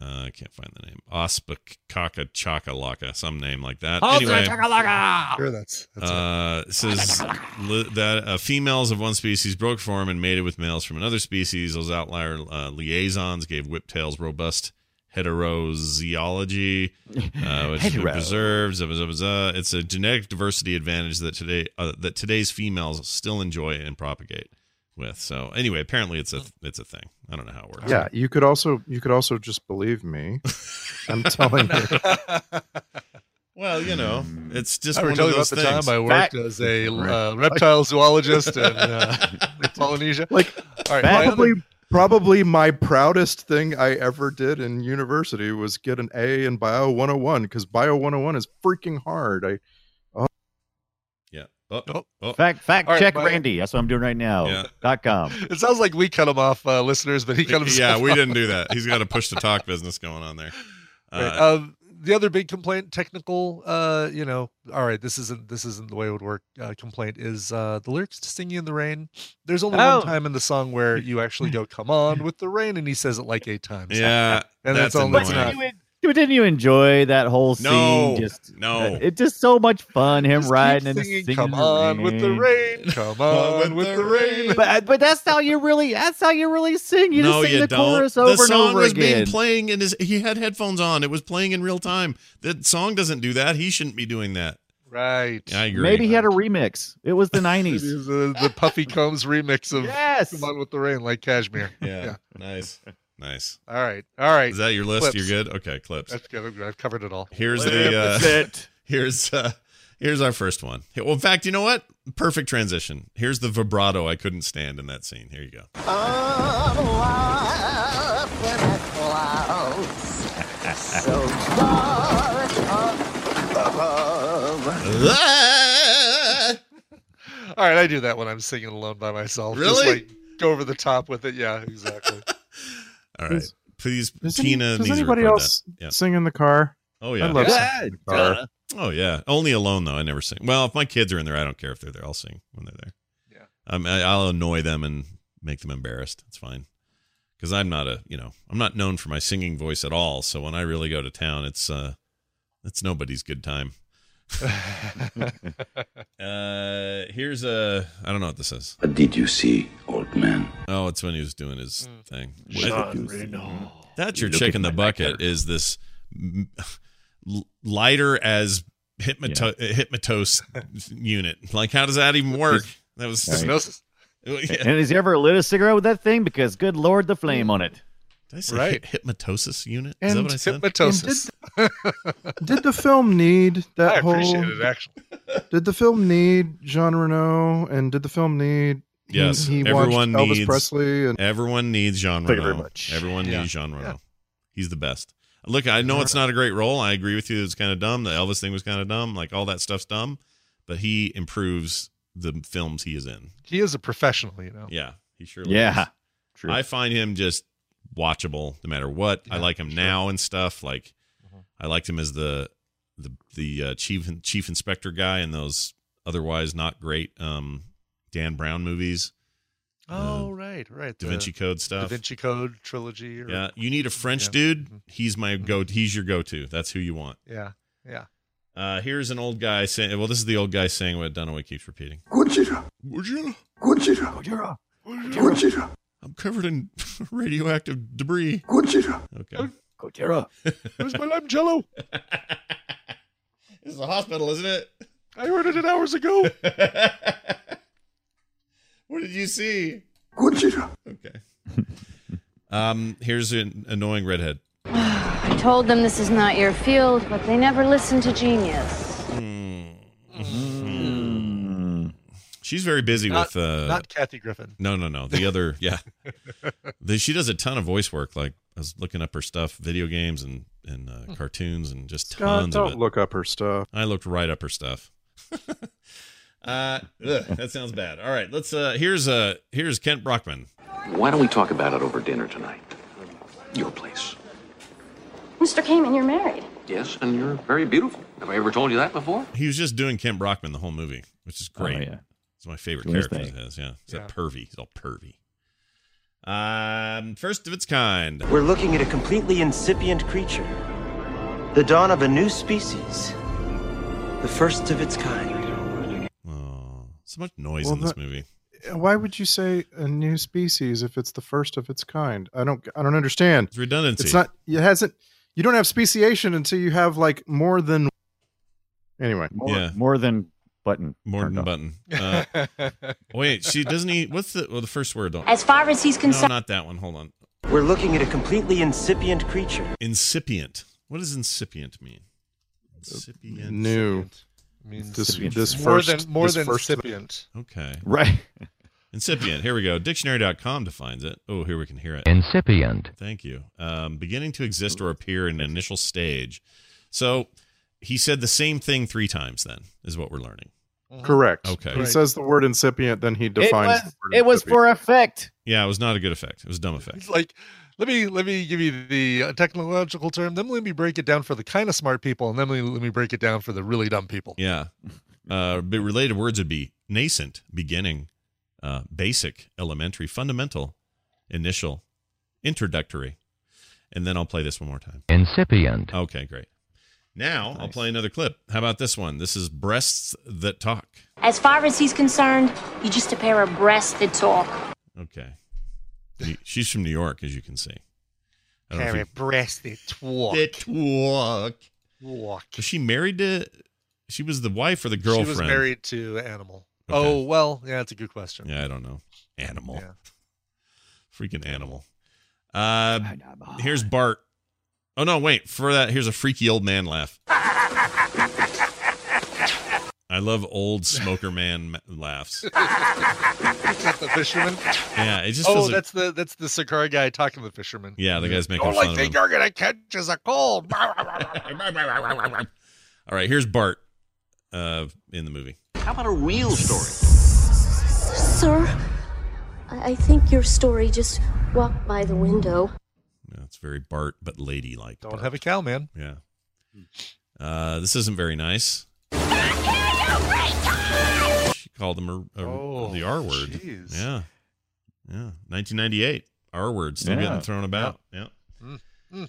Speaker 5: Uh, I can't find the name. Ospakaka chakalaka, some name like that. anyway,
Speaker 9: Sure, that's that's it.
Speaker 5: Uh, it says li- that uh, females of one species broke form and mated with males from another species. Those outlier uh, liaisons gave whiptails robust heterozoology, uh, which
Speaker 6: Hetero.
Speaker 5: preserves. blah, blah, blah, blah. uh, It's a genetic diversity advantage that today uh, that today's females still enjoy and propagate with. So anyway, apparently it's a it's a thing. I don't know how it works.
Speaker 8: Yeah, you could also you could also just believe me. I'm telling you.
Speaker 5: Well, you know, it's just
Speaker 9: I
Speaker 5: one
Speaker 9: ever
Speaker 5: of
Speaker 9: tell you
Speaker 5: those
Speaker 9: about the
Speaker 5: things.
Speaker 9: time I worked
Speaker 6: Fact.
Speaker 9: as a uh,
Speaker 6: Right.
Speaker 9: reptile zoologist in uh, Polynesia.
Speaker 8: Like,
Speaker 9: all right, my
Speaker 8: probably
Speaker 9: other,
Speaker 8: probably my proudest thing I ever did in university was get an A in Bio 101 because Bio 101 is freaking hard. I
Speaker 5: yeah. Oh,
Speaker 9: Oh.
Speaker 5: oh.
Speaker 6: Fact, fact
Speaker 9: All right,
Speaker 6: check,
Speaker 9: my-
Speaker 6: Randy. That's what I'm doing right now.
Speaker 5: Yeah.
Speaker 6: Dot com.
Speaker 9: it sounds like we cut him off, uh, listeners, but he cut himself.
Speaker 5: yeah, we
Speaker 9: off.
Speaker 5: didn't do that. He's got a push to talk business going on there.
Speaker 9: Right.
Speaker 5: Uh,
Speaker 9: Um, the other big complaint, technical, uh, you know, all right, this isn't this isn't the way it would work. Uh, complaint is uh, the lyrics to "Singing in the Rain." There's only
Speaker 6: Oh.
Speaker 9: one time in the song where you actually go "Come on with the rain," and he says it like eight times.
Speaker 5: yeah,
Speaker 9: and that's, all
Speaker 5: annoying.
Speaker 9: that's not.
Speaker 6: Dude, didn't you enjoy that whole scene?
Speaker 5: No,
Speaker 6: just
Speaker 5: no.
Speaker 6: It's just so much fun. Him
Speaker 9: Just keep
Speaker 6: riding and
Speaker 9: singing,
Speaker 6: singing
Speaker 9: "Come
Speaker 6: in the
Speaker 9: on with the
Speaker 6: rain."
Speaker 9: rain, come on with the rain."
Speaker 6: But uh, but that's how you really that's how you really sing. You
Speaker 5: no,
Speaker 6: just sing
Speaker 5: you
Speaker 6: the
Speaker 5: don't.
Speaker 6: chorus over
Speaker 5: the song
Speaker 6: and over
Speaker 5: was
Speaker 6: again.
Speaker 5: being playing, and his, he had headphones on. It was playing in real time. The song doesn't do that. He shouldn't be doing that.
Speaker 9: Right.
Speaker 5: I agree.
Speaker 6: Maybe he had a remix. It was the
Speaker 9: It
Speaker 6: nineties.
Speaker 9: is the, the Puffy Combs remix of
Speaker 6: yes.
Speaker 9: "Come on with the rain," like Cashmere.
Speaker 5: Yeah, nice, nice.
Speaker 9: All right. All right.
Speaker 5: Is that your list?
Speaker 9: Clips.
Speaker 5: You're good. Okay, clips.
Speaker 9: That's good. I'm good. I've covered it all.
Speaker 5: Here's the uh, here's uh, here's our first one. Well, in fact, you know what? Perfect transition. Here's the vibrato I couldn't stand in that scene. Here you go.
Speaker 1: Oh, I'm up in the clouds, so dark oh, up above.
Speaker 9: All right, I do that when I'm singing alone by myself. Just
Speaker 5: Really?
Speaker 9: like go over the top with it. Yeah, exactly.
Speaker 5: All right,
Speaker 8: Does-
Speaker 5: please,
Speaker 8: does, any- does
Speaker 5: Tina. needs to
Speaker 8: anybody
Speaker 5: record
Speaker 8: else
Speaker 5: that. Yeah.
Speaker 8: sing in the car?
Speaker 5: Oh yeah.
Speaker 8: I love
Speaker 5: Yeah.
Speaker 8: singing in the car.
Speaker 5: Oh yeah, only alone though. I never sing. Well, if my kids are in there, I don't care if they're there. I'll sing when they're there.
Speaker 9: Yeah.
Speaker 5: Um, I, I'll annoy them and make them embarrassed. It's fine, because I'm not a you know I'm not known for my singing voice at all. So when I really go to town, it's uh, it's nobody's good time. Uh, here's a I don't know what this is.
Speaker 12: Did you see, old man?
Speaker 5: Oh, it's when he was doing his thing.
Speaker 12: Jean
Speaker 5: That's your
Speaker 6: Look
Speaker 5: chick
Speaker 6: at
Speaker 5: in the
Speaker 6: my
Speaker 5: bucket is this m- l- lighter as hypnoto- hypnotos unit. Like, how does that even work? That was
Speaker 6: Right.
Speaker 9: Hypnosis.
Speaker 5: Yeah.
Speaker 6: And has he ever lit a cigarette with that thing? Because good lord, the flame on it.
Speaker 5: Did I say
Speaker 9: Right.
Speaker 5: hy- hypnotosis unit? Is that
Speaker 8: And
Speaker 5: what I said?
Speaker 9: Hypnotosis.
Speaker 8: Did the film need that
Speaker 9: I
Speaker 8: whole?
Speaker 9: appreciate it actually.
Speaker 8: Did the film need Jean Reno? And did the film need? he-
Speaker 5: Yes,
Speaker 8: he, watched
Speaker 5: everyone
Speaker 8: Elvis
Speaker 5: needs-
Speaker 8: Presley and
Speaker 5: Everyone needs Jean
Speaker 6: Thank you very
Speaker 5: Reno.
Speaker 6: much.
Speaker 5: Everyone
Speaker 9: Yeah.
Speaker 5: needs Jean Reno. He's the best. Look, I know it's not a great role. I agree with you. It's kind of dumb. The Elvis thing was kind of dumb. Like all that stuff's dumb, but he improves the films he is in.
Speaker 9: He is a professional, you know.
Speaker 5: Yeah, he surely.
Speaker 6: Yeah.
Speaker 5: is.
Speaker 6: True.
Speaker 5: I find him just watchable no matter what. I
Speaker 9: Yeah,
Speaker 5: like him
Speaker 9: sure. Mm-hmm.
Speaker 5: now and stuff. Like I liked him as the the the uh, chief chief inspector guy in those otherwise not great um Dan Brown movies.
Speaker 9: Oh, right, right.
Speaker 5: Da Vinci
Speaker 9: the
Speaker 5: Code stuff.
Speaker 9: Da Vinci Code trilogy. Or,
Speaker 5: Yeah, you need a French
Speaker 9: Yeah. Mm-hmm.
Speaker 5: dude. He's my go. He's your go-to. That's who you want.
Speaker 9: Yeah, yeah.
Speaker 5: Uh, here's an old guy saying. Well, this is the old guy saying what Dunaway keeps repeating.
Speaker 7: Gojira.
Speaker 6: Gojira.
Speaker 7: Gojira.
Speaker 5: I'm covered in radioactive debris.
Speaker 7: Gojira.
Speaker 5: Okay.
Speaker 6: Gojira.
Speaker 9: Where's my lime jello?
Speaker 5: This is a hospital, isn't it?
Speaker 9: I ordered it hours ago.
Speaker 5: What did you see?
Speaker 7: Gojira.
Speaker 5: Okay. Um, here's an annoying redhead.
Speaker 13: I told them this is not your field, but they never listen to genius.
Speaker 5: She's very busy
Speaker 9: Not-
Speaker 5: with uh,
Speaker 9: not Kathy Griffin.
Speaker 5: No, no, no. The other, yeah, the, she does a ton of voice work. Like I was looking up her stuff, video games and and uh, cartoons, and just
Speaker 8: God,
Speaker 5: tons of
Speaker 8: Hmm. don't
Speaker 5: it.
Speaker 8: look up her stuff.
Speaker 5: I looked right up her stuff. uh, ugh, that sounds bad. All right, let's. Uh, here's uh, here's Kent Brockman.
Speaker 14: Why don't we talk about it over dinner tonight? Your place.
Speaker 13: Mr. Kamen, you're married.
Speaker 14: Yes, and you're very beautiful. Have I ever told you that before?
Speaker 5: He was just doing Kent Brockman the whole movie,
Speaker 8: Oh,
Speaker 5: which is great. yeah. It's my favorite
Speaker 6: Doing his
Speaker 5: character of
Speaker 6: thing.
Speaker 5: his. Yeah, he's
Speaker 6: Yeah.
Speaker 5: that pervy. He's all pervy. Um, first of its kind.
Speaker 2: We're looking at a completely incipient creature. The dawn of a new species. The first of its kind.
Speaker 5: Oh, So much noise
Speaker 8: Well,
Speaker 5: in this
Speaker 8: that-
Speaker 5: movie.
Speaker 8: Why would you say a new species if it's the first of its kind? I don't. I don't understand.
Speaker 5: It's redundancy.
Speaker 8: It's not. It hasn't. You don't have speciation until you have like more than. Anyway.
Speaker 6: More, More than button.
Speaker 5: More than button. Uh, wait, she doesn't he? What's the well, the first word? Don't,
Speaker 2: As far as he's concerned-
Speaker 5: no, not that one. Hold on.
Speaker 2: We're looking at a completely incipient creature.
Speaker 5: Incipient. What does incipient mean? Incipient.
Speaker 8: Uh, New.
Speaker 9: Means
Speaker 8: This
Speaker 9: incipient.
Speaker 8: this
Speaker 9: More
Speaker 8: first
Speaker 9: than- more
Speaker 8: this
Speaker 9: than
Speaker 8: first
Speaker 9: incipient.
Speaker 5: Okay.
Speaker 6: Right.
Speaker 5: Incipient. Here we go. Dictionary.com defines it. Oh, here we can hear it.
Speaker 3: Incipient.
Speaker 5: Thank you. Um, beginning to exist or appear in an initial stage. So he said the same thing three times. Then is what we're learning.
Speaker 8: Correct.
Speaker 5: Okay.
Speaker 8: He says the word incipient, then he defines. the word
Speaker 6: it was
Speaker 8: incipient.
Speaker 6: for effect.
Speaker 5: Yeah, it was not a good effect. It was a dumb effect.
Speaker 9: It's like, let me let me give you the uh, technological term. Then let me break it down for the kind of smart people, and then let me, let me break it down for the really dumb people.
Speaker 5: Yeah. Uh, but related words would be nascent, beginning, uh, basic, elementary, fundamental, initial, introductory. And then I'll play this one more time.
Speaker 3: Incipient.
Speaker 5: Okay, great. Now I'll play another clip. How about this one? This is Breasts That Talk.
Speaker 13: As far as he's concerned, you're just a pair of breasts that talk.
Speaker 5: Okay. She's from New York, as you can see. I don't know if you-
Speaker 9: breasted twat.
Speaker 5: That twat.
Speaker 9: Walk.
Speaker 5: was she married to. She was the wife or the
Speaker 9: She
Speaker 5: girlfriend?
Speaker 9: was married to Animal.
Speaker 5: Okay.
Speaker 9: Oh well, yeah, that's a good question.
Speaker 5: Yeah, I don't know. Animal.
Speaker 9: Yeah.
Speaker 5: Freaking animal. Uh, here's Bart. Oh no, wait for that. Here's a freaky old man laugh. I love old smoker man ma- laughs.
Speaker 9: Is that the fisherman?
Speaker 5: Yeah, it just
Speaker 9: oh,
Speaker 5: feels like-
Speaker 9: that's the that's the cigar guy talking to the fisherman.
Speaker 5: Yeah, the guy's making
Speaker 9: All I
Speaker 5: fun of
Speaker 9: think
Speaker 5: him.
Speaker 9: you're gonna catch is a cold.
Speaker 5: All right, here's Bart uh, in the movie.
Speaker 14: How about a real story?
Speaker 12: Sir, I I think your story just walked by the window.
Speaker 5: Yeah, it's very Bart, but ladylike.
Speaker 9: Don't have a cow, man.
Speaker 5: Yeah. Uh, this isn't very nice. She called him a, a-
Speaker 9: Oh,
Speaker 5: the R word.
Speaker 9: jeez.
Speaker 5: Yeah. Yeah. 1998. R word still
Speaker 9: Yeah.
Speaker 5: getting thrown about. Yeah.
Speaker 9: Mm.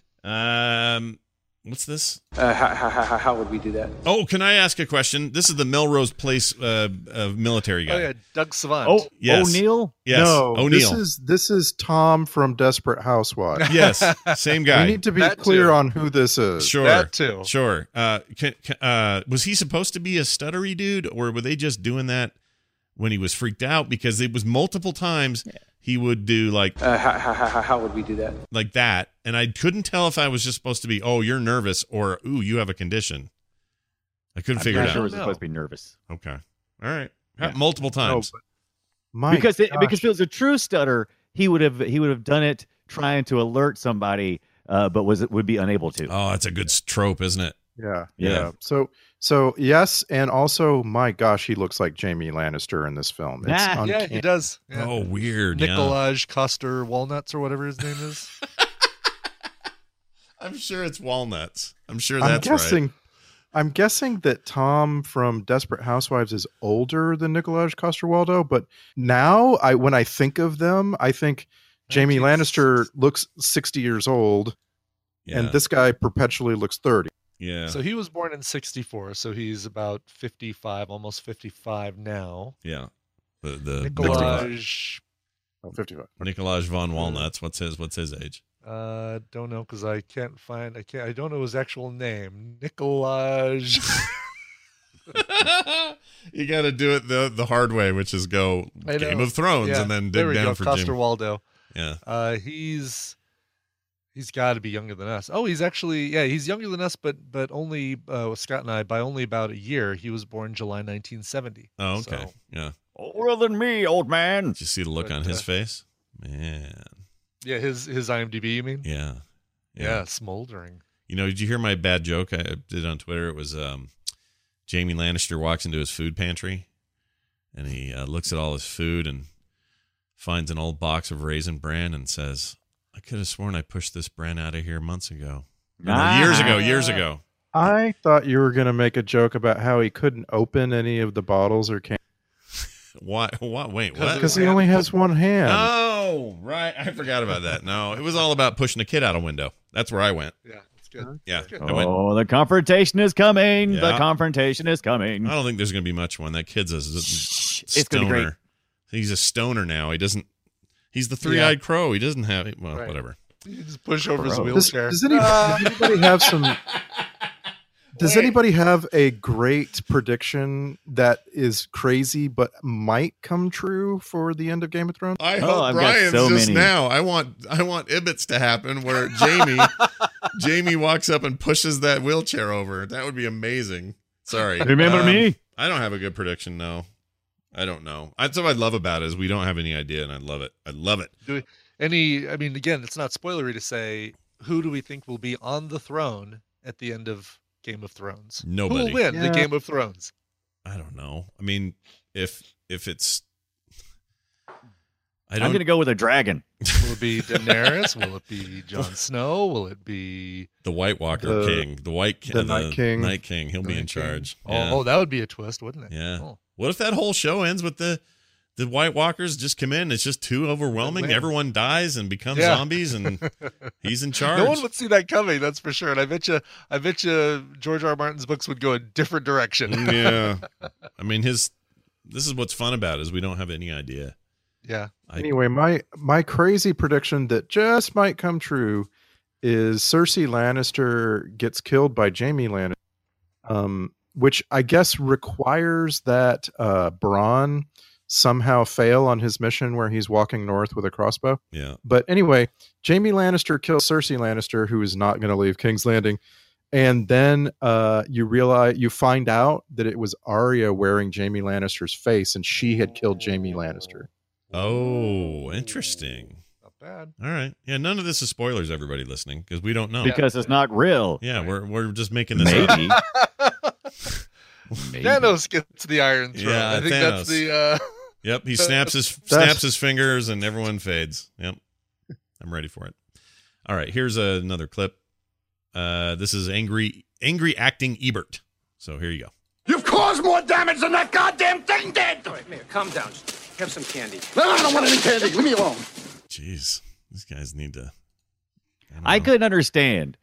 Speaker 5: Um, what's this?
Speaker 15: Uh, how, how, how, how would we do that?
Speaker 5: Oh, can I ask a question? This is the Melrose Place uh, uh, military guy.
Speaker 9: Oh yeah, Doug Savant.
Speaker 5: Oh, Yes. O'Neill? Yes,
Speaker 8: No, this
Speaker 5: O'Neill.
Speaker 8: is this is Tom from Desperate Housewives.
Speaker 5: Yes, same guy.
Speaker 8: We need to be
Speaker 5: That
Speaker 8: clear
Speaker 5: too.
Speaker 8: on who this is.
Speaker 5: Sure. Sure. Uh, can, can, uh, was he supposed to be a stuttery dude, or were they just doing that when he was freaked out? Because it was multiple times he would do like
Speaker 15: Uh, how, how, how, how would we do that?
Speaker 5: like that, and I couldn't tell if I was just supposed to be, oh, you're nervous, or ooh, you have a condition. I couldn't
Speaker 6: I'm
Speaker 5: figure
Speaker 6: not
Speaker 5: it out.
Speaker 6: sure it was supposed to be nervous.
Speaker 5: Okay. All right. Ha- Multiple times.
Speaker 8: My
Speaker 6: because it,
Speaker 8: gosh.
Speaker 6: because if it was a true stutter, he would have he would have done it trying to alert somebody, uh, but was would be unable to.
Speaker 5: Oh, that's a good s- trope, isn't it?
Speaker 8: Yeah,
Speaker 6: Yeah.
Speaker 8: yeah. So, so yes, and also, my gosh, he looks like Jamie Lannister in this film. It's
Speaker 9: Nah. Yeah, he
Speaker 8: uncanny.
Speaker 9: does. Yeah.
Speaker 5: Oh, weird. Yeah.
Speaker 9: Nicolaj Coster Walnuts or whatever his name is.
Speaker 5: I'm sure it's walnuts. I'm sure
Speaker 8: I'm
Speaker 5: that's
Speaker 8: guessing
Speaker 5: right.
Speaker 8: I'm guessing that Tom from Desperate Housewives is older than Nicolaj Coster Waldo, but now I when I think of them, I think
Speaker 5: Oh,
Speaker 8: Jamie Lannister looks 60 years old,
Speaker 5: Yeah.
Speaker 8: and this guy perpetually looks 30.
Speaker 5: Yeah.
Speaker 9: So he was born in 64, so he's about 55, almost 55 now.
Speaker 5: yeah. The the
Speaker 9: Nicolaj,
Speaker 8: Oh, 55.
Speaker 5: Nicolaj von Walnuts. What's his What's his age?
Speaker 9: uh, don't know because I can't find, I can't, I don't know his actual name. Nicolaj.
Speaker 5: You got to do it the the hard way, which is go
Speaker 9: I
Speaker 5: Game
Speaker 9: know.
Speaker 5: of Thrones
Speaker 9: Yeah,
Speaker 5: and then
Speaker 9: there
Speaker 5: dig
Speaker 9: we
Speaker 5: down
Speaker 9: go.
Speaker 5: for
Speaker 9: Coster
Speaker 5: Jimmy.
Speaker 9: Waldo.
Speaker 5: Yeah.
Speaker 9: Uh, he's he's got to be younger than us. Oh, he's actually yeah, he's younger than us, but but only uh, Scott and I by only about a year. He was born July 1970.
Speaker 5: Oh, okay.
Speaker 9: So,
Speaker 5: Yeah.
Speaker 6: Older than me, old man.
Speaker 5: Did you see the look
Speaker 9: But,
Speaker 5: on his
Speaker 9: uh,
Speaker 5: face? Man.
Speaker 9: yeah, his his IMDb. You mean?
Speaker 5: Yeah.
Speaker 9: Yeah, smoldering.
Speaker 5: You know, did you hear my bad joke I did on Twitter? It was um, Jamie Lannister walks into his food pantry and he uh, looks at all his food and finds an old box of raisin bran and says, I could have sworn I pushed this bran out of here months ago. No, no, years ago, years ago.
Speaker 8: I thought you were going to make a joke about how he couldn't open any of the bottles or cans
Speaker 5: Why? What? Wait, what?
Speaker 8: because he only has one hand.
Speaker 5: Oh, right. I forgot about that. No, it was all about pushing a kid out a window. That's where I went.
Speaker 9: Yeah, it's good.
Speaker 5: Yeah. I, went,
Speaker 6: Oh, the confrontation is coming. The
Speaker 5: Yeah.
Speaker 6: confrontation is coming.
Speaker 5: I don't think there's going to be much one. That kid's a z- stoner.
Speaker 6: it's gonna be great.
Speaker 5: He's a stoner now. He doesn't. He's the three-eyed crow. He doesn't have. Well,
Speaker 9: Right.
Speaker 5: whatever.
Speaker 9: You just push over his
Speaker 6: Gross.
Speaker 8: Does,
Speaker 9: wheelchair.
Speaker 8: does any- does anybody have some? Does anybody have a great prediction that is crazy but might come true for the end of Game of Thrones?
Speaker 5: I
Speaker 6: Oh,
Speaker 5: hope
Speaker 6: I've got
Speaker 5: Brian's
Speaker 6: so
Speaker 5: just
Speaker 6: many.
Speaker 5: now. I want I want Ibbets to happen where Jamie Jamie walks up and pushes that wheelchair over. That would be amazing. Sorry.
Speaker 6: Remember
Speaker 5: Um,
Speaker 6: me?
Speaker 5: I don't have a good prediction, no. I don't know. That's what I love about it is we don't have any idea and I love it. I love it.
Speaker 9: Do we, any? I mean, again, it's not spoilery to say who do we think will be on the throne at the end of Game of Thrones? Who
Speaker 5: Nobody.
Speaker 9: will win the
Speaker 8: Yeah.
Speaker 9: Game of Thrones?
Speaker 5: I don't know. I mean, if if it's I
Speaker 6: I'm
Speaker 5: don't
Speaker 6: going to go with a dragon.
Speaker 9: Will it be Daenerys? will it be Jon Snow? Will it be
Speaker 5: the White Walker
Speaker 8: The-
Speaker 5: King, the White Ki-
Speaker 8: the Night King.
Speaker 5: Night King, he'll be
Speaker 9: Night
Speaker 5: in
Speaker 9: King?
Speaker 5: charge.
Speaker 9: Oh,
Speaker 5: Yeah.
Speaker 9: oh, that would be a twist, wouldn't it?
Speaker 5: Yeah.
Speaker 9: Oh.
Speaker 5: What if that whole show ends with the the White Walkers just come in? It's just too overwhelming.
Speaker 9: Win.
Speaker 5: Everyone dies and becomes
Speaker 9: Yeah.
Speaker 5: zombies, and he's in charge.
Speaker 9: No one would see that coming, that's for sure. And I bet you, I bet you, George R. R. Martin's books would go a different
Speaker 5: Mm.
Speaker 9: direction.
Speaker 5: yeah, I mean his. This is what's fun about it, is we don't have any idea.
Speaker 9: yeah.
Speaker 5: I,
Speaker 8: Anyway, my my crazy prediction that just might come true is Cersei Lannister gets killed by Jamie Lannister, um, which I guess requires that uh, Bronn somehow fail on his mission where he's walking north with a crossbow.
Speaker 5: yeah,
Speaker 8: But anyway, Jamie Lannister kills Cersei Lannister, who is not going to leave King's Landing. And then uh, you realize you find out that it was Arya wearing Jamie Lannister's face, and she had killed Jamie Lannister.
Speaker 5: Oh, interesting.
Speaker 9: Not bad.
Speaker 5: all right. Yeah, none of this is spoilers, everybody listening, because we don't know.
Speaker 6: Because it's not real.
Speaker 5: yeah, we're we're just making this up.
Speaker 6: Maybe. Maybe.
Speaker 9: Thanos gets the Iron Throne.
Speaker 5: Yeah,
Speaker 9: I think that's
Speaker 5: Thanos.
Speaker 9: the. Uh,
Speaker 5: Yep, he snaps his snaps
Speaker 8: That's-
Speaker 5: his fingers and everyone fades. Yep. I'm ready for it. All right, here's another clip. Uh this is angry angry acting Ebert. So here you go.
Speaker 16: You've caused more damage than that goddamn thing did.
Speaker 10: All right, Mayor, calm down. Have some candy.
Speaker 16: No, no, I don't want any candy. Leave me alone.
Speaker 5: Jeez. These guys need to don't
Speaker 6: I
Speaker 5: know.
Speaker 6: couldn't understand.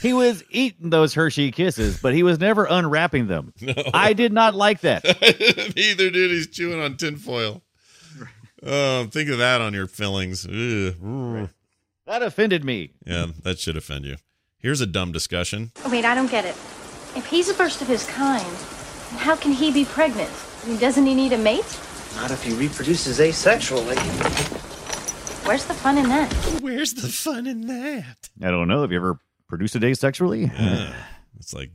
Speaker 6: He was eating those Hershey kisses, but he was never unwrapping them. I did not like that.
Speaker 5: Neither dude he's chewing on tinfoil. Oh, think of that on your fillings. Ugh.
Speaker 6: That offended me.
Speaker 5: Yeah, that should offend you. Here's a dumb discussion.
Speaker 17: Wait, I don't get it. If he's the first of his kind, then how can he be pregnant? I mean, doesn't he need a mate?
Speaker 1: Not if he reproduces asexually.
Speaker 17: Where's the fun in that?
Speaker 5: Where's the fun in that?
Speaker 6: I don't know. Have you ever produced a day sexually?
Speaker 5: Yeah. Uh, It's like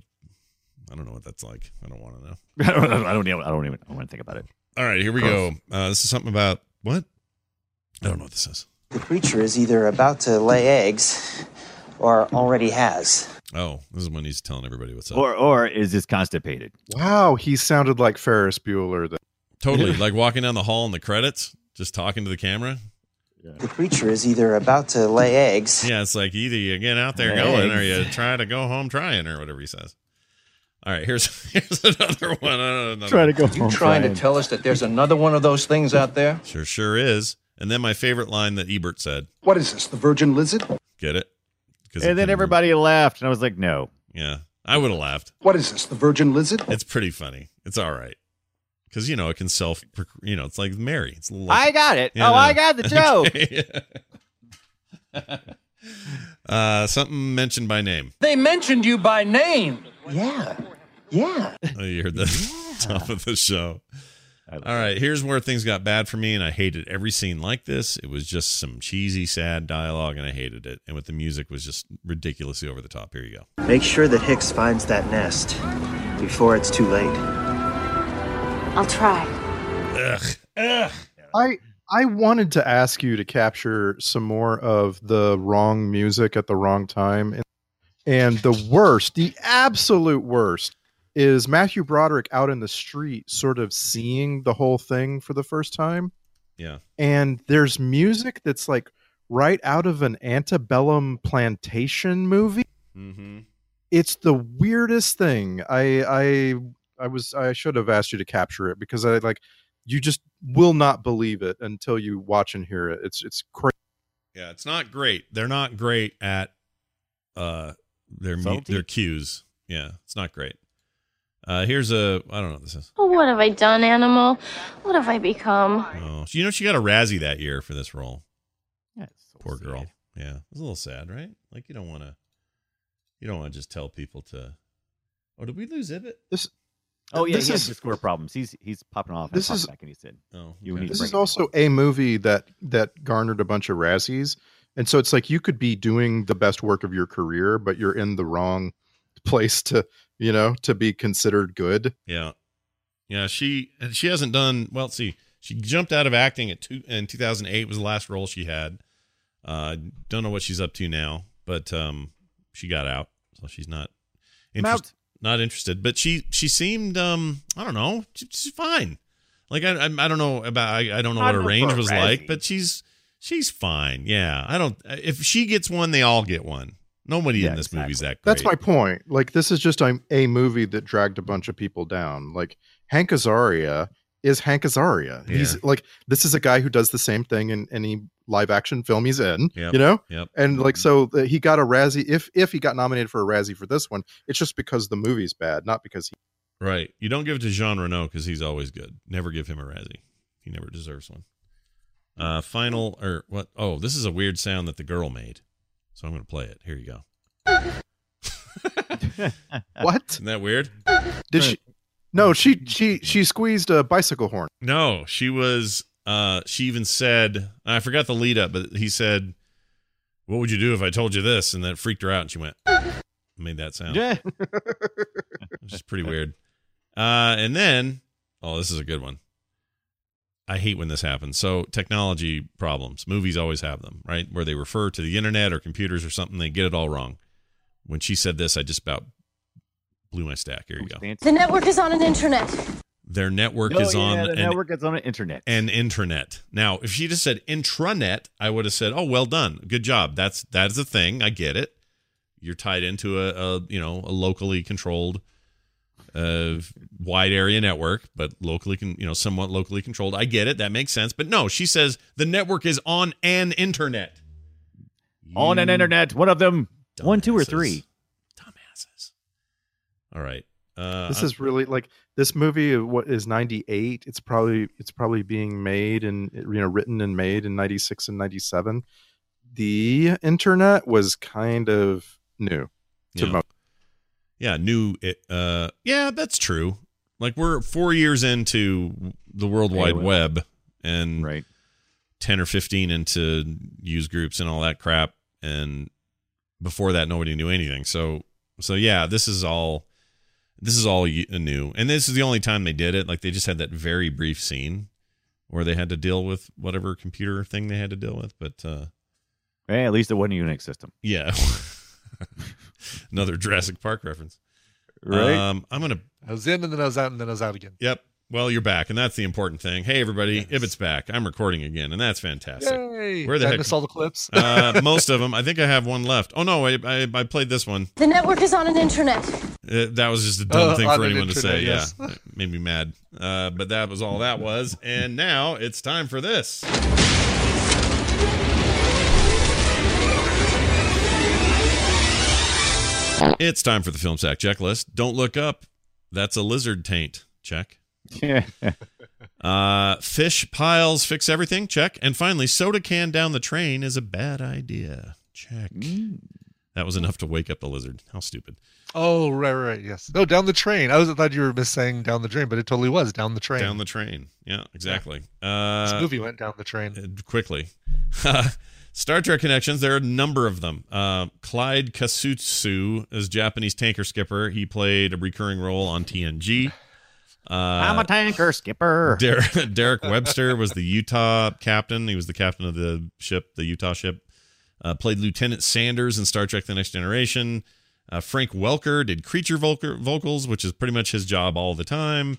Speaker 5: I don't know what that's like. I don't want to know.
Speaker 6: I don't. I don't even. I don't even. I want to think about it.
Speaker 5: All right, here we go. Uh, this is something about what? I don't know what this is.
Speaker 1: The creature is either about to lay eggs or already has.
Speaker 5: Oh, this is when he's telling everybody what's up.
Speaker 6: Or or is this constipated?
Speaker 8: Wow, he sounded like Ferris Bueller. Then.
Speaker 5: totally, like walking down the hall in the credits, just talking to the camera.
Speaker 1: The creature is either about to lay eggs
Speaker 5: Yeah, it's like either you get out there
Speaker 6: Eggs.
Speaker 5: going, or you try to go home trying, or whatever he says. All right, here's here's another one. I don't know, another
Speaker 18: Try to go
Speaker 5: one.
Speaker 18: home, Trying to Brian.
Speaker 15: tell us that there's another one of those things out there?
Speaker 5: Sure, sure is. And then my favorite line that Ebert said.
Speaker 15: What is this, the virgin lizard?
Speaker 5: Get it? 'Cause he
Speaker 6: And then
Speaker 5: couldn't-
Speaker 6: everybody laughed, and I was like, no.
Speaker 5: yeah, I would have laughed.
Speaker 15: What is this, the virgin lizard?
Speaker 5: It's pretty funny. It's all right because you know it can self. You know, it's like Mary. It's a little.
Speaker 6: I got it.
Speaker 5: You
Speaker 6: Oh,
Speaker 5: know.
Speaker 6: I got the joke.
Speaker 5: Okay. uh, something mentioned by name.
Speaker 3: They mentioned you by name.
Speaker 15: Yeah. Yeah.
Speaker 5: Oh, you heard the top of the show. All right, here's where things got bad for me, and I hated every scene like this. It was just some cheesy, sad dialogue, and I hated it. And with the music was just ridiculously over the top. Here you go.
Speaker 1: Make sure that Hicks finds that nest before it's too late.
Speaker 13: I'll try.
Speaker 5: Ugh.
Speaker 8: I I wanted to ask you to capture some more of the wrong music at the wrong time. And, and the worst, the absolute worst, is Matthew Broderick out in the street sort of seeing the whole thing for the first time.
Speaker 5: Yeah.
Speaker 8: And there's music that's like right out of an antebellum plantation movie.
Speaker 5: Mm-hmm.
Speaker 8: It's the weirdest thing. I I I was I should have asked you to capture it because I like you just will not believe it until you watch and hear it. It's it's crazy.
Speaker 5: Yeah, it's not great. They're not great at uh their mu-
Speaker 8: Subtlety?
Speaker 5: their cues. Yeah, it's not great. Uh here's a I don't know what this is.
Speaker 17: Oh, what have I done, animal? What have I become?
Speaker 5: Oh, you know she got a Razzie that year for this role.
Speaker 6: Yeah,
Speaker 5: Poor girl. Yeah, it's a little sad, right? Like you don't want to, you don't want to just tell people to. Oh, did we lose Ibit?
Speaker 8: This
Speaker 6: Oh yeah,
Speaker 8: This
Speaker 6: he has
Speaker 8: is-
Speaker 6: Discord problems. He's he's popping off.
Speaker 8: This
Speaker 6: This and
Speaker 8: is-
Speaker 6: is back and he said,
Speaker 5: Oh,
Speaker 6: you
Speaker 5: okay.
Speaker 6: need
Speaker 8: This
Speaker 6: to
Speaker 8: is
Speaker 6: bring it
Speaker 8: also a movie that that garnered a bunch of Razzies, and so it's like you could be doing the best work of your career, but you're in the wrong place to you know to be considered good.
Speaker 5: Yeah, yeah. She and she hasn't done well. Let's see, she jumped out of acting at two in 2008 was the last role she had. Uh, don't know what she's up to now, but um, she got out, so she's not
Speaker 6: I'm
Speaker 5: interest,
Speaker 6: out.
Speaker 5: not interested. But she she seemed um, I don't know, she- she's fine. Like I I, I don't know about I, I don't know what
Speaker 6: Not
Speaker 5: her
Speaker 6: enough
Speaker 5: range
Speaker 6: for a
Speaker 5: was like, but she's she's fine. Yeah, I don't. If she gets one, they all get one. Nobody
Speaker 6: Yeah,
Speaker 5: in this movie's that. Great.
Speaker 8: That's my point. Like this is just a, a movie that dragged a bunch of people down. Like Hank Azaria is Hank Azaria.
Speaker 5: Yeah.
Speaker 8: He's like this is a guy who does the same thing in any live action film he's in.
Speaker 5: Yep,
Speaker 8: You know,
Speaker 5: Yep.
Speaker 8: and like so uh, he got a Razzie. If if he got nominated for a Razzie for this one, it's just because the movie's bad, not because he.
Speaker 5: Right. You don't give it to Jean Renault because he's always good. Never give him a Razzie. He never deserves one. Uh final or what oh, this is a weird sound that the girl made. So I'm gonna play it. Here you go.
Speaker 8: What
Speaker 5: Isn't that weird?
Speaker 8: did she? No, she she she squeezed a bicycle horn.
Speaker 5: No, she was uh she even said I forgot the lead up, but he said, What would you do if I told you this? And that freaked her out and she went made that sound.
Speaker 6: Yeah.
Speaker 5: Which is pretty weird. Uh, and then, oh, this is a good one. I hate when this happens. So, technology problems. Movies always have them, right? Where they refer to the internet or computers or something, they get it all wrong. When she said this, I just about blew my stack. Here you go.
Speaker 17: The network is on an internet.
Speaker 5: Their network
Speaker 6: Oh,
Speaker 5: is
Speaker 6: yeah,
Speaker 5: on
Speaker 6: the
Speaker 5: an,
Speaker 6: network is on the internet.
Speaker 5: an internet. Now, if she just said intranet, I would have said, "Oh, well done, good job." That's that is a thing. I get it. You're tied into a, a you know a locally controlled uh, wide area network, but locally can you know somewhat locally controlled. I get it. That makes sense. But no, she says the network is on an internet.
Speaker 6: on an
Speaker 5: You
Speaker 6: internet, one of them, one, two, or
Speaker 5: dumbasses.
Speaker 6: three.
Speaker 5: Dumbasses. All right. Uh,
Speaker 8: This
Speaker 5: I'm-
Speaker 8: is really like this movie. of What is ninety eight? It's probably it's probably being made and you know written and made in ninety six and ninety seven. The internet was kind of new to
Speaker 5: Yeah.
Speaker 8: most.
Speaker 5: yeah new it, uh yeah that's true like we're four years into the world
Speaker 6: Yeah,
Speaker 5: wide
Speaker 6: well.
Speaker 5: web and
Speaker 6: Right.
Speaker 5: 10 or 15 into use groups and all that crap and before that nobody knew anything so so yeah this is all this is all y- new and this is the only time they did it like they just had that very brief scene where they had to deal with whatever computer thing they had to deal with but uh
Speaker 6: Eh, at least it wasn't a Unix system.
Speaker 5: yeah another jurassic park reference
Speaker 6: Right.
Speaker 5: um i'm gonna
Speaker 9: I was in and then I was out and then I was out again.
Speaker 5: Yep. Well, you're back, and that's the important thing. Hey, everybody, Ibbot's back. I'm recording again, and that's fantastic.
Speaker 9: Yay!
Speaker 5: Where the
Speaker 9: Did I
Speaker 5: heck-
Speaker 9: miss all the clips?
Speaker 5: uh, most of them. I think I have one left. Oh no, I I, I played this one.
Speaker 17: The network is on an internet.
Speaker 5: Uh, that was just a dumb
Speaker 9: Uh,
Speaker 5: thing
Speaker 9: on
Speaker 5: for
Speaker 9: an
Speaker 5: anyone to say.
Speaker 9: internet, yes.
Speaker 5: Yeah, it made me mad. Uh, but that was all that was. And now it's time for this. It's time for the film sack checklist. Don't look up. That's a lizard taint. Check.
Speaker 6: Yeah.
Speaker 5: Uh, fish piles fix everything. Check. And finally, soda can down the train is a bad idea. Check.
Speaker 6: Mm.
Speaker 5: That was enough to wake up the lizard. How stupid.
Speaker 9: Oh, right, right, yes. No, down the train. I was I thought you were miss saying down the drain, but it totally was down the train.
Speaker 5: Down the train. Yeah, exactly. Uh,
Speaker 9: this movie went down the train.
Speaker 5: uh, quickly. Star Trek connections. There are a number of them. Uh, Clyde Kasutsu is Japanese tanker skipper. He played a recurring role on TNG. Uh,
Speaker 6: I'm a tanker skipper.
Speaker 5: Der- Derek Webster was the Utah captain. He was the captain of the ship, the Utah ship. Uh, played Lieutenant Sanders in Star Trek: The Next Generation. Uh, Frank Welker did creature vocal- vocals, which is pretty much his job all the time.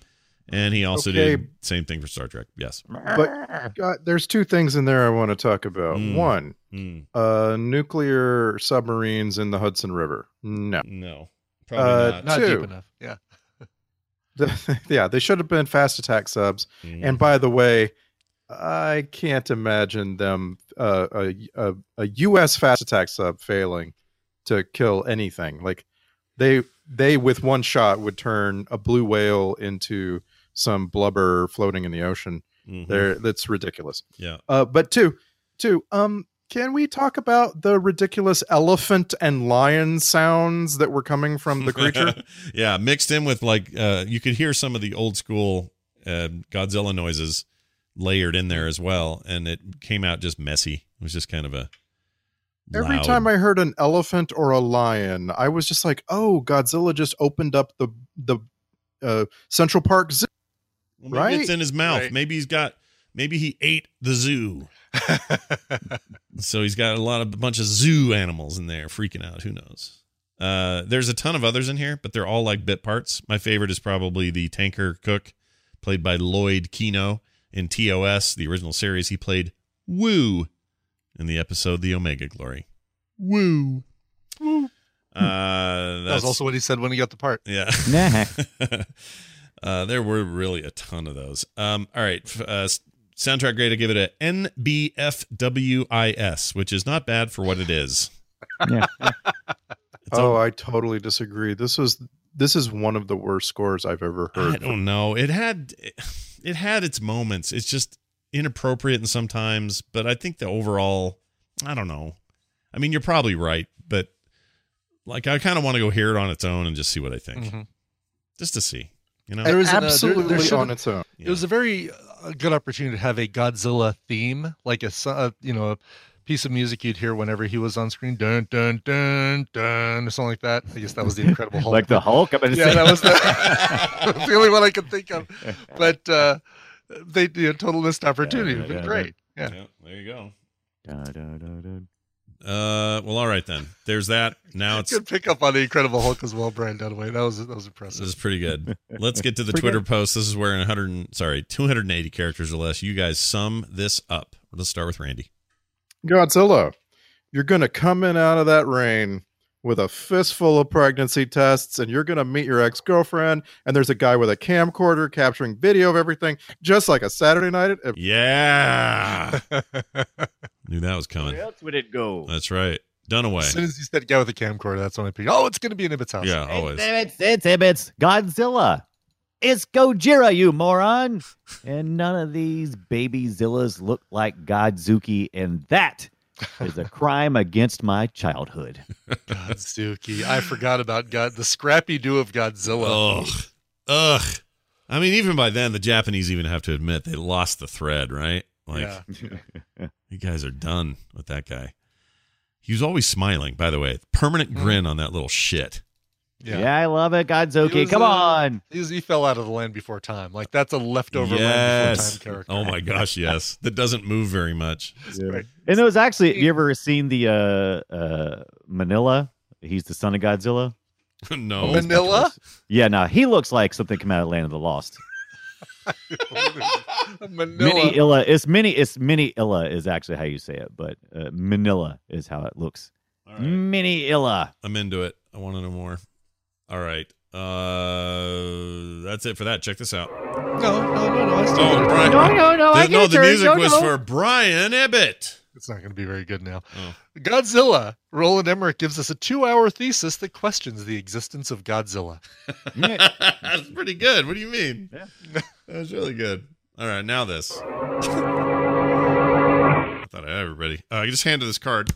Speaker 5: And he also
Speaker 8: Okay.
Speaker 5: did same thing for Star Trek. Yes.
Speaker 8: But God, there's two things in there I want to talk about.
Speaker 5: Mm.
Speaker 8: One,
Speaker 5: Mm.
Speaker 8: uh, nuclear submarines in the Hudson River. No.
Speaker 5: No. Probably
Speaker 8: Uh,
Speaker 5: not.
Speaker 9: Not
Speaker 8: two,
Speaker 9: deep enough. Yeah.
Speaker 8: the- yeah, they should have been fast attack subs.
Speaker 5: Mm-hmm.
Speaker 8: And by the way, I can't imagine them uh, a, a a U.S. fast attack sub failing to kill anything. Like they they with one shot would turn a blue whale into some blubber floating in the ocean.
Speaker 5: Mhm.
Speaker 8: There, that's ridiculous.
Speaker 5: Yeah.
Speaker 8: Uh, but two, two. Um, can we talk about the ridiculous elephant and lion sounds that were coming from the creature?
Speaker 5: yeah, mixed in with like uh, you could hear some of the old school uh, Godzilla noises layered in there as well, and it came out just messy. It was just kind of a
Speaker 8: Every
Speaker 5: loud-
Speaker 8: time I heard an elephant or a lion, I was just like, "Oh, Godzilla just opened up the the uh, Central Park Zoo."
Speaker 5: Well, maybe
Speaker 8: right?
Speaker 5: it's in his mouth.
Speaker 9: Right.
Speaker 5: Maybe he's got maybe he ate the zoo, so he's got a lot of a bunch of zoo animals in there freaking out. Who knows? Uh, there's a ton of others in here, but they're all like bit parts. My favorite is probably the tanker cook, played by Lloyd Kino in TOS, the original series. He played Woo in the episode The Omega Glory.
Speaker 9: Woo.
Speaker 5: Uh,
Speaker 9: That was also what he said when he got the part.
Speaker 5: yeah.
Speaker 6: Nah.
Speaker 5: uh, there were really a ton of those. Um, all right. f- Uh, s- soundtrack grade, I give it a NBFWIS, which is not bad for what it is.
Speaker 6: Yeah.
Speaker 5: It's
Speaker 8: Oh,
Speaker 5: a-
Speaker 8: I totally disagree. This was this is one of the worst scores I've ever
Speaker 5: I
Speaker 8: heard.
Speaker 5: don't know. It had it had its moments. It's just inappropriate and sometimes, but I think the overall, I don't know. I mean, you're probably right, but like I kind of want to go hear it on its own and just see what I think,
Speaker 6: Mm-hmm.
Speaker 9: Mhm.
Speaker 5: just to see. You know,
Speaker 9: There was an, uh, there-
Speaker 8: Absolutely
Speaker 9: there should've-
Speaker 8: on its own.
Speaker 9: It was a very uh, good opportunity to have a Godzilla theme, like a so- uh, you know a piece of music you'd hear whenever he was on screen, dun dun dun dun, or something like that. I guess that was the Incredible Hulk.
Speaker 6: like the Hulk. I'm gonna
Speaker 9: yeah,
Speaker 6: say-
Speaker 9: that was the, that's the only one I could think of. But uh, they you know, total missed opportunity.
Speaker 6: yeah,
Speaker 9: It'd been
Speaker 6: yeah,
Speaker 9: great. Yeah.
Speaker 5: there you go.
Speaker 6: Da, da, da, da.
Speaker 5: Uh, well, all right then. There's that. Now it's
Speaker 9: Good pickup on the Incredible Hulk as well, Brian Dunaway. That was that was
Speaker 5: this
Speaker 9: impressive.
Speaker 5: is pretty good. Let's get to the
Speaker 8: Pretty
Speaker 5: Twitter
Speaker 8: good.
Speaker 5: post. This is where 100 and- sorry 280 characters or less. You guys sum this up. Let's start with Randy.
Speaker 8: Godzilla, you're going to come in out of that rain with a fistful of pregnancy tests, and you're going to meet your ex girlfriend. And there's a guy with a camcorder capturing video of everything, just like a Saturday night. At,
Speaker 5: Yeah, knew that was coming.
Speaker 6: Where else would it go?
Speaker 5: That's right.
Speaker 9: As soon
Speaker 5: Dunaway.
Speaker 9: as you said guy with a camcorder, that's when I picked. Oh, it's going to be in Ibbot's house.
Speaker 5: Yeah, always.
Speaker 6: It's, it's, it's Godzilla. It's Gojira, you moron. And none of these baby Zillas look like Godzuki, and that is a crime against my childhood.
Speaker 9: Godzuki. I forgot about God, the scrappy do of Godzilla.
Speaker 5: Ugh, ugh. I mean, even by then, the Japanese even have to admit they lost the thread, right? Like
Speaker 9: yeah.
Speaker 5: you guys are done with that guy. He was always smiling, by the way. Permanent grin on that little shit.
Speaker 6: Yeah, I love it, Godzuki.
Speaker 9: was,
Speaker 6: Come
Speaker 9: uh,
Speaker 6: on.
Speaker 9: He, was- he fell out of the land before time. Like that's a leftover land before
Speaker 5: yes.
Speaker 9: time character.
Speaker 5: Oh my gosh, yes. That doesn't move very much.
Speaker 9: Right.
Speaker 6: And it was actually, you ever seen the uh, uh, Manila? He's the son of Godzilla.
Speaker 5: no.
Speaker 9: Manila?
Speaker 6: Yeah, now he looks like something come out of Land of the Lost. Mini
Speaker 9: Manila.
Speaker 6: Illa. It's mini. It's mini Illa is actually how you say it, but uh, Manila is how it looks.
Speaker 5: All right.
Speaker 6: Mini Illa.
Speaker 5: I'm into it. I want to know more. All right. Uh, that's it for that. Check this out.
Speaker 9: No, no, no, no. I still
Speaker 5: Oh,
Speaker 9: gotta-
Speaker 5: Brian.
Speaker 9: No, no, no, I
Speaker 5: The,
Speaker 9: get
Speaker 5: no,
Speaker 9: it,
Speaker 5: the
Speaker 9: Jerry.
Speaker 5: music
Speaker 9: No,
Speaker 5: was
Speaker 9: no.
Speaker 5: for Brian Ebbett.
Speaker 9: It's not going to be very good now.
Speaker 5: Oh.
Speaker 9: Godzilla. Roland Emmerich gives us a two-hour thesis that questions the existence of Godzilla.
Speaker 5: That's pretty good. What do you mean? Yeah. That was really good. All right, now this. I thought I had everybody. Uh, you just handed this card.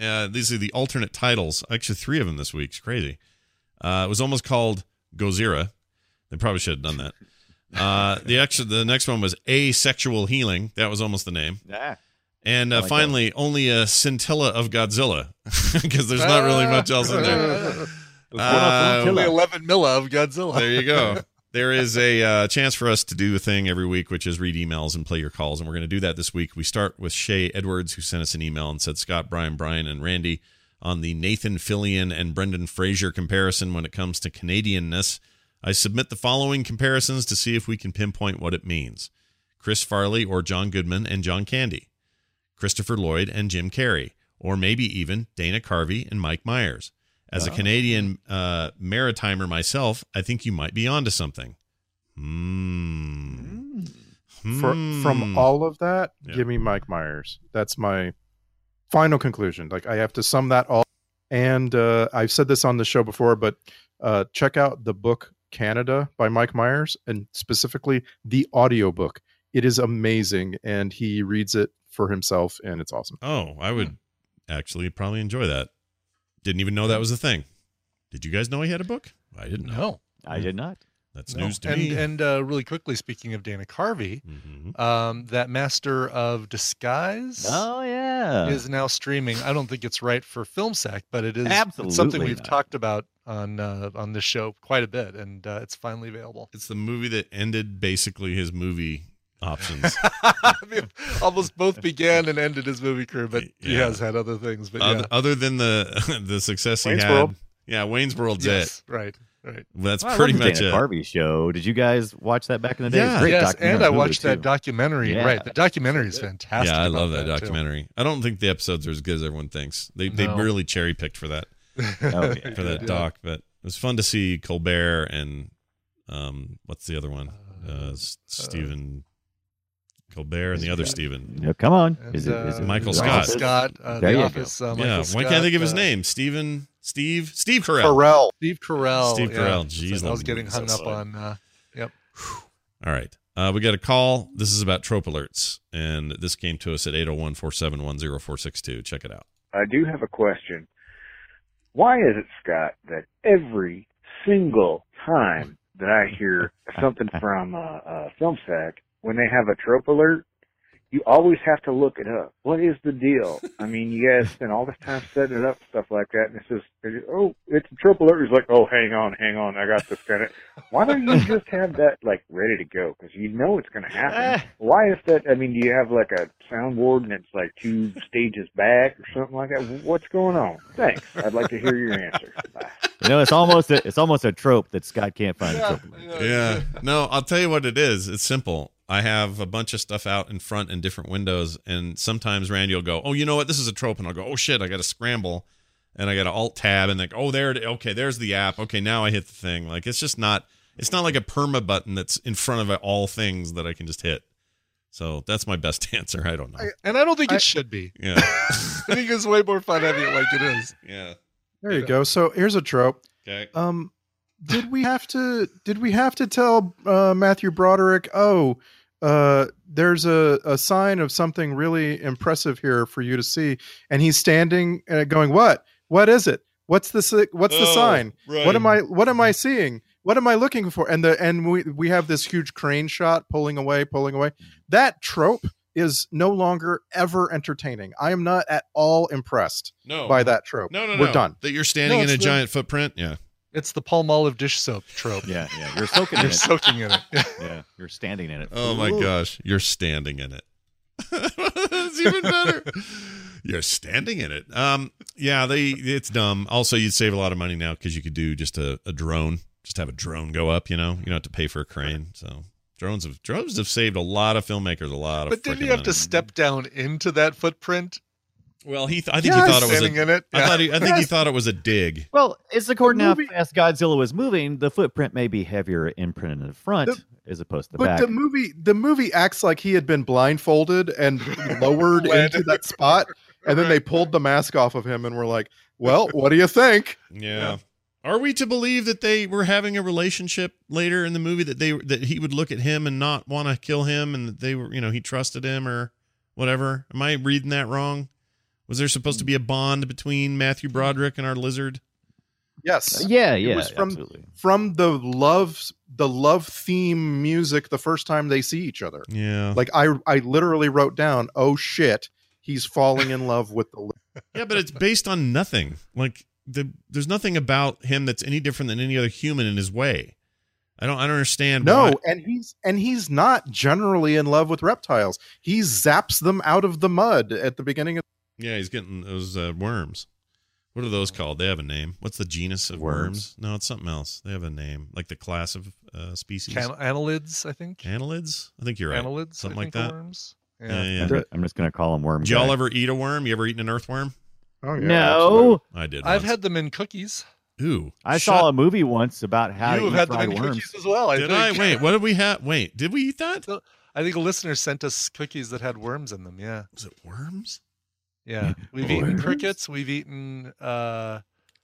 Speaker 5: Uh, these are the alternate titles. Actually, three of them this week. It's crazy. Uh, it was almost called Gozira. They probably should have done that. Uh, the actual, the next one was Asexual Healing. That was almost the name.
Speaker 6: Yeah.
Speaker 5: And uh,
Speaker 6: I like that.
Speaker 5: finally, only a scintilla of Godzilla, because there's not
Speaker 6: Ah.
Speaker 5: really much else in there. Uh,
Speaker 9: only 11 milla of Godzilla.
Speaker 5: There you go. There is a uh, chance for us to do a thing every week, which is read emails and play your calls. And we're going to do that this week. We start with Shay Edwards, who sent us an email and said Scott, Brian, Brian, and Randy on the Nathan Fillion and Brendan Fraser comparison when it comes to Canadianness. I submit the following comparisons to see if we can pinpoint what it means Chris Farley or John Goodman and John Candy, Christopher Lloyd and Jim Carrey, or maybe even Dana Carvey and Mike Myers. As a
Speaker 6: Wow.
Speaker 5: Canadian uh, maritimer myself, I think you might be onto something. Hmm.
Speaker 8: For,
Speaker 5: Hmm.
Speaker 8: from all of that,
Speaker 5: Yeah.
Speaker 8: give me Mike Myers. That's my final conclusion. Like I have to sum that all. And uh, I've said this on the show before, but uh, check out the book Canada by Mike Myers, and specifically the audiobook. It is amazing, and he reads it for himself, and it's awesome.
Speaker 5: Oh, I would actually probably enjoy that. Didn't even know that was a thing. Did you guys know he had a book? I didn't know.
Speaker 9: No.
Speaker 6: I did not.
Speaker 5: That's
Speaker 9: No.
Speaker 5: news to
Speaker 9: and,
Speaker 5: me.
Speaker 9: And uh, really quickly, speaking of Dana Carvey,
Speaker 5: Mhm.
Speaker 9: um, that master of disguise
Speaker 6: Oh yeah.
Speaker 9: is now streaming. I don't think it's right for FilmSack, but it is
Speaker 6: Absolutely
Speaker 9: it's something we've
Speaker 6: not.
Speaker 9: talked about on uh, on this show quite a bit, and uh, it's finally available.
Speaker 5: It's the movie that ended basically his movie options.
Speaker 9: Almost both began and ended his movie career, but he
Speaker 5: Yeah.
Speaker 9: has had other things. But
Speaker 5: other, other than the the success he
Speaker 9: Wayne's
Speaker 5: had.
Speaker 9: World.
Speaker 5: Yeah, Wayne's
Speaker 9: yeah,
Speaker 5: World's
Speaker 9: yes, right, right.
Speaker 5: it. That's
Speaker 6: Well, I
Speaker 5: pretty
Speaker 6: love the
Speaker 5: much
Speaker 6: Dana
Speaker 5: it.
Speaker 6: Carvey show. Did you guys watch that back in the day? It was
Speaker 5: Yeah.
Speaker 6: a great
Speaker 9: yes, and
Speaker 6: documentary
Speaker 9: I
Speaker 6: movie,
Speaker 9: watched that
Speaker 6: too.
Speaker 9: documentary.
Speaker 6: Yeah.
Speaker 9: Right, the documentary is fantastic.
Speaker 5: Yeah, I
Speaker 9: about
Speaker 5: love that,
Speaker 9: too.
Speaker 5: documentary. I don't think the episodes are as good as everyone thinks. They they
Speaker 9: No.
Speaker 5: really cherry picked for that
Speaker 6: Oh, yeah.
Speaker 5: for that
Speaker 9: Yeah.
Speaker 5: doc, but it was fun to see Colbert and um what's the other one? Uh, S- Stephen Colbert and the other Stephen.
Speaker 6: No, come on.
Speaker 9: And,
Speaker 6: Is it, is
Speaker 9: uh,
Speaker 6: it
Speaker 5: Michael
Speaker 6: is it-
Speaker 5: Scott.
Speaker 9: Scott, uh,
Speaker 6: There
Speaker 9: The
Speaker 6: you go.
Speaker 9: Office. Uh, Michael
Speaker 5: yeah, why
Speaker 9: Scott,
Speaker 5: can't I think of his
Speaker 9: uh,
Speaker 5: name? Stephen Steve Steve Carell.
Speaker 9: Carell. Steve Carell.
Speaker 5: Steve
Speaker 9: yeah.
Speaker 5: Carell.
Speaker 9: It's
Speaker 5: Jeez,
Speaker 9: like I
Speaker 5: that
Speaker 9: was
Speaker 5: movie
Speaker 9: getting
Speaker 5: was
Speaker 9: hung
Speaker 5: so
Speaker 9: up
Speaker 5: slow.
Speaker 9: on. Uh, yep.
Speaker 5: All right. Uh, we got a call. This is about trope alerts, and this came to us at 801 471 0462. Check it out.
Speaker 18: I do have a question. Why is it, Scott, that every single time that I hear something from uh, uh, Film Sack, when they have a trope alert, you always have to look it up. What is the deal? I mean, you guys spend all this time setting it up, stuff like that, and it's just, it's just, oh, it's a trope alert. It's like, oh, hang on, hang on, I got this kind of. Why don't you just have that like ready to go? Because you know it's going to happen. Why is that? I mean, do you have like a soundboard and it's like two stages back or something like that? What's going on? Thanks. I'd like to hear your answer.
Speaker 6: You know, it's almost a, it's almost a trope that Scott can't find. a trope.
Speaker 5: Yeah. No, I'll tell you what it is. It's simple. I have a bunch of stuff out in front in different windows, and sometimes Randy will go, Oh, you know what? This is a trope. And I'll go, Oh, shit, I got to scramble. And I got to alt tab and like, Oh, there it Okay, there's the app. Okay, now I hit the thing. Like, it's just not, it's not like a perma button that's in front of all things that I can just hit. So that's my best answer. I don't know.
Speaker 9: I, and I don't think
Speaker 7: I-
Speaker 9: it should be.
Speaker 5: Yeah.
Speaker 9: I think it's way more fun having it like it is.
Speaker 5: Yeah.
Speaker 8: There you go. So here's a trope.
Speaker 5: Okay.
Speaker 8: Um, did we have to? Did we have to tell uh, Matthew Broderick? Oh, uh, there's a a sign of something really impressive here for you to see, and he's standing and going, "What? What is it? What's the si- What's the
Speaker 5: Oh, um,
Speaker 8: sign?
Speaker 5: right.
Speaker 8: What am I? What am I seeing? What am I looking for?" And the and we we have this huge crane shot pulling away, pulling away. That trope is no longer ever entertaining. I am not at all impressed
Speaker 5: No.
Speaker 8: by that trope.
Speaker 5: Oh. No, no, no.
Speaker 8: We're done.
Speaker 5: That you're standing
Speaker 9: No,
Speaker 5: in
Speaker 9: it's
Speaker 5: a
Speaker 9: the-
Speaker 5: giant footprint. Yeah.
Speaker 9: It's the Palm Olive dish soap trope.
Speaker 6: Yeah, yeah. You're soaking in
Speaker 9: You're
Speaker 6: it.
Speaker 9: soaking in it.
Speaker 6: yeah, you're standing in it.
Speaker 5: Oh my
Speaker 6: Ooh.
Speaker 5: gosh, you're standing in it. That's even better. you're standing in it. Um, yeah, they it's dumb. Also, you'd save a lot of money now because you could do just a, a drone, just have a drone go up. You know, you don't have to pay for a crane. So drones have drones have saved a lot of filmmakers a lot of.
Speaker 9: But didn't
Speaker 5: frickin'
Speaker 9: you have
Speaker 5: money.
Speaker 9: to step down into that footprint?
Speaker 5: Well, he th- I think
Speaker 9: Yeah,
Speaker 5: he
Speaker 9: he's
Speaker 5: thought it was a,
Speaker 9: standing in it.
Speaker 5: I, thought he, I think he
Speaker 6: Yes.
Speaker 5: thought it was a dig.
Speaker 6: Well, it's according to how
Speaker 8: movie-
Speaker 6: fast Godzilla was moving, the footprint may be heavier imprinted in the front
Speaker 8: The-
Speaker 6: as opposed to the
Speaker 8: but
Speaker 6: back.
Speaker 8: the movie the movie acts like he had been blindfolded and lowered into that spot and then they pulled the mask off of him and were like well what do you think
Speaker 5: Yeah. Are we to believe that they were having a relationship later in the movie that they that he would look at him and not want to kill him and that they were you know he trusted him or whatever? Am I reading that wrong? Was there supposed to be a bond between Matthew Broderick and our lizard?
Speaker 8: yes
Speaker 6: Uh, yeah,
Speaker 8: It
Speaker 6: yeah,
Speaker 8: was from
Speaker 6: absolutely.
Speaker 8: Uh, from the love the love theme music the first time they see each other
Speaker 5: Yeah.
Speaker 8: like i i literally wrote down oh shit he's falling in love with the
Speaker 5: yeah, but it's based on nothing. Like the there's nothing about him that's any different than any other human in his way. I don't I don't understand
Speaker 8: no
Speaker 5: why-
Speaker 8: and he's and he's not generally in love with reptiles he zaps them out of the mud at the beginning of
Speaker 5: Yeah, he's getting those uh, worms. What are those called? They have a name. What's the genus of worms? No, it's something else. They have a name, like the class of uh, species.
Speaker 9: Can- annelids, I think.
Speaker 5: Annelids? I think you're right.
Speaker 9: Annelids, I
Speaker 5: something like
Speaker 9: think, are
Speaker 5: that.
Speaker 9: worms.
Speaker 5: Yeah,
Speaker 9: Yeah.
Speaker 5: yeah.
Speaker 6: I'm ju- I'm just going to call him Worm.
Speaker 5: Did y'all
Speaker 6: Guy.
Speaker 5: ever eat a worm? You ever eaten an earthworm?
Speaker 8: oh yeah
Speaker 6: no.
Speaker 5: I did.
Speaker 9: I've
Speaker 5: once.
Speaker 9: had them in cookies.
Speaker 5: Ooh,
Speaker 6: I
Speaker 5: shut-
Speaker 6: saw a movie once about how
Speaker 9: you
Speaker 6: to
Speaker 9: have
Speaker 6: eat
Speaker 9: had them
Speaker 6: fried
Speaker 9: in
Speaker 6: worms.
Speaker 9: cookies as well. I
Speaker 5: Did I?
Speaker 9: think.
Speaker 5: Wait, what did we have? Wait, did we eat that?
Speaker 9: So, I think a listener sent us cookies that had worms in them. Yeah.
Speaker 5: Was it worms?
Speaker 9: Yeah. We've eaten
Speaker 5: Worms?
Speaker 9: crickets. We've eaten uh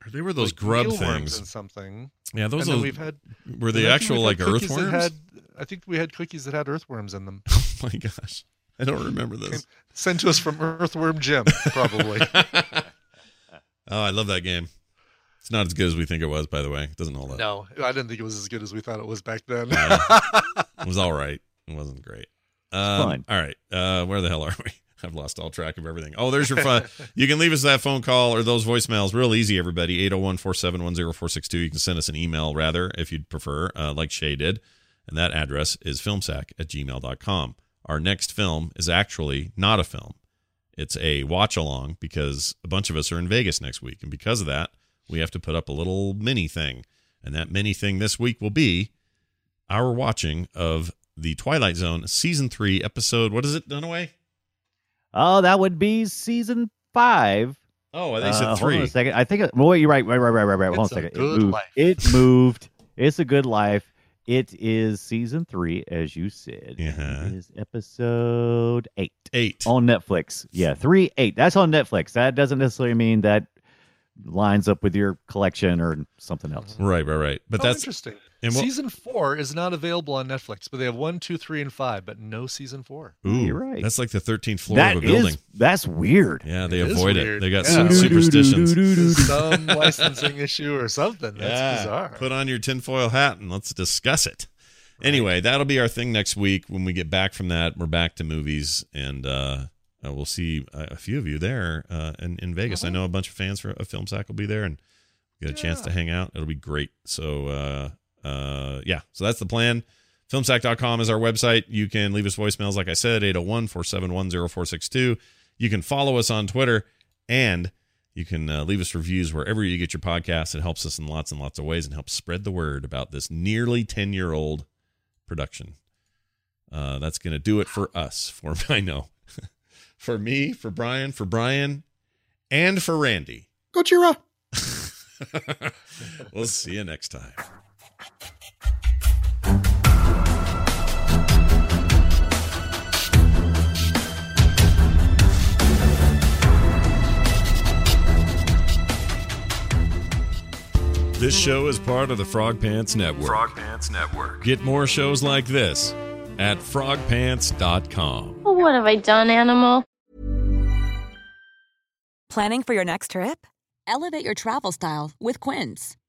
Speaker 5: Or they were those
Speaker 9: like
Speaker 5: grub
Speaker 9: mealworms
Speaker 5: things.
Speaker 9: and something.
Speaker 5: Yeah, those.
Speaker 9: and then
Speaker 5: are-
Speaker 9: we've had
Speaker 5: Were
Speaker 9: and
Speaker 5: they
Speaker 9: I think
Speaker 5: actual
Speaker 9: we've
Speaker 5: like
Speaker 9: had cookies that
Speaker 5: earthworms?
Speaker 9: Had, I think we had cookies that had earthworms in them.
Speaker 5: oh my gosh, I don't remember those.
Speaker 9: Sent to us from Earthworm Jim, probably.
Speaker 5: oh, I love that game. It's not as good as we think it was, by the way. It doesn't hold up.
Speaker 9: no, I didn't think it was as good as we thought it was back then.
Speaker 5: It was all right. It wasn't great. Um,
Speaker 6: fine.
Speaker 5: All right. Uh, where the hell are we? I've lost all track of everything. Oh, there's your phone. you can leave us that phone call or those voicemails. Real easy, everybody. 801 471 0462. You can send us an email, rather, if you'd prefer, uh, like Shay did. And that address is filmsack at gmail.com. Our next film is actually not a film, it's a watch along because a bunch of us are in Vegas next week. And because of that, we have to put up a little mini thing. And that mini thing this week will be our watching of the Twilight Zone season three episode. What is it, Dunaway?
Speaker 6: Oh, that would be season five.
Speaker 5: Oh, they
Speaker 6: Uh,
Speaker 5: said three.
Speaker 6: Hold on a second. I think. Well, wait, you're right. Right, right, right, right, right. Hold
Speaker 9: It's
Speaker 6: on a
Speaker 9: a
Speaker 6: second.
Speaker 9: good
Speaker 6: it moved.
Speaker 9: life.
Speaker 6: It moved. It's a good life. It is season three, as you said. and
Speaker 5: Uh-huh.
Speaker 6: It is episode eight
Speaker 5: Eight.
Speaker 6: on Netflix. Yeah, three eight. That's on Netflix. That doesn't necessarily mean that lines up with your collection or something else.
Speaker 5: Right, right, right. But
Speaker 9: Oh,
Speaker 5: that's
Speaker 9: interesting.
Speaker 5: and what-
Speaker 9: season four is not available on Netflix, but they have one, two, three, and five, but no season four.
Speaker 5: ooh,
Speaker 6: You're right.
Speaker 5: That's like the thirteenth floor
Speaker 6: That
Speaker 5: of a
Speaker 6: is-
Speaker 5: building.
Speaker 6: that's weird.
Speaker 5: Yeah, they
Speaker 9: It is
Speaker 5: avoid it.
Speaker 9: weird.
Speaker 5: They got
Speaker 9: Yeah.
Speaker 5: su- superstitions.
Speaker 9: Some licensing issue or something. That's
Speaker 5: Yeah.
Speaker 9: bizarre.
Speaker 5: Put on your tinfoil hat and let's discuss it. Anyway, that'll be our thing next week. When we get back from that, we're back to movies, and uh, uh, we'll see a, a few of you there uh, in, in Vegas.
Speaker 6: Uh-huh.
Speaker 5: I know a bunch of fans for a film sack will be there, and get a chance to hang out. It'll be great. So, uh, uh, yeah, so that's the plan. Filmsack.com is our website. You can leave us voicemails, like I said, 801 471 0462. You can follow us on Twitter and you can uh, leave us reviews wherever you get your podcasts. It helps us in lots and lots of ways and helps spread the word about this nearly 10 year old production. Uh, that's going to do it for us. For I know, for me, for Brian, for Brian, and for Randy.
Speaker 8: gojira
Speaker 5: we'll see you next time. This show is part of the Frog Pants Network. Frog Pants Network. Get more shows like this at frogpants.com.
Speaker 17: Well, what have I done, animal?
Speaker 19: Planning for your next trip? Elevate your travel style with Quince.